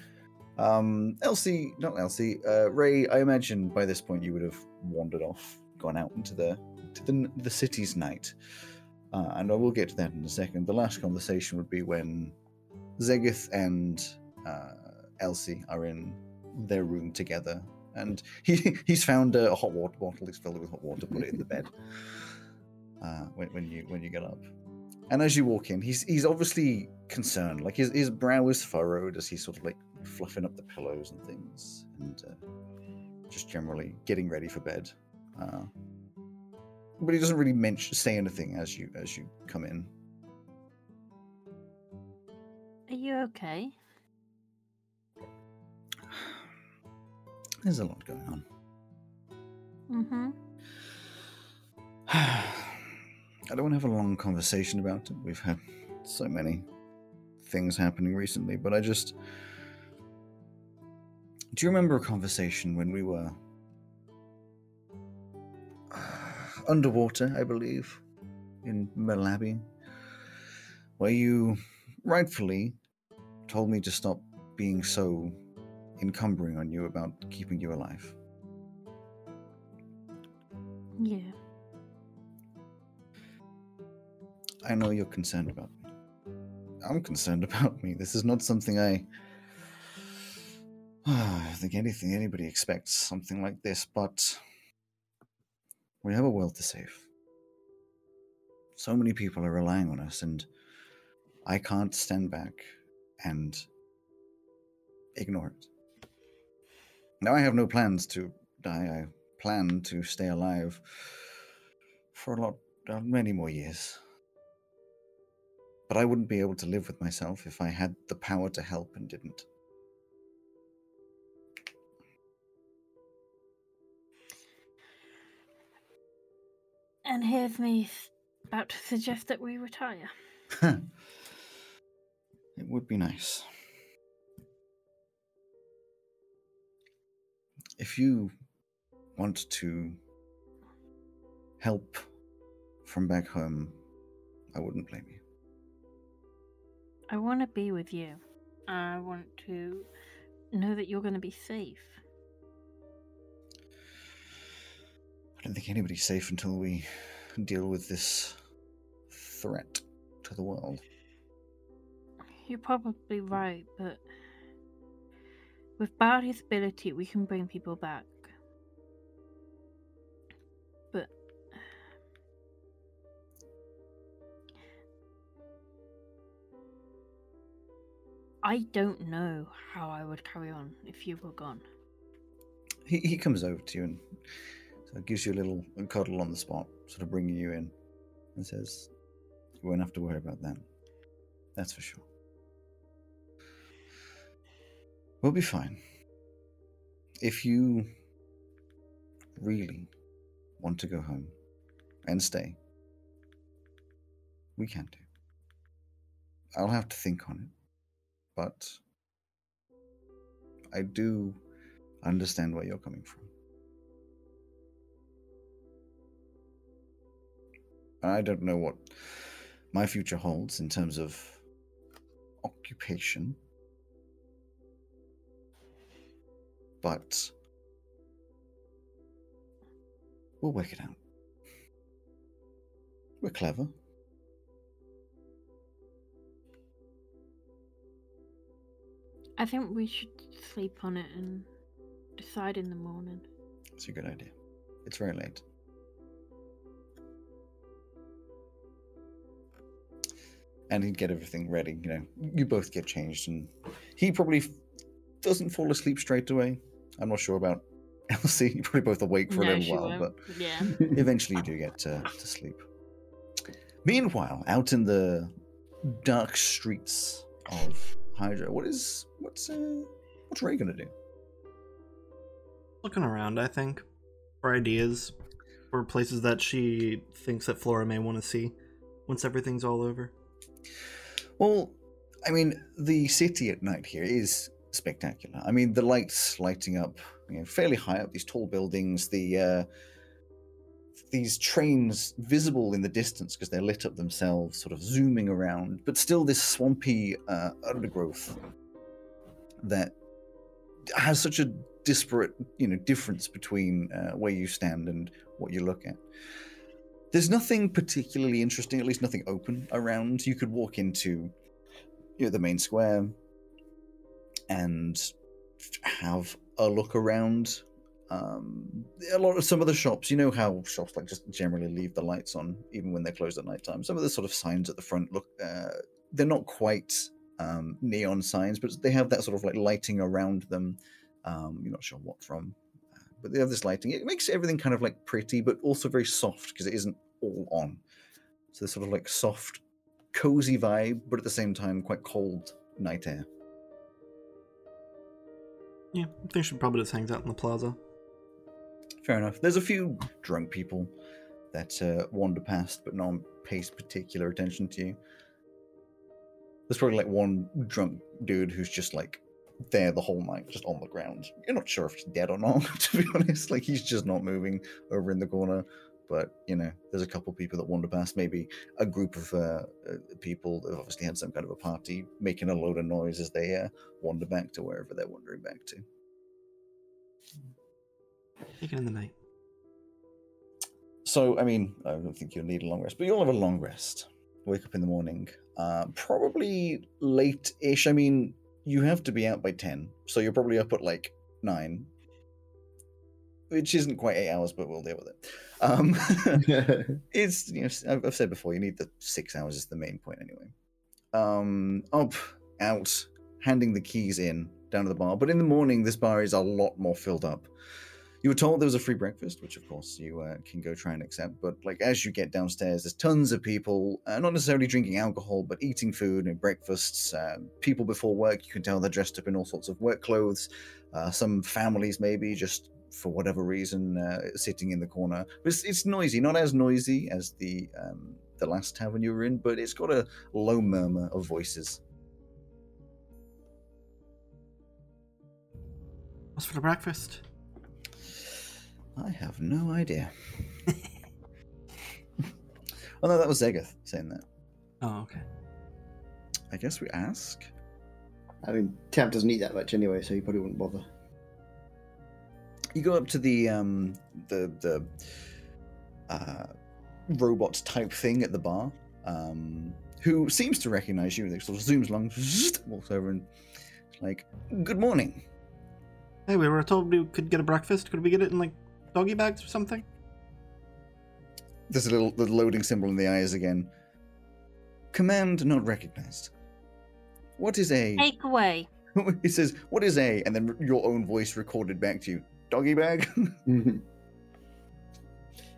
Speaker 1: Um, Elsie, not Elsie, uh, Ray. I imagine by this point you would have wandered off, gone out into the to the the city's night. Uh, and I will get to that in a second. The last conversation would be when Zegith and uh, Elsie are in their room together, and he he's found a hot water bottle. He's filled it with hot water, put it in the bed. Uh, when, when you when you get up, and as you walk in, he's he's obviously concerned. Like his, his brow is furrowed as he's sort of like fluffing up the pillows and things, and uh, just generally getting ready for bed. Uh, but he doesn't really mention say anything as you as you come in.
Speaker 5: Are you okay?
Speaker 1: There's a lot going on.
Speaker 5: Mm-hmm.
Speaker 1: I don't want to have a long conversation about it. We've had so many. things happening recently, but I just. Do you remember a conversation when we were. underwater, I believe, in Malabi, where you rightfully told me to stop being so encumbering on you about keeping you alive?
Speaker 5: Yeah.
Speaker 1: I know you're concerned about me. I'm concerned about me. This is not something I. I think anything anybody expects something like this, but we have a world to save. So many people are relying on us, and I can't stand back and ignore it. Now, I have no plans to die. I plan to stay alive for a lot, uh, many more years but I wouldn't be able to live with myself if I had the power to help and didn't.
Speaker 5: And here's me s- about to suggest that we retire.
Speaker 1: it would be nice. If you want to help from back home, I wouldn't blame you.
Speaker 5: I want to be with you. I want to know that you're going to be safe.
Speaker 1: I don't think anybody's safe until we deal with this threat to the world.
Speaker 5: You're probably right, but with Barty's ability, we can bring people back. But I don't know how I would carry on if you were gone.
Speaker 1: He, he comes over to you and so gives you a little cuddle on the spot, sort of bringing you in, and says, "You won't have to worry about that. That's for sure. We'll be fine. If you really want to go home and stay, we can do. I'll have to think on it, but I do." understand where you're coming from. And I don't know what my future holds in terms of occupation, but we'll work it out. We're clever.
Speaker 5: I think we should sleep on it and decide in the morning.
Speaker 1: It's a good idea. It's very late. And he'd get everything ready, you know. You both get changed, and he probably f- doesn't fall asleep straight away. I'm not sure about Elsie. You're probably both awake for a
Speaker 5: no,
Speaker 1: little
Speaker 5: she
Speaker 1: while,
Speaker 5: won't.
Speaker 1: but
Speaker 5: Yeah.
Speaker 1: eventually you do get to, to sleep. Meanwhile, out in the dark streets of Hydra, what is what's uh, what's Ray gonna do?
Speaker 6: Looking around, I think, for ideas, for places that she thinks that Flora may want to see once everything's all over.
Speaker 1: Well, I mean, the city at night here is spectacular. I mean, the lights lighting up you know, fairly high up, these tall buildings, the uh, these trains visible in the distance because they're lit up themselves, sort of zooming around, but still this swampy uh, undergrowth that has such a disparate, you know, difference between uh, where you stand and what you look at. There's nothing particularly interesting, at least nothing open around. You could walk into you know, the main square and have a look around. Um, a lot of some of the shops, you know how shops like just generally leave the lights on even when they're closed at nighttime. Some of the sort of signs at the front look, uh, they're not quite um, neon signs, but they have that sort of like lighting around them. Um, you're not sure what from, uh, but they have this lighting. It makes everything kind of like pretty, but also very soft because it isn't all on. So there's sort of like soft cozy vibe, but at the same time, quite cold night air.
Speaker 6: Yeah, I think she probably just hangs out in the plaza.
Speaker 1: Fair enough. There's a few drunk people that uh, wander past, but no one pays particular attention to you. There's probably like one drunk dude who's just like there the whole night, just on the ground. You're not sure if he's dead or not, to be honest. Like he's just not moving over in the corner. But you know, there's a couple people that wander past. Maybe a group of uh, uh, people that have obviously had some kind of a party, making a load of noise as they uh, wander back to wherever they're wandering back to.
Speaker 6: Taken in the night.
Speaker 1: So, I mean, I don't think you'll need a long rest, but you'll have a long rest. Wake up in the morning, uh, probably late ish. I mean, you have to be out by 10, so you're probably up at like 9, which isn't quite 8 hours, but we'll deal with it. Um, it's, you know, s- I've- I've said before, you need the six hours is the main point anyway. Um, up, out, handing the keys in, down to the bar. But in the morning, this bar is a lot more filled up. You were told there was a free breakfast, which of course you uh, can go try and accept. But like as you get downstairs, there's tons of people, uh, not necessarily drinking alcohol, but eating food and breakfasts. Uh, people before work, you can tell they're dressed up in all sorts of work clothes. Uh, some families maybe just for whatever reason uh, sitting in the corner. But It's, it's noisy, not as noisy as the um, the last tavern you were in, but it's got a low murmur of voices.
Speaker 6: What's for the breakfast?
Speaker 1: I have no idea. oh no, that was Zegeth saying that.
Speaker 6: Oh, okay.
Speaker 1: I guess we ask.
Speaker 4: I mean, Tab doesn't eat that much anyway, so he probably wouldn't bother.
Speaker 1: You go up to the um, the the uh, robot type thing at the bar, um, who seems to recognize you. They sort of zooms along, walks over, and like, "Good morning."
Speaker 6: Hey, we were told we could get a breakfast. Could we get it in like doggy bags or something?
Speaker 1: There's a little the loading symbol in the eyes again. Command not recognized. What is a?
Speaker 5: Take away.
Speaker 1: It says, "What is a?" And then your own voice recorded back to you. Doggy bag.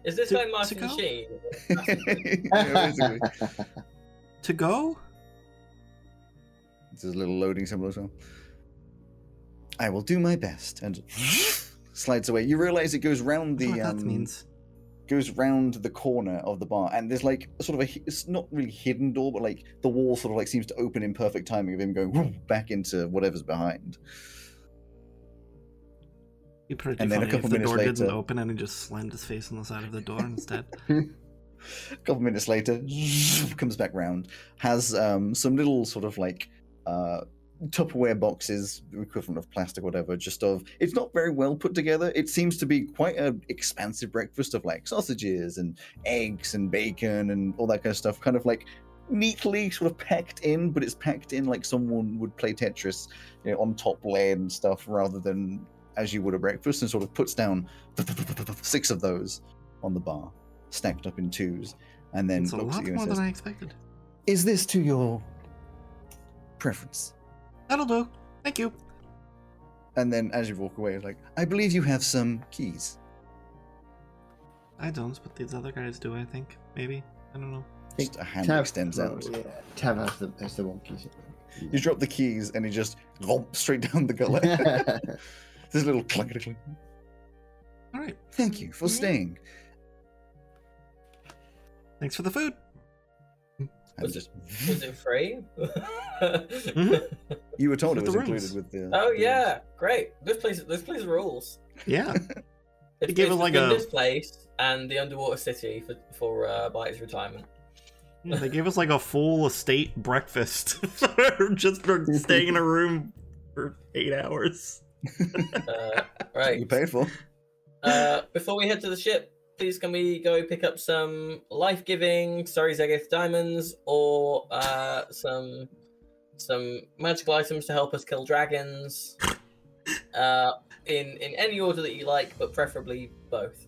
Speaker 2: Is this
Speaker 6: To-
Speaker 2: like Martin
Speaker 6: to go?
Speaker 2: Sheen?
Speaker 1: Yeah, basically.
Speaker 6: To go?
Speaker 1: There's a little loading symbol as well. I will do my best, and slides away. You realize it goes round
Speaker 6: I
Speaker 1: the
Speaker 6: don't know what that
Speaker 1: um,
Speaker 6: means.
Speaker 1: goes round the corner of the bar, and there's like sort of a hi- it's not really hidden door, but like the wall sort of like seems to open in perfect timing of him going back into whatever's behind.
Speaker 6: Be pretty
Speaker 1: and then a
Speaker 6: funny
Speaker 1: couple
Speaker 6: if the
Speaker 1: minutes
Speaker 6: door didn't
Speaker 1: later-
Speaker 6: open and he just slammed his face on the side of the door instead.
Speaker 1: A couple minutes later, comes back round, has um, some little sort of like uh, Tupperware boxes, the equivalent of plastic, whatever, just of it's not very well put together. It seems to be quite an expansive breakfast of like sausages and eggs and bacon and all that kind of stuff, kind of like neatly sort of packed in, but it's packed in like someone would play Tetris you know, on top layered and stuff rather than as you would a breakfast and sort of puts down six of those on the bar, stacked up in twos, and then
Speaker 6: It's a
Speaker 1: looks
Speaker 6: lot
Speaker 1: at you
Speaker 6: more
Speaker 1: and says,
Speaker 6: than I expected.
Speaker 1: Is this to your preference?
Speaker 6: That'll do. Thank you.
Speaker 1: And then as you walk away, it's like, I believe you have some keys.
Speaker 6: I don't, but these other guys do. I think maybe. I don't know.
Speaker 1: Just a hand extends out.
Speaker 4: Yeah, Tab has the, has the wonkies.
Speaker 1: You drop the keys and it just vomp straight down the gullet. There's a little clunk. clunk.
Speaker 6: All right.
Speaker 1: Thank you
Speaker 2: Mm-hmm.
Speaker 1: for staying.
Speaker 6: Thanks for the food.
Speaker 1: And
Speaker 2: Was
Speaker 1: just,
Speaker 2: Was it free?
Speaker 6: Hmm?
Speaker 1: you were told it was
Speaker 6: with the
Speaker 1: included
Speaker 6: rooms?
Speaker 1: with the.
Speaker 2: oh
Speaker 1: the rooms.
Speaker 2: yeah, great. This place, this place rules.
Speaker 6: Yeah.
Speaker 2: It's,
Speaker 6: gave
Speaker 2: it's
Speaker 6: it like
Speaker 2: between
Speaker 6: a-
Speaker 2: this place and the underwater city for for uh, Blight's retirement.
Speaker 6: Yeah, they gave us like a full estate breakfast just for staying in a room for eight hours.
Speaker 2: Uh,
Speaker 1: You
Speaker 2: right.
Speaker 1: paid for.
Speaker 2: Uh, before we head to the ship, please can we go pick up some life-giving, sorry Zegith diamonds, or uh, some some magical items to help us kill dragons? Uh, in in any order that you like, but preferably both.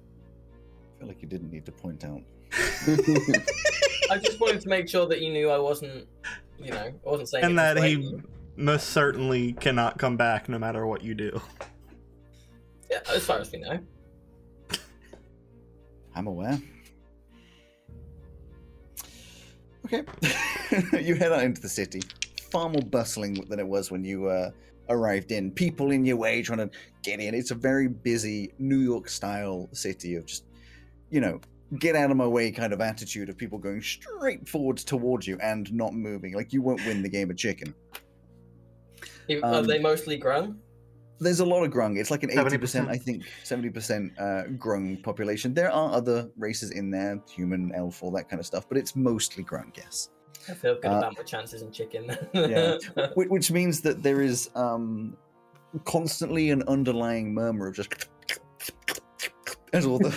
Speaker 1: I feel like you didn't need to point out.
Speaker 2: I just wanted to make sure that you knew I wasn't, you know, I wasn't saying.
Speaker 6: and
Speaker 2: it
Speaker 6: that
Speaker 2: to
Speaker 6: he
Speaker 2: blame you.
Speaker 6: most certainly cannot come back no matter what you do.
Speaker 2: Yeah, as far as we know.
Speaker 1: I'm aware. Okay. you head out into the city. Far more bustling than it was when you uh, arrived in. People in your way trying to get in. It's a very busy New York style city of just, you know, get out of my way kind of attitude of people going straight forwards towards you and not moving. Like you won't win the game of chicken.
Speaker 2: Even- Are
Speaker 1: Um,
Speaker 2: they mostly grung?
Speaker 1: There's a lot of grung. It's like an eighty percent,
Speaker 6: 70%.
Speaker 1: I think, seventy percent uh, grung population. There are other races in there, human, elf, all that kind of stuff, but it's mostly grung. Yes.
Speaker 2: I feel good
Speaker 1: Uh,
Speaker 2: about my chances in chicken.
Speaker 1: Yeah. Which, which means that there is um, constantly an underlying murmur of just as all the,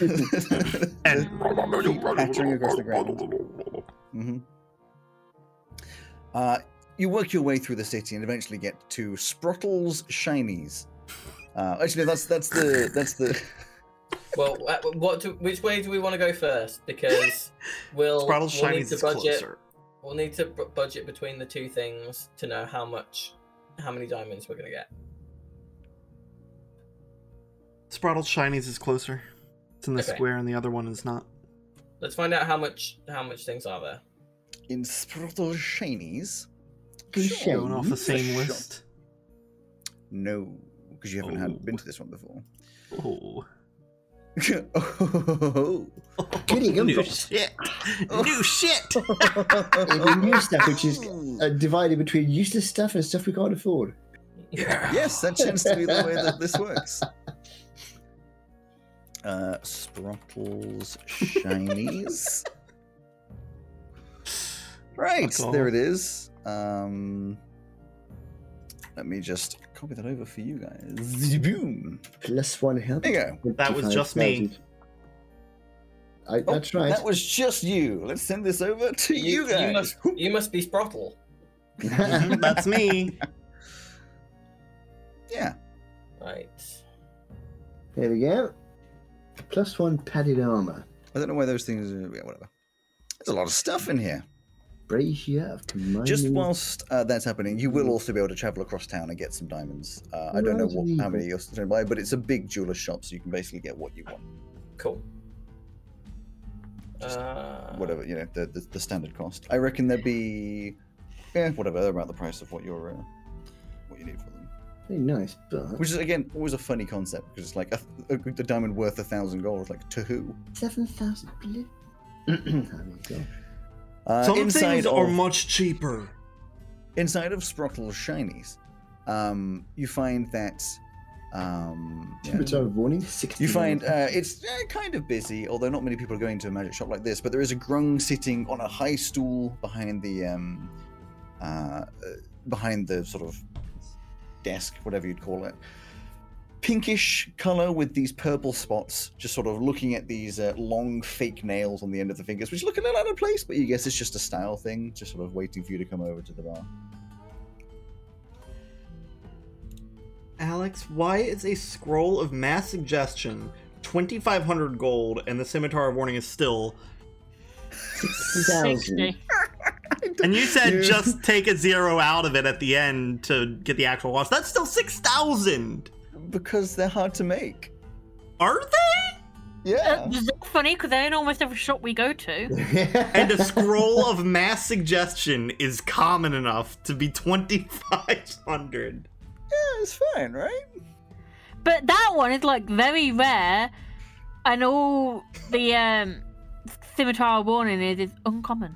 Speaker 3: And-
Speaker 1: the pattering across the ground. hmm Uh, you work your way through the city and eventually get to Sprottle's Shinies. Uh, actually, no, that's that's the that's the
Speaker 2: well, wha- what? Do, which way do we want to go first? Because we'll, we'll
Speaker 6: Spraddle
Speaker 2: need
Speaker 6: Shinies
Speaker 2: to
Speaker 6: is
Speaker 2: budget.
Speaker 6: closer.
Speaker 2: We'll need to bu- budget between the two things to know how much, how many diamonds we're gonna get.
Speaker 6: Spraddle Shinies is closer. It's in the
Speaker 2: Okay.
Speaker 6: square, and the other one is not.
Speaker 2: Let's find out how much how much things are there.
Speaker 1: in Sprottle's Shinies.
Speaker 4: Sure.
Speaker 6: Going off the
Speaker 1: Shinies?
Speaker 6: same
Speaker 1: Shop.
Speaker 6: list.
Speaker 1: No, because you haven't had, been
Speaker 6: Oh.
Speaker 1: to this one before.
Speaker 6: Oh.
Speaker 4: Goody
Speaker 6: New
Speaker 4: gumptious.
Speaker 6: shit.
Speaker 1: Oh.
Speaker 6: New shit.
Speaker 4: Even new stuff, which is uh, divided between useless stuff and stuff we can't afford.
Speaker 2: Yeah.
Speaker 1: yes, that tends to be the way that this works. Uh, Sprottle's shinies. right,
Speaker 6: Fuck
Speaker 1: there
Speaker 6: all.
Speaker 1: it is. Um, let me just copy that over for you guys. Boom.
Speaker 4: Plus one health.
Speaker 1: There you
Speaker 6: That was just me.
Speaker 4: 25,000. I,
Speaker 1: Oh,
Speaker 4: that's right.
Speaker 1: That was just you. Let's send this over to you,
Speaker 2: You,
Speaker 1: guys.
Speaker 2: you must you must be Sprottle.
Speaker 6: Mhm, That's me.
Speaker 1: yeah.
Speaker 2: Right.
Speaker 4: there we go. Plus one padded armor.
Speaker 1: I don't know why those things. Are, yeah, whatever. There's a lot of stuff in here.
Speaker 4: Brazier of commanding.
Speaker 1: Just whilst uh, that's happening, you will
Speaker 4: Mm.
Speaker 1: also be able to travel across town and get some diamonds. Uh, I don't know what, how many you're going to buy, but it's a big jeweler shop, so you can basically get what you want,
Speaker 2: Cool.
Speaker 1: Just
Speaker 2: uh,
Speaker 1: whatever you know, the, the, the standard cost. I reckon there'd be, yeah, whatever they're about the price of what you're, uh, what you need for them.
Speaker 4: Very nice, but
Speaker 1: Which is again always a funny concept because it's like a, a, a diamond worth a thousand gold, like to who?
Speaker 4: seven thousand. Bl- there we go.
Speaker 1: Uh,
Speaker 6: Some
Speaker 1: inside
Speaker 6: things are
Speaker 1: of-
Speaker 6: much cheaper.
Speaker 1: inside of Sprottle's shinies, um, you find that, um, yeah,
Speaker 4: Two of warning. Sixty.
Speaker 1: You find uh, it's uh, kind of busy, although not many people are going to a magic shop like this. But there is a grung sitting on a high stool behind the um, uh, uh, behind the sort of desk, whatever you'd call it. Pinkish color with these purple spots, just sort of looking at these uh, long fake nails on the end of the fingers, which look a little out of place, but you guess it's just a style thing, just sort of waiting for you to come over to the bar.
Speaker 6: Alex, why is a scroll of mass suggestion 2,500 gold and the scimitar of warning is still?
Speaker 4: sixty thousand.
Speaker 5: 60.
Speaker 6: And you said
Speaker 1: You-
Speaker 6: just take a zero out of it at the end to get the actual watch. That's still 6,000.
Speaker 1: Because they're hard to make.
Speaker 6: Are they?
Speaker 1: Yeah.
Speaker 5: Uh, It's funny because they're in almost every shop we go
Speaker 1: uh,
Speaker 5: to.
Speaker 6: And a scroll of mass suggestion is common enough to be 2,500.
Speaker 1: Yeah, it's fine, right?
Speaker 5: But that one is like very rare, and all the um, scimitar warning is is uncommon.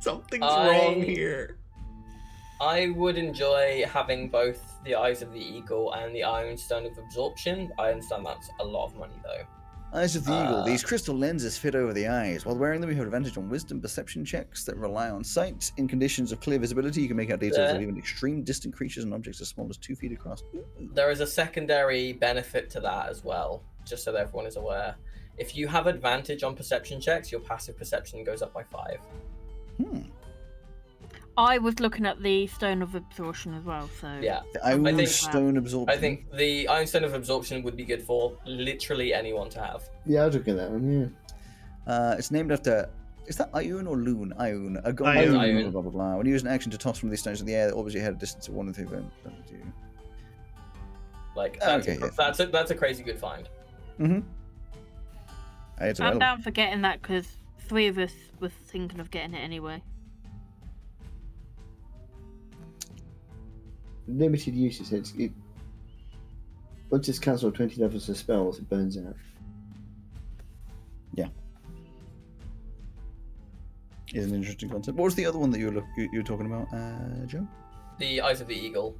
Speaker 6: Something's
Speaker 2: I-
Speaker 6: wrong here.
Speaker 2: I would enjoy having both the eyes of the eagle and the iron stone of absorption. I understand that's a lot of money though.
Speaker 1: Eyes of the Eagle.
Speaker 2: Uh,
Speaker 1: These crystal lenses fit over the eyes. While wearing them, you have advantage on wisdom perception checks that rely on sight. In conditions of clear visibility, you can make out details of
Speaker 2: Yeah.
Speaker 1: even extreme distant creatures and objects as small as two feet across. Ooh.
Speaker 2: There is a secondary benefit to that as well, just so that everyone is aware. If you have advantage on perception checks, your passive perception goes up by five.
Speaker 1: Hmm.
Speaker 5: I was looking at the stone of absorption as well, so
Speaker 2: Yeah,
Speaker 1: The iron
Speaker 2: think-
Speaker 1: stone absorption.
Speaker 2: I think the iron stone of absorption would be good for literally anyone to have.
Speaker 4: yeah, I was looking at that one. Yeah.
Speaker 1: Uh, it's named after. Is that Ion or Loon? Ion. A god.
Speaker 6: Ion.
Speaker 2: Ion.
Speaker 1: Blah, blah, blah. When you use an action to toss from these stones in the air, that orbits your head a distance of one and three. but- but you-
Speaker 2: Like that's,
Speaker 1: Okay,
Speaker 2: a,
Speaker 1: yeah.
Speaker 2: that's a that's a crazy good find.
Speaker 1: Uh, It's
Speaker 5: I'm
Speaker 1: available.
Speaker 5: down for getting that because three of us were thinking of getting it anyway.
Speaker 4: Limited uses. It's, it once it's cancelled twenty levels of spells, it burns out.
Speaker 1: Is an interesting concept. What was the other one that you were look, you, you were talking about, uh, Joe?
Speaker 2: The Eyes of the Eagle.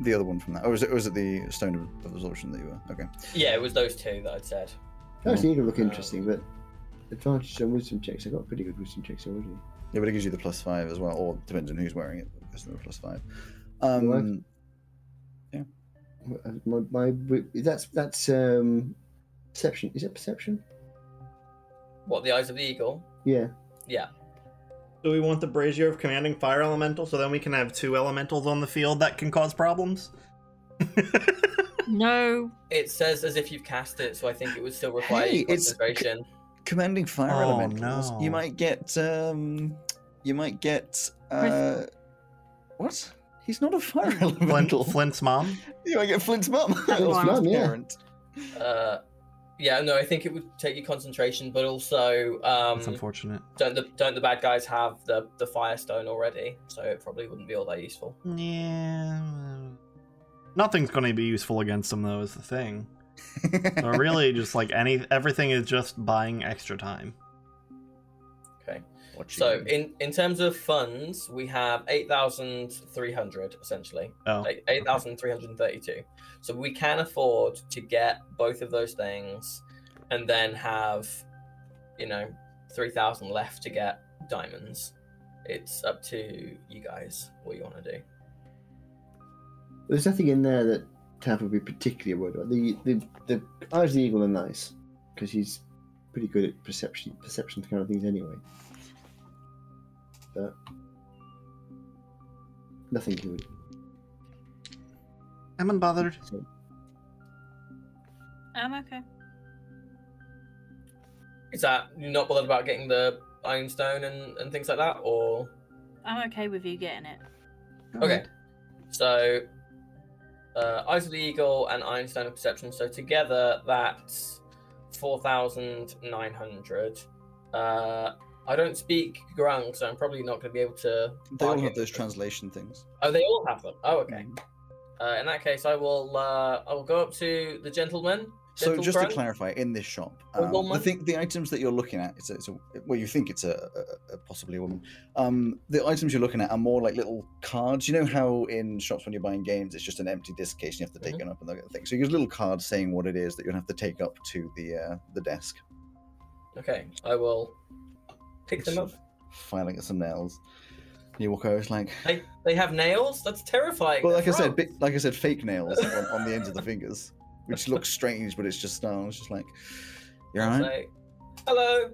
Speaker 1: The other one from that. Oh, was it was it the Stone of- of Absorption that you were? Okay.
Speaker 2: Yeah, it was those two that I'd said.
Speaker 4: Actually, you look interesting, but advantage on wisdom checks. I got pretty good wisdom checks already.
Speaker 1: Yeah, but it gives you the plus five as well, or depends on who's wearing it. But it's the plus five.
Speaker 4: Right.
Speaker 1: Um,
Speaker 4: uh, My, my wi- that's that's um, perception. Is it perception?
Speaker 2: What, the Eyes of the Eagle?
Speaker 4: Yeah.
Speaker 2: Yeah.
Speaker 6: Do we want the brazier of commanding fire elemental so then we can have two elementals on the field that can cause problems?
Speaker 5: No.
Speaker 2: It says as if you've cast it, so I think it would still require
Speaker 1: Hey,
Speaker 2: your
Speaker 1: it's-
Speaker 2: concentration.
Speaker 1: commanding fire
Speaker 6: Oh,
Speaker 1: elementals.
Speaker 6: no.
Speaker 1: You might get. Um, you might get.
Speaker 5: Where's-
Speaker 1: Uh, what? He's not a fire
Speaker 6: Flint,
Speaker 1: elemental.
Speaker 6: Flint's mom.
Speaker 1: You might get Flint's mum.
Speaker 5: That's
Speaker 1: Flint's
Speaker 5: one.
Speaker 4: Mum, yeah.
Speaker 1: parent.
Speaker 2: Uh, yeah, no, I think it would take your concentration, but also um,
Speaker 6: That's unfortunate.
Speaker 2: don't the don't the bad guys have the the firestone already? So it probably wouldn't be all that useful.
Speaker 6: Yeah. Nothing's going to be useful against them though. Is the thing. So Oh, really, just like any everything is just buying extra time.
Speaker 2: Okay.
Speaker 1: What you
Speaker 2: So
Speaker 1: mean?
Speaker 2: in in terms of funds, we have eight thousand three hundred essentially,
Speaker 6: Oh,
Speaker 2: like eight thousand three hundred thirty-two. So we can afford to get both of those things, and then have, you know, three thousand left to get diamonds. It's up to you guys what you want to do.
Speaker 4: There's nothing in there that Tav would be particularly worried about. The the the eyes of the eagle are nice because he's pretty good at perception perception kind of things anyway. But nothing he would.
Speaker 6: I'm unbothered.
Speaker 4: so-
Speaker 5: I'm okay.
Speaker 2: Is that you're not bothered about getting the iron stone and, and things like that, or
Speaker 5: I'm okay with you getting it.
Speaker 2: Okay. So, uh, Eyes of the Eagle and Iron Stone of Perception. So together, that's four thousand nine hundred. Uh, I don't speak Grung, so I'm probably not going to be able to.
Speaker 1: they all
Speaker 2: bargain.
Speaker 1: have those Mm. translation things.
Speaker 2: Oh, they all have them. Oh, okay. Uh, in that case, I will. Uh, I will go up to the gentleman.
Speaker 1: So
Speaker 2: Gentle
Speaker 1: just
Speaker 2: Grung.
Speaker 1: to clarify, in this shop,
Speaker 2: A
Speaker 1: um, the
Speaker 2: woman?
Speaker 1: thing, the items that you're looking at, it's a, it's a well, you think it's a, a, a possibly a woman. Um, the items you're looking at are more like little cards. You know how in shops when you're buying games, it's just an empty disc case and you have to take it up and look at the thing. So you use a little card saying what it is that you'll have to take up to the uh, the desk.
Speaker 2: Okay, I will pick them up.
Speaker 1: Sort of Filing at some nails. You walk over, it's like,
Speaker 2: They they have nails. That's terrifying.
Speaker 1: well,
Speaker 2: They're
Speaker 1: like I said,
Speaker 2: gross.
Speaker 1: bit, like I said, fake nails on, on the ends of the fingers, which looks strange, but it's just, no, it's just like, you're all
Speaker 2: I'll
Speaker 1: right.
Speaker 2: say, Hello.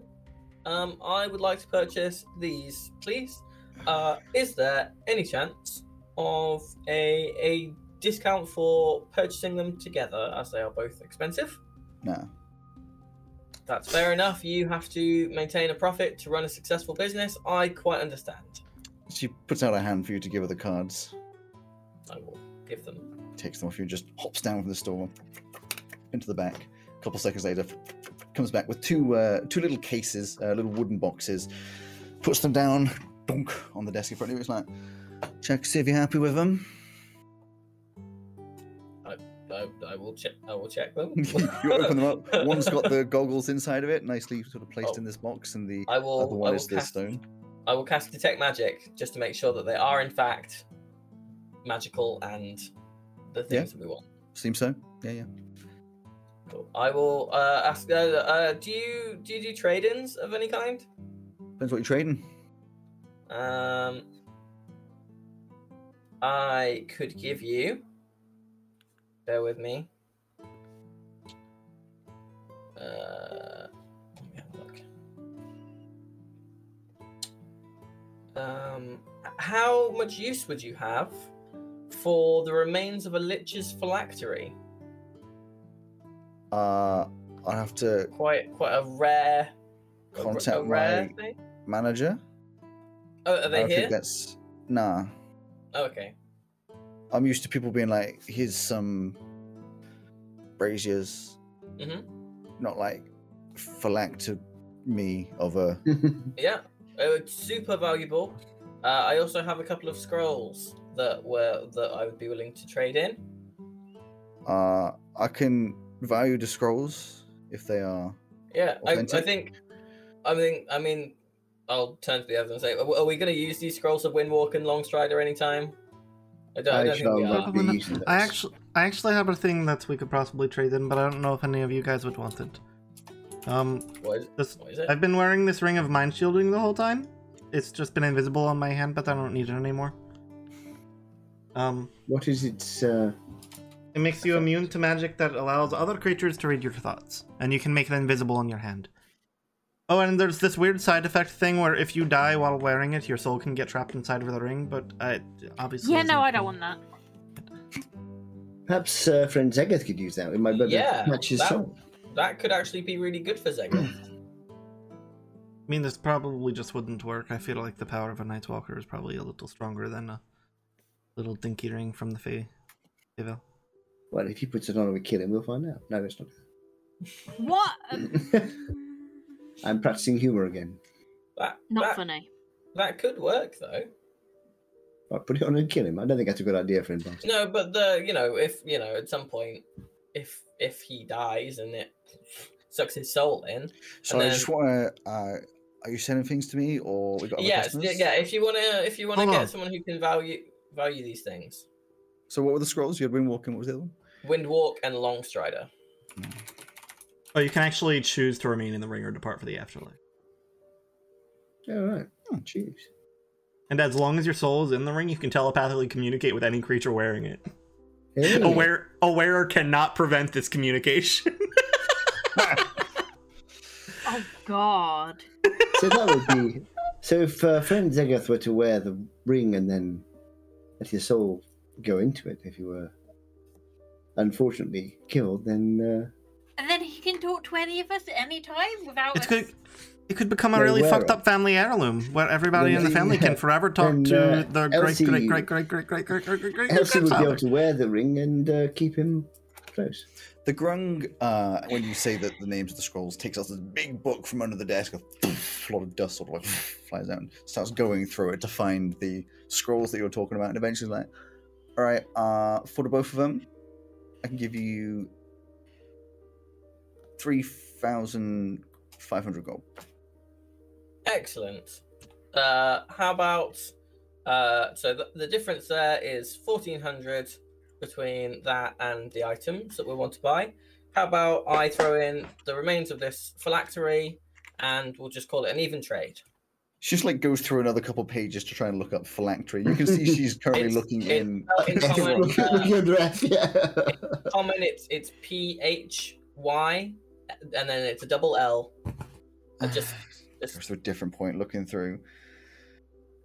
Speaker 2: Um, I would like to purchase these, please. Uh, is there any chance of a a discount for purchasing them together, as they are both expensive?
Speaker 1: No.
Speaker 2: That's fair enough. You have to maintain a profit to run a successful business. I quite understand.
Speaker 1: She puts out her hand for you to give her the cards.
Speaker 2: I will give them.
Speaker 1: takes them off you and just hops down from the store into the back. A couple seconds later, comes back with two uh, two little cases, uh, little wooden boxes, puts them down, donk, on the desk in front of you. It's like, check see if you're happy with them.
Speaker 2: I, I will check. I will check them.
Speaker 1: you open them up. One's got the goggles inside of it, nicely sort of placed in this box, and the
Speaker 2: I will.
Speaker 1: other
Speaker 2: Oh. I
Speaker 1: one
Speaker 2: will
Speaker 1: is the
Speaker 2: cast-
Speaker 1: stone.
Speaker 2: I will cast detect magic just to make sure that they are in fact magical and the things that we want.
Speaker 1: Seems so. Yeah, yeah.
Speaker 2: Cool. I will uh, ask. Uh, uh, do you do you do trade-ins of any kind?
Speaker 1: Depends what you're trading.
Speaker 2: Um, I could give you. Bear with me. Uh, let me have a look. Um, h- how much use would you have for the remains of a lich's phylactery?
Speaker 1: Uh, I'll have to
Speaker 2: Quite quite a rare. a r- a
Speaker 1: contact
Speaker 2: rare
Speaker 1: my
Speaker 2: thing?
Speaker 1: manager.
Speaker 2: Oh, are
Speaker 1: I
Speaker 2: they
Speaker 1: don't
Speaker 2: here?
Speaker 1: think that's nah.
Speaker 2: Oh, okay.
Speaker 1: I'm used to people being like, here's some braziers,
Speaker 2: Mhm.
Speaker 1: not like phylactery of a.
Speaker 2: Yeah. Oh, it's super valuable. Uh, I also have a couple of scrolls that were that I would be willing to trade in.
Speaker 1: Uh, I can value the scrolls if they are
Speaker 2: Yeah, I, I
Speaker 1: Authentic.
Speaker 2: think. I mean, I mean, I'll turn to the others and say, are, are we going to use these scrolls of Windwalk and Longstrider anytime? I don't, I
Speaker 4: I
Speaker 2: don't think
Speaker 4: shall
Speaker 2: we
Speaker 4: not
Speaker 2: are.
Speaker 4: be
Speaker 6: Well,
Speaker 4: using
Speaker 6: I
Speaker 4: those.
Speaker 6: actually, I actually have a thing that we could possibly trade in, but I don't know if any of you guys would want it. Um,
Speaker 2: What is,
Speaker 6: this,
Speaker 2: what is it?
Speaker 6: I've been wearing this ring of mind shielding the whole time. It's just been invisible on my hand, but I don't need it anymore. Um,
Speaker 4: What is its uh,
Speaker 6: it makes you immune to magic that allows other creatures to read your thoughts, and you can make it invisible on your hand. Oh, and there's this weird side effect thing where if you die while wearing it, your soul can get trapped inside of the ring, but I obviously.
Speaker 5: Yeah,
Speaker 6: isn't
Speaker 5: no, I don't
Speaker 6: cool.
Speaker 5: want that.
Speaker 4: Perhaps uh, friend Zegeth could use that. It might better
Speaker 2: Yeah,
Speaker 4: match his
Speaker 2: that-
Speaker 4: soul.
Speaker 2: That could actually be really good for Zegna.
Speaker 6: I mean, this probably just wouldn't work. I feel like the power of a Night's Walker is probably a little stronger than a little dinky ring from the Fae. Feyville.
Speaker 4: Well, if he puts it on and we kill him, we'll find out. No, it's
Speaker 5: What? Um,
Speaker 4: not. I'm practicing humor again.
Speaker 2: that,
Speaker 5: Not
Speaker 2: that,
Speaker 5: funny.
Speaker 2: that could work though.
Speaker 4: I put it on and kill him. I don't think that's a good idea, friend. Bart.
Speaker 2: No, but the you know if you know at some point if if he dies and it sucks his soul in.
Speaker 1: So
Speaker 2: And
Speaker 1: I just
Speaker 2: then-
Speaker 1: want to. Uh, are you sending things to me, or we got other
Speaker 2: Yes, yeah,
Speaker 1: customers?
Speaker 2: yeah. If you wanna if you wanna
Speaker 6: Hold
Speaker 2: get
Speaker 6: on.
Speaker 2: someone who can value value these things,
Speaker 1: So what were the scrolls you had been walking? What was the other one?
Speaker 2: Windwalk and Longstrider.
Speaker 6: Oh, you can actually choose to remain in the ring or depart for the afterlife.
Speaker 4: All right. Oh, jeez.
Speaker 6: And as long as your soul is in the ring, you can telepathically communicate with any creature wearing it.
Speaker 4: Hey.
Speaker 6: A, wear- a wearer cannot prevent this communication.
Speaker 5: Oh God.
Speaker 4: So that would be. So if uh, friend Zegeth were to wear the ring and then let his soul go into it, if he were unfortunately killed, then uh,
Speaker 5: And then he can talk to any of us at any time without.
Speaker 6: It's
Speaker 5: us-
Speaker 6: good. It could become a
Speaker 4: Yeah,
Speaker 6: really
Speaker 4: wear
Speaker 6: fucked
Speaker 4: it.
Speaker 6: up family heirloom where everybody
Speaker 4: Then
Speaker 6: in the
Speaker 4: they-
Speaker 6: family can forever talk
Speaker 4: then,
Speaker 6: to
Speaker 4: uh,
Speaker 6: their great,
Speaker 4: Elsie-
Speaker 6: great, great, great, great, great, great, great, great,
Speaker 4: uh,
Speaker 6: great,
Speaker 4: Elsie would be able
Speaker 6: grandfather.
Speaker 4: to wear the ring and uh, keep him close.
Speaker 1: The grung. Uh, when you say that the names of the scrolls, takes out this big book from under the desk. A lot of dust sort of like flies out and starts going through it to find the scrolls that you were talking about, and eventually like, all right, uh, for the both of them, I can give you three thousand five hundred gold.
Speaker 2: Excellent. Uh, how about uh, so the, the difference there is fourteen hundred between that and the items that we want to buy. How about I throw in the remains of this phylactery, and we'll just call it an even trade.
Speaker 1: She just like goes through another couple pages to try and look up phylactery. You can see she's currently
Speaker 2: It's-
Speaker 1: looking
Speaker 2: it's
Speaker 1: in.
Speaker 5: Oh,
Speaker 2: spelled in common,
Speaker 4: Look at-
Speaker 2: uh,
Speaker 4: look at the ref, yeah.
Speaker 2: common it's it's P H Y, and then it's a double L. I just
Speaker 1: Goes to a different point looking through.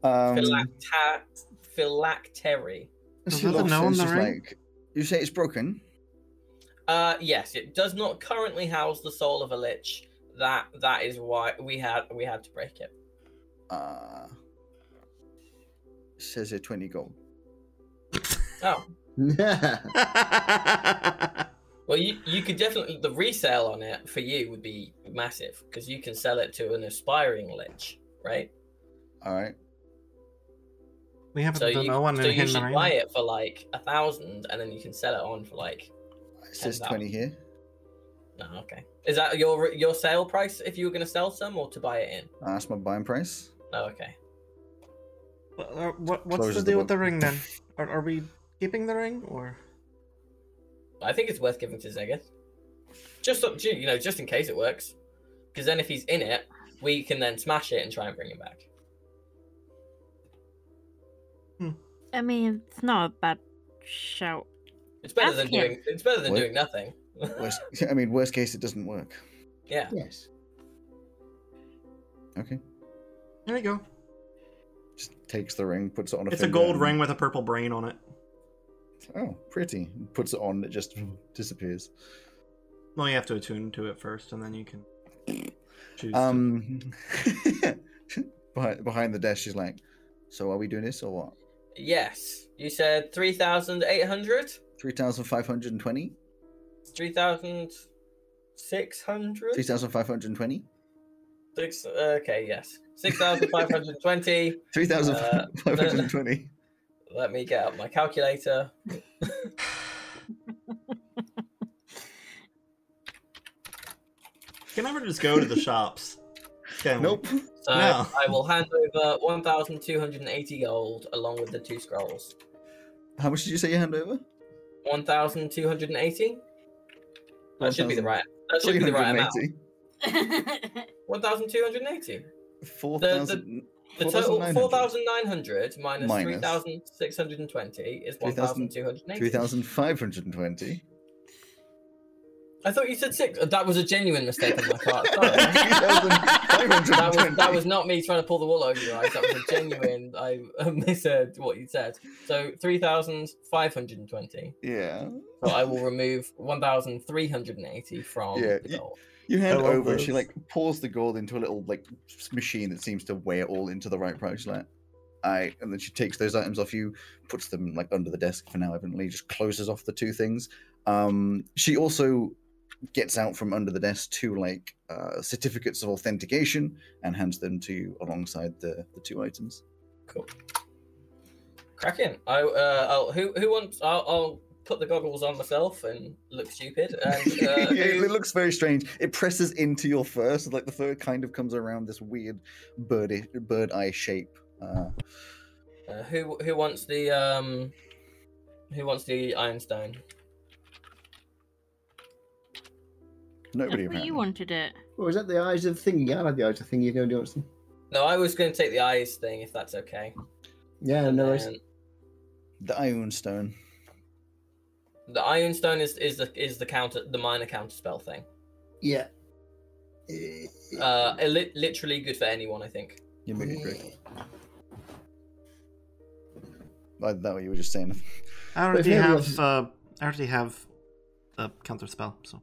Speaker 1: Um,
Speaker 2: phylacta, phylactery.
Speaker 6: Is
Speaker 1: she
Speaker 6: that a
Speaker 1: looks
Speaker 6: no
Speaker 1: and
Speaker 6: on the
Speaker 1: she's
Speaker 6: ring?
Speaker 1: like, you say it's broken.
Speaker 2: Uh, yes, it does not currently house the soul of a lich. That that is why we had we had to break it.
Speaker 1: Uh, says it twenty gold.
Speaker 2: Oh
Speaker 4: Nah.
Speaker 2: well, you you could definitely the resale on it for you would be massive because you can sell it to an aspiring lich, right?
Speaker 1: All right.
Speaker 6: We haven't
Speaker 2: So
Speaker 6: done
Speaker 2: you,
Speaker 6: no one
Speaker 2: so
Speaker 6: in
Speaker 2: you
Speaker 6: Hidden
Speaker 2: should
Speaker 6: Arena.
Speaker 2: buy it for like a thousand, and then you can sell it on for like.
Speaker 1: It says
Speaker 2: Ten
Speaker 1: twenty here.
Speaker 2: No, okay. Is that your your sale price if you were going to sell some or to buy it in?
Speaker 1: Uh, that's my buying price.
Speaker 2: Oh, okay.
Speaker 6: Uh, what, what's the
Speaker 1: Closes the
Speaker 6: deal with the
Speaker 1: book.
Speaker 6: ring then? Are, are we keeping the ring or?
Speaker 2: I think it's worth giving to Zegith. Just up, you know, just in case it works. Because then if he's in it, we can then smash it and try and bring him back.
Speaker 5: I mean, it's not a bad shout.
Speaker 2: It's better
Speaker 5: Ask
Speaker 2: than
Speaker 5: him.
Speaker 2: doing. It's better than
Speaker 1: What?
Speaker 2: doing nothing.
Speaker 1: Worst, I mean, worst case, it doesn't work.
Speaker 2: yeah.
Speaker 4: yes.
Speaker 1: Okay.
Speaker 6: There you go.
Speaker 1: Just takes the ring, puts it on a.
Speaker 6: It's a
Speaker 1: finger
Speaker 6: gold
Speaker 1: and-
Speaker 6: ring with a purple brain on it.
Speaker 1: Oh, pretty. Puts it on. It just disappears.
Speaker 6: Well, you have to attune to it first, and then you can choose. to-
Speaker 1: Um, behind, behind the desk, she's like, "So are we doing this or what?
Speaker 2: Yes. You said three thousand eight hundred.
Speaker 1: Three thousand five hundred and twenty?
Speaker 2: Three thousand six hundred.
Speaker 1: Three thousand five hundred and twenty?
Speaker 2: Six. Okay. Yes. Six thousand five hundred twenty.
Speaker 1: Three thousand
Speaker 2: Uh,
Speaker 1: five hundred and twenty?
Speaker 2: Let me get up my calculator.
Speaker 6: Can I ever just go to the shops? Can we?
Speaker 1: Nope.
Speaker 2: So
Speaker 6: No.
Speaker 2: I will hand over 1,280 gold along with the two scrolls.
Speaker 1: How much did you say you hand over?
Speaker 2: 1,280? That should be the right. That should be the right amount.
Speaker 1: 380.
Speaker 2: 1,280.
Speaker 1: 4,000.
Speaker 2: The total
Speaker 1: 4,900.
Speaker 2: 4,900 minus,
Speaker 1: Minus.
Speaker 2: 3,620 is
Speaker 1: 3,000
Speaker 2: 1,280.
Speaker 1: 3,520.
Speaker 2: I thought you said six. Uh, That was a genuine mistake on my part. Sorry.
Speaker 1: 3,520.
Speaker 2: That was, that was not me trying to pull the wool over your eyes. That was a genuine. I uh, misheard what you said. So three thousand five hundred and twenty.
Speaker 1: Yeah.
Speaker 2: So I will remove one thousand three hundred and eighty from
Speaker 1: Yeah,
Speaker 2: the
Speaker 1: you-
Speaker 2: gold.
Speaker 1: You hand it
Speaker 6: love
Speaker 1: over, and she
Speaker 6: those.
Speaker 1: like pours the gold into a little like s- machine that seems to weigh it all into the right price. Like, I and then she takes those items off you, puts them like under the desk for now. Evidently, just closes off the two things. Um, she also gets out from under the desk two like uh, certificates of authentication and hands them to you alongside the the two items.
Speaker 2: Cool. Cracking. I uh, I'll, who who wants? I'll, I'll put the goggles on myself and look stupid. And uh,
Speaker 1: Yeah,
Speaker 2: who-
Speaker 1: it looks very strange. It presses into your fur, so like the fur kind of comes around this weird birdy bird eye shape. Uh,
Speaker 2: uh, who who wants the um who wants the ironstone?
Speaker 1: nobody.
Speaker 5: That's what
Speaker 1: apparently.
Speaker 5: you wanted it.
Speaker 4: Or is that the eyes of the thingy? I like the eyes of the thingy. Don't do it.
Speaker 2: No, I was going to take the eyes thing if that's okay.
Speaker 4: Yeah, no worries.
Speaker 2: And
Speaker 1: The Iron Stone.
Speaker 2: The Ironstone is is the is the counter the minor counter spell thing.
Speaker 4: Yeah.
Speaker 2: Uh, li- literally good for anyone, I think.
Speaker 1: You made it
Speaker 4: Eh,
Speaker 1: correct. Like that way you were just saying.
Speaker 6: I already
Speaker 4: But if
Speaker 6: have.
Speaker 4: everyone's-
Speaker 6: Uh, I already have a counter spell. So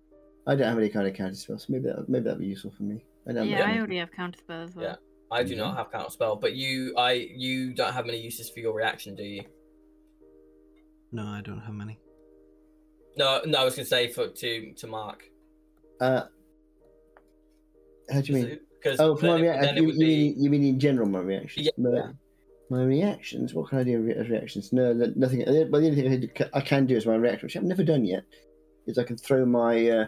Speaker 4: I don't have any kind of counter spells. Maybe that maybe that'd be useful for me. I don't.
Speaker 5: yeah,
Speaker 4: have
Speaker 5: I
Speaker 4: any-
Speaker 5: already have counterspell as well.
Speaker 2: Yeah. I
Speaker 4: Mm-hmm.
Speaker 2: do not have counter spell, but you I you don't have many uses for your reaction, do you?
Speaker 6: no, I don't have many.
Speaker 2: No, no. I was gonna say for to to Mark.
Speaker 4: Uh, how do you mean?
Speaker 2: Because
Speaker 4: Oh, for my
Speaker 2: then, it- then
Speaker 4: reaction.
Speaker 2: it
Speaker 4: You,
Speaker 2: would
Speaker 4: you mean
Speaker 2: be
Speaker 4: you mean in general my reactions?
Speaker 2: Yeah.
Speaker 4: My, my reactions. What can I do re- as reactions? No, no- nothing. Well, the only thing I, do, I can do is my reaction, which I've never done yet, is I can throw my uh,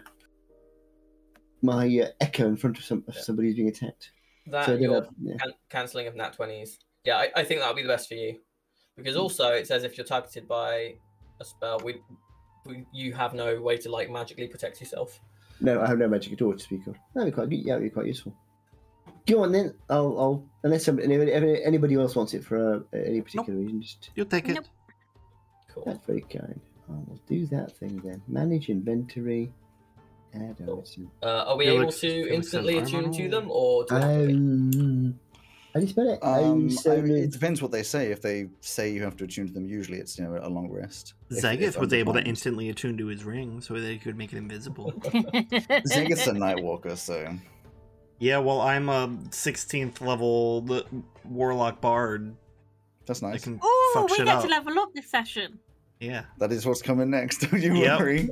Speaker 4: my uh, echo in front of some of somebody who's being attacked.
Speaker 2: that
Speaker 4: so I don't
Speaker 2: your
Speaker 4: have, yeah.
Speaker 2: can- cancelling of nat twenties. Yeah, I, I think that'll be the best for you, because
Speaker 6: Hmm.
Speaker 2: also it says if you're targeted by a spell, we, we you have no way to like magically protect yourself.
Speaker 4: No, I have no magic at all to speak of. That'd be quite good. Yeah, that'd be quite useful. Go on then. I'll, I'll unless somebody, anybody, anybody else wants it for uh, any particular reason, just
Speaker 6: You'll take it.
Speaker 5: Nope.
Speaker 2: Cool.
Speaker 4: that's very kind. I will do that thing then. Manage inventory. Add
Speaker 6: Oh,
Speaker 4: item.
Speaker 2: Uh, are we
Speaker 6: Yeah,
Speaker 2: able
Speaker 6: like- yeah,
Speaker 2: to
Speaker 6: like
Speaker 2: instantly attune
Speaker 6: self-harm and
Speaker 2: to
Speaker 6: all.
Speaker 2: them, or do we have to wait?
Speaker 4: Um, how do you spell it?
Speaker 1: Um, I mean, it
Speaker 4: Isolated.
Speaker 1: depends what they say. If they say you have to attune to them, usually it's you know a long rest. If- if
Speaker 6: Zagith was able to
Speaker 1: undefined.
Speaker 6: instantly attune to his ring so that he could make it invisible.
Speaker 1: Zagith's a Nightwalker, so
Speaker 6: yeah, well, I'm a 16th level l- warlock bard.
Speaker 1: that's
Speaker 6: I
Speaker 1: nice.
Speaker 6: can
Speaker 5: Oh,
Speaker 6: fuck
Speaker 5: we
Speaker 6: shit
Speaker 5: get
Speaker 6: up.
Speaker 5: to level up this session.
Speaker 6: Yeah.
Speaker 1: That is what's coming next. Don't you
Speaker 6: Yep.
Speaker 1: worry.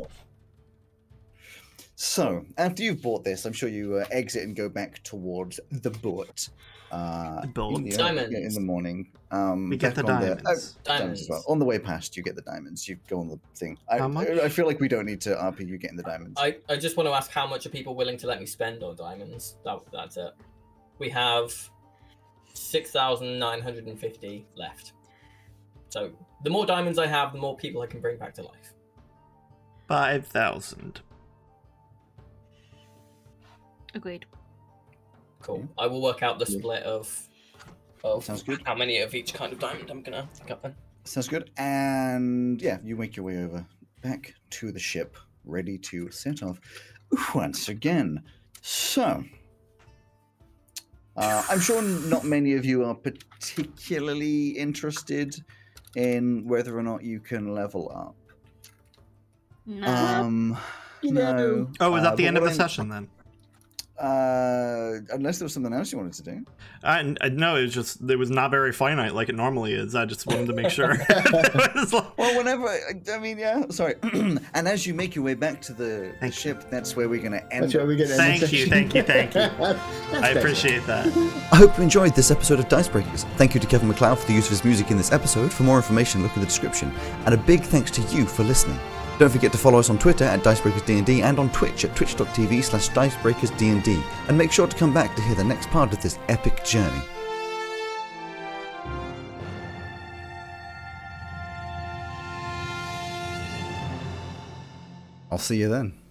Speaker 1: So after you've bought this, I'm sure you uh, exit and go back towards the boat. Uh,
Speaker 6: The boat.
Speaker 1: in the- yeah, in
Speaker 2: Diamonds.
Speaker 1: the morning. Um,
Speaker 6: We get the
Speaker 1: back on uh,
Speaker 6: diamonds.
Speaker 1: diamonds as well. On the way past, you get the diamonds. You go on the thing. I,
Speaker 6: How much?
Speaker 1: I feel like we don't need to RP you getting the diamonds.
Speaker 2: I, I just want to ask how much are people willing to let me spend on diamonds? That, that's it. We have 6,950 left. So the more diamonds I have, the more people I can bring back to life.
Speaker 6: 5,000.
Speaker 5: Agreed.
Speaker 2: Cool. I will work out the
Speaker 1: Yeah.
Speaker 2: split of of
Speaker 1: Sounds good.
Speaker 2: how many of each kind of diamond I'm going to pick up then.
Speaker 1: Sounds good. And yeah, you make your way over back to the ship, ready to set off once again. So, uh, I'm sure not many of you are particularly interested in whether or not you can level up.
Speaker 5: No.
Speaker 1: Um,
Speaker 4: You
Speaker 1: no.
Speaker 4: know.
Speaker 6: Oh, is
Speaker 1: Uh,
Speaker 6: that the
Speaker 1: but
Speaker 6: end of the
Speaker 1: what I'm-
Speaker 6: session then?
Speaker 1: Uh, unless there was something else you wanted to do.
Speaker 6: I, I no, it was just it was not very finite like it normally is. I just wanted to make sure. It was like-
Speaker 1: Well, whenever. I- I mean, yeah. Sorry. and as you make your way back to the, the
Speaker 6: Thank you.
Speaker 1: ship, that's where we're going to end.
Speaker 4: That's where
Speaker 1: up.
Speaker 4: we get end the
Speaker 6: Thank you,
Speaker 4: session.
Speaker 6: thank you, thank you.
Speaker 4: That's
Speaker 6: I
Speaker 4: better.
Speaker 6: appreciate that.
Speaker 7: I hope you enjoyed this episode of Dice Breakers. Thank you to Kevin McLeod for the use of his music in this episode. For more information, look in the description. And a big thanks to you for listening.
Speaker 1: Don't forget to follow us on Twitter at DicebreakersDnd and on Twitch at twitch.tv slash DicebreakersDnd. And make sure to come back to hear the next part of this epic journey.
Speaker 8: I'll see you then.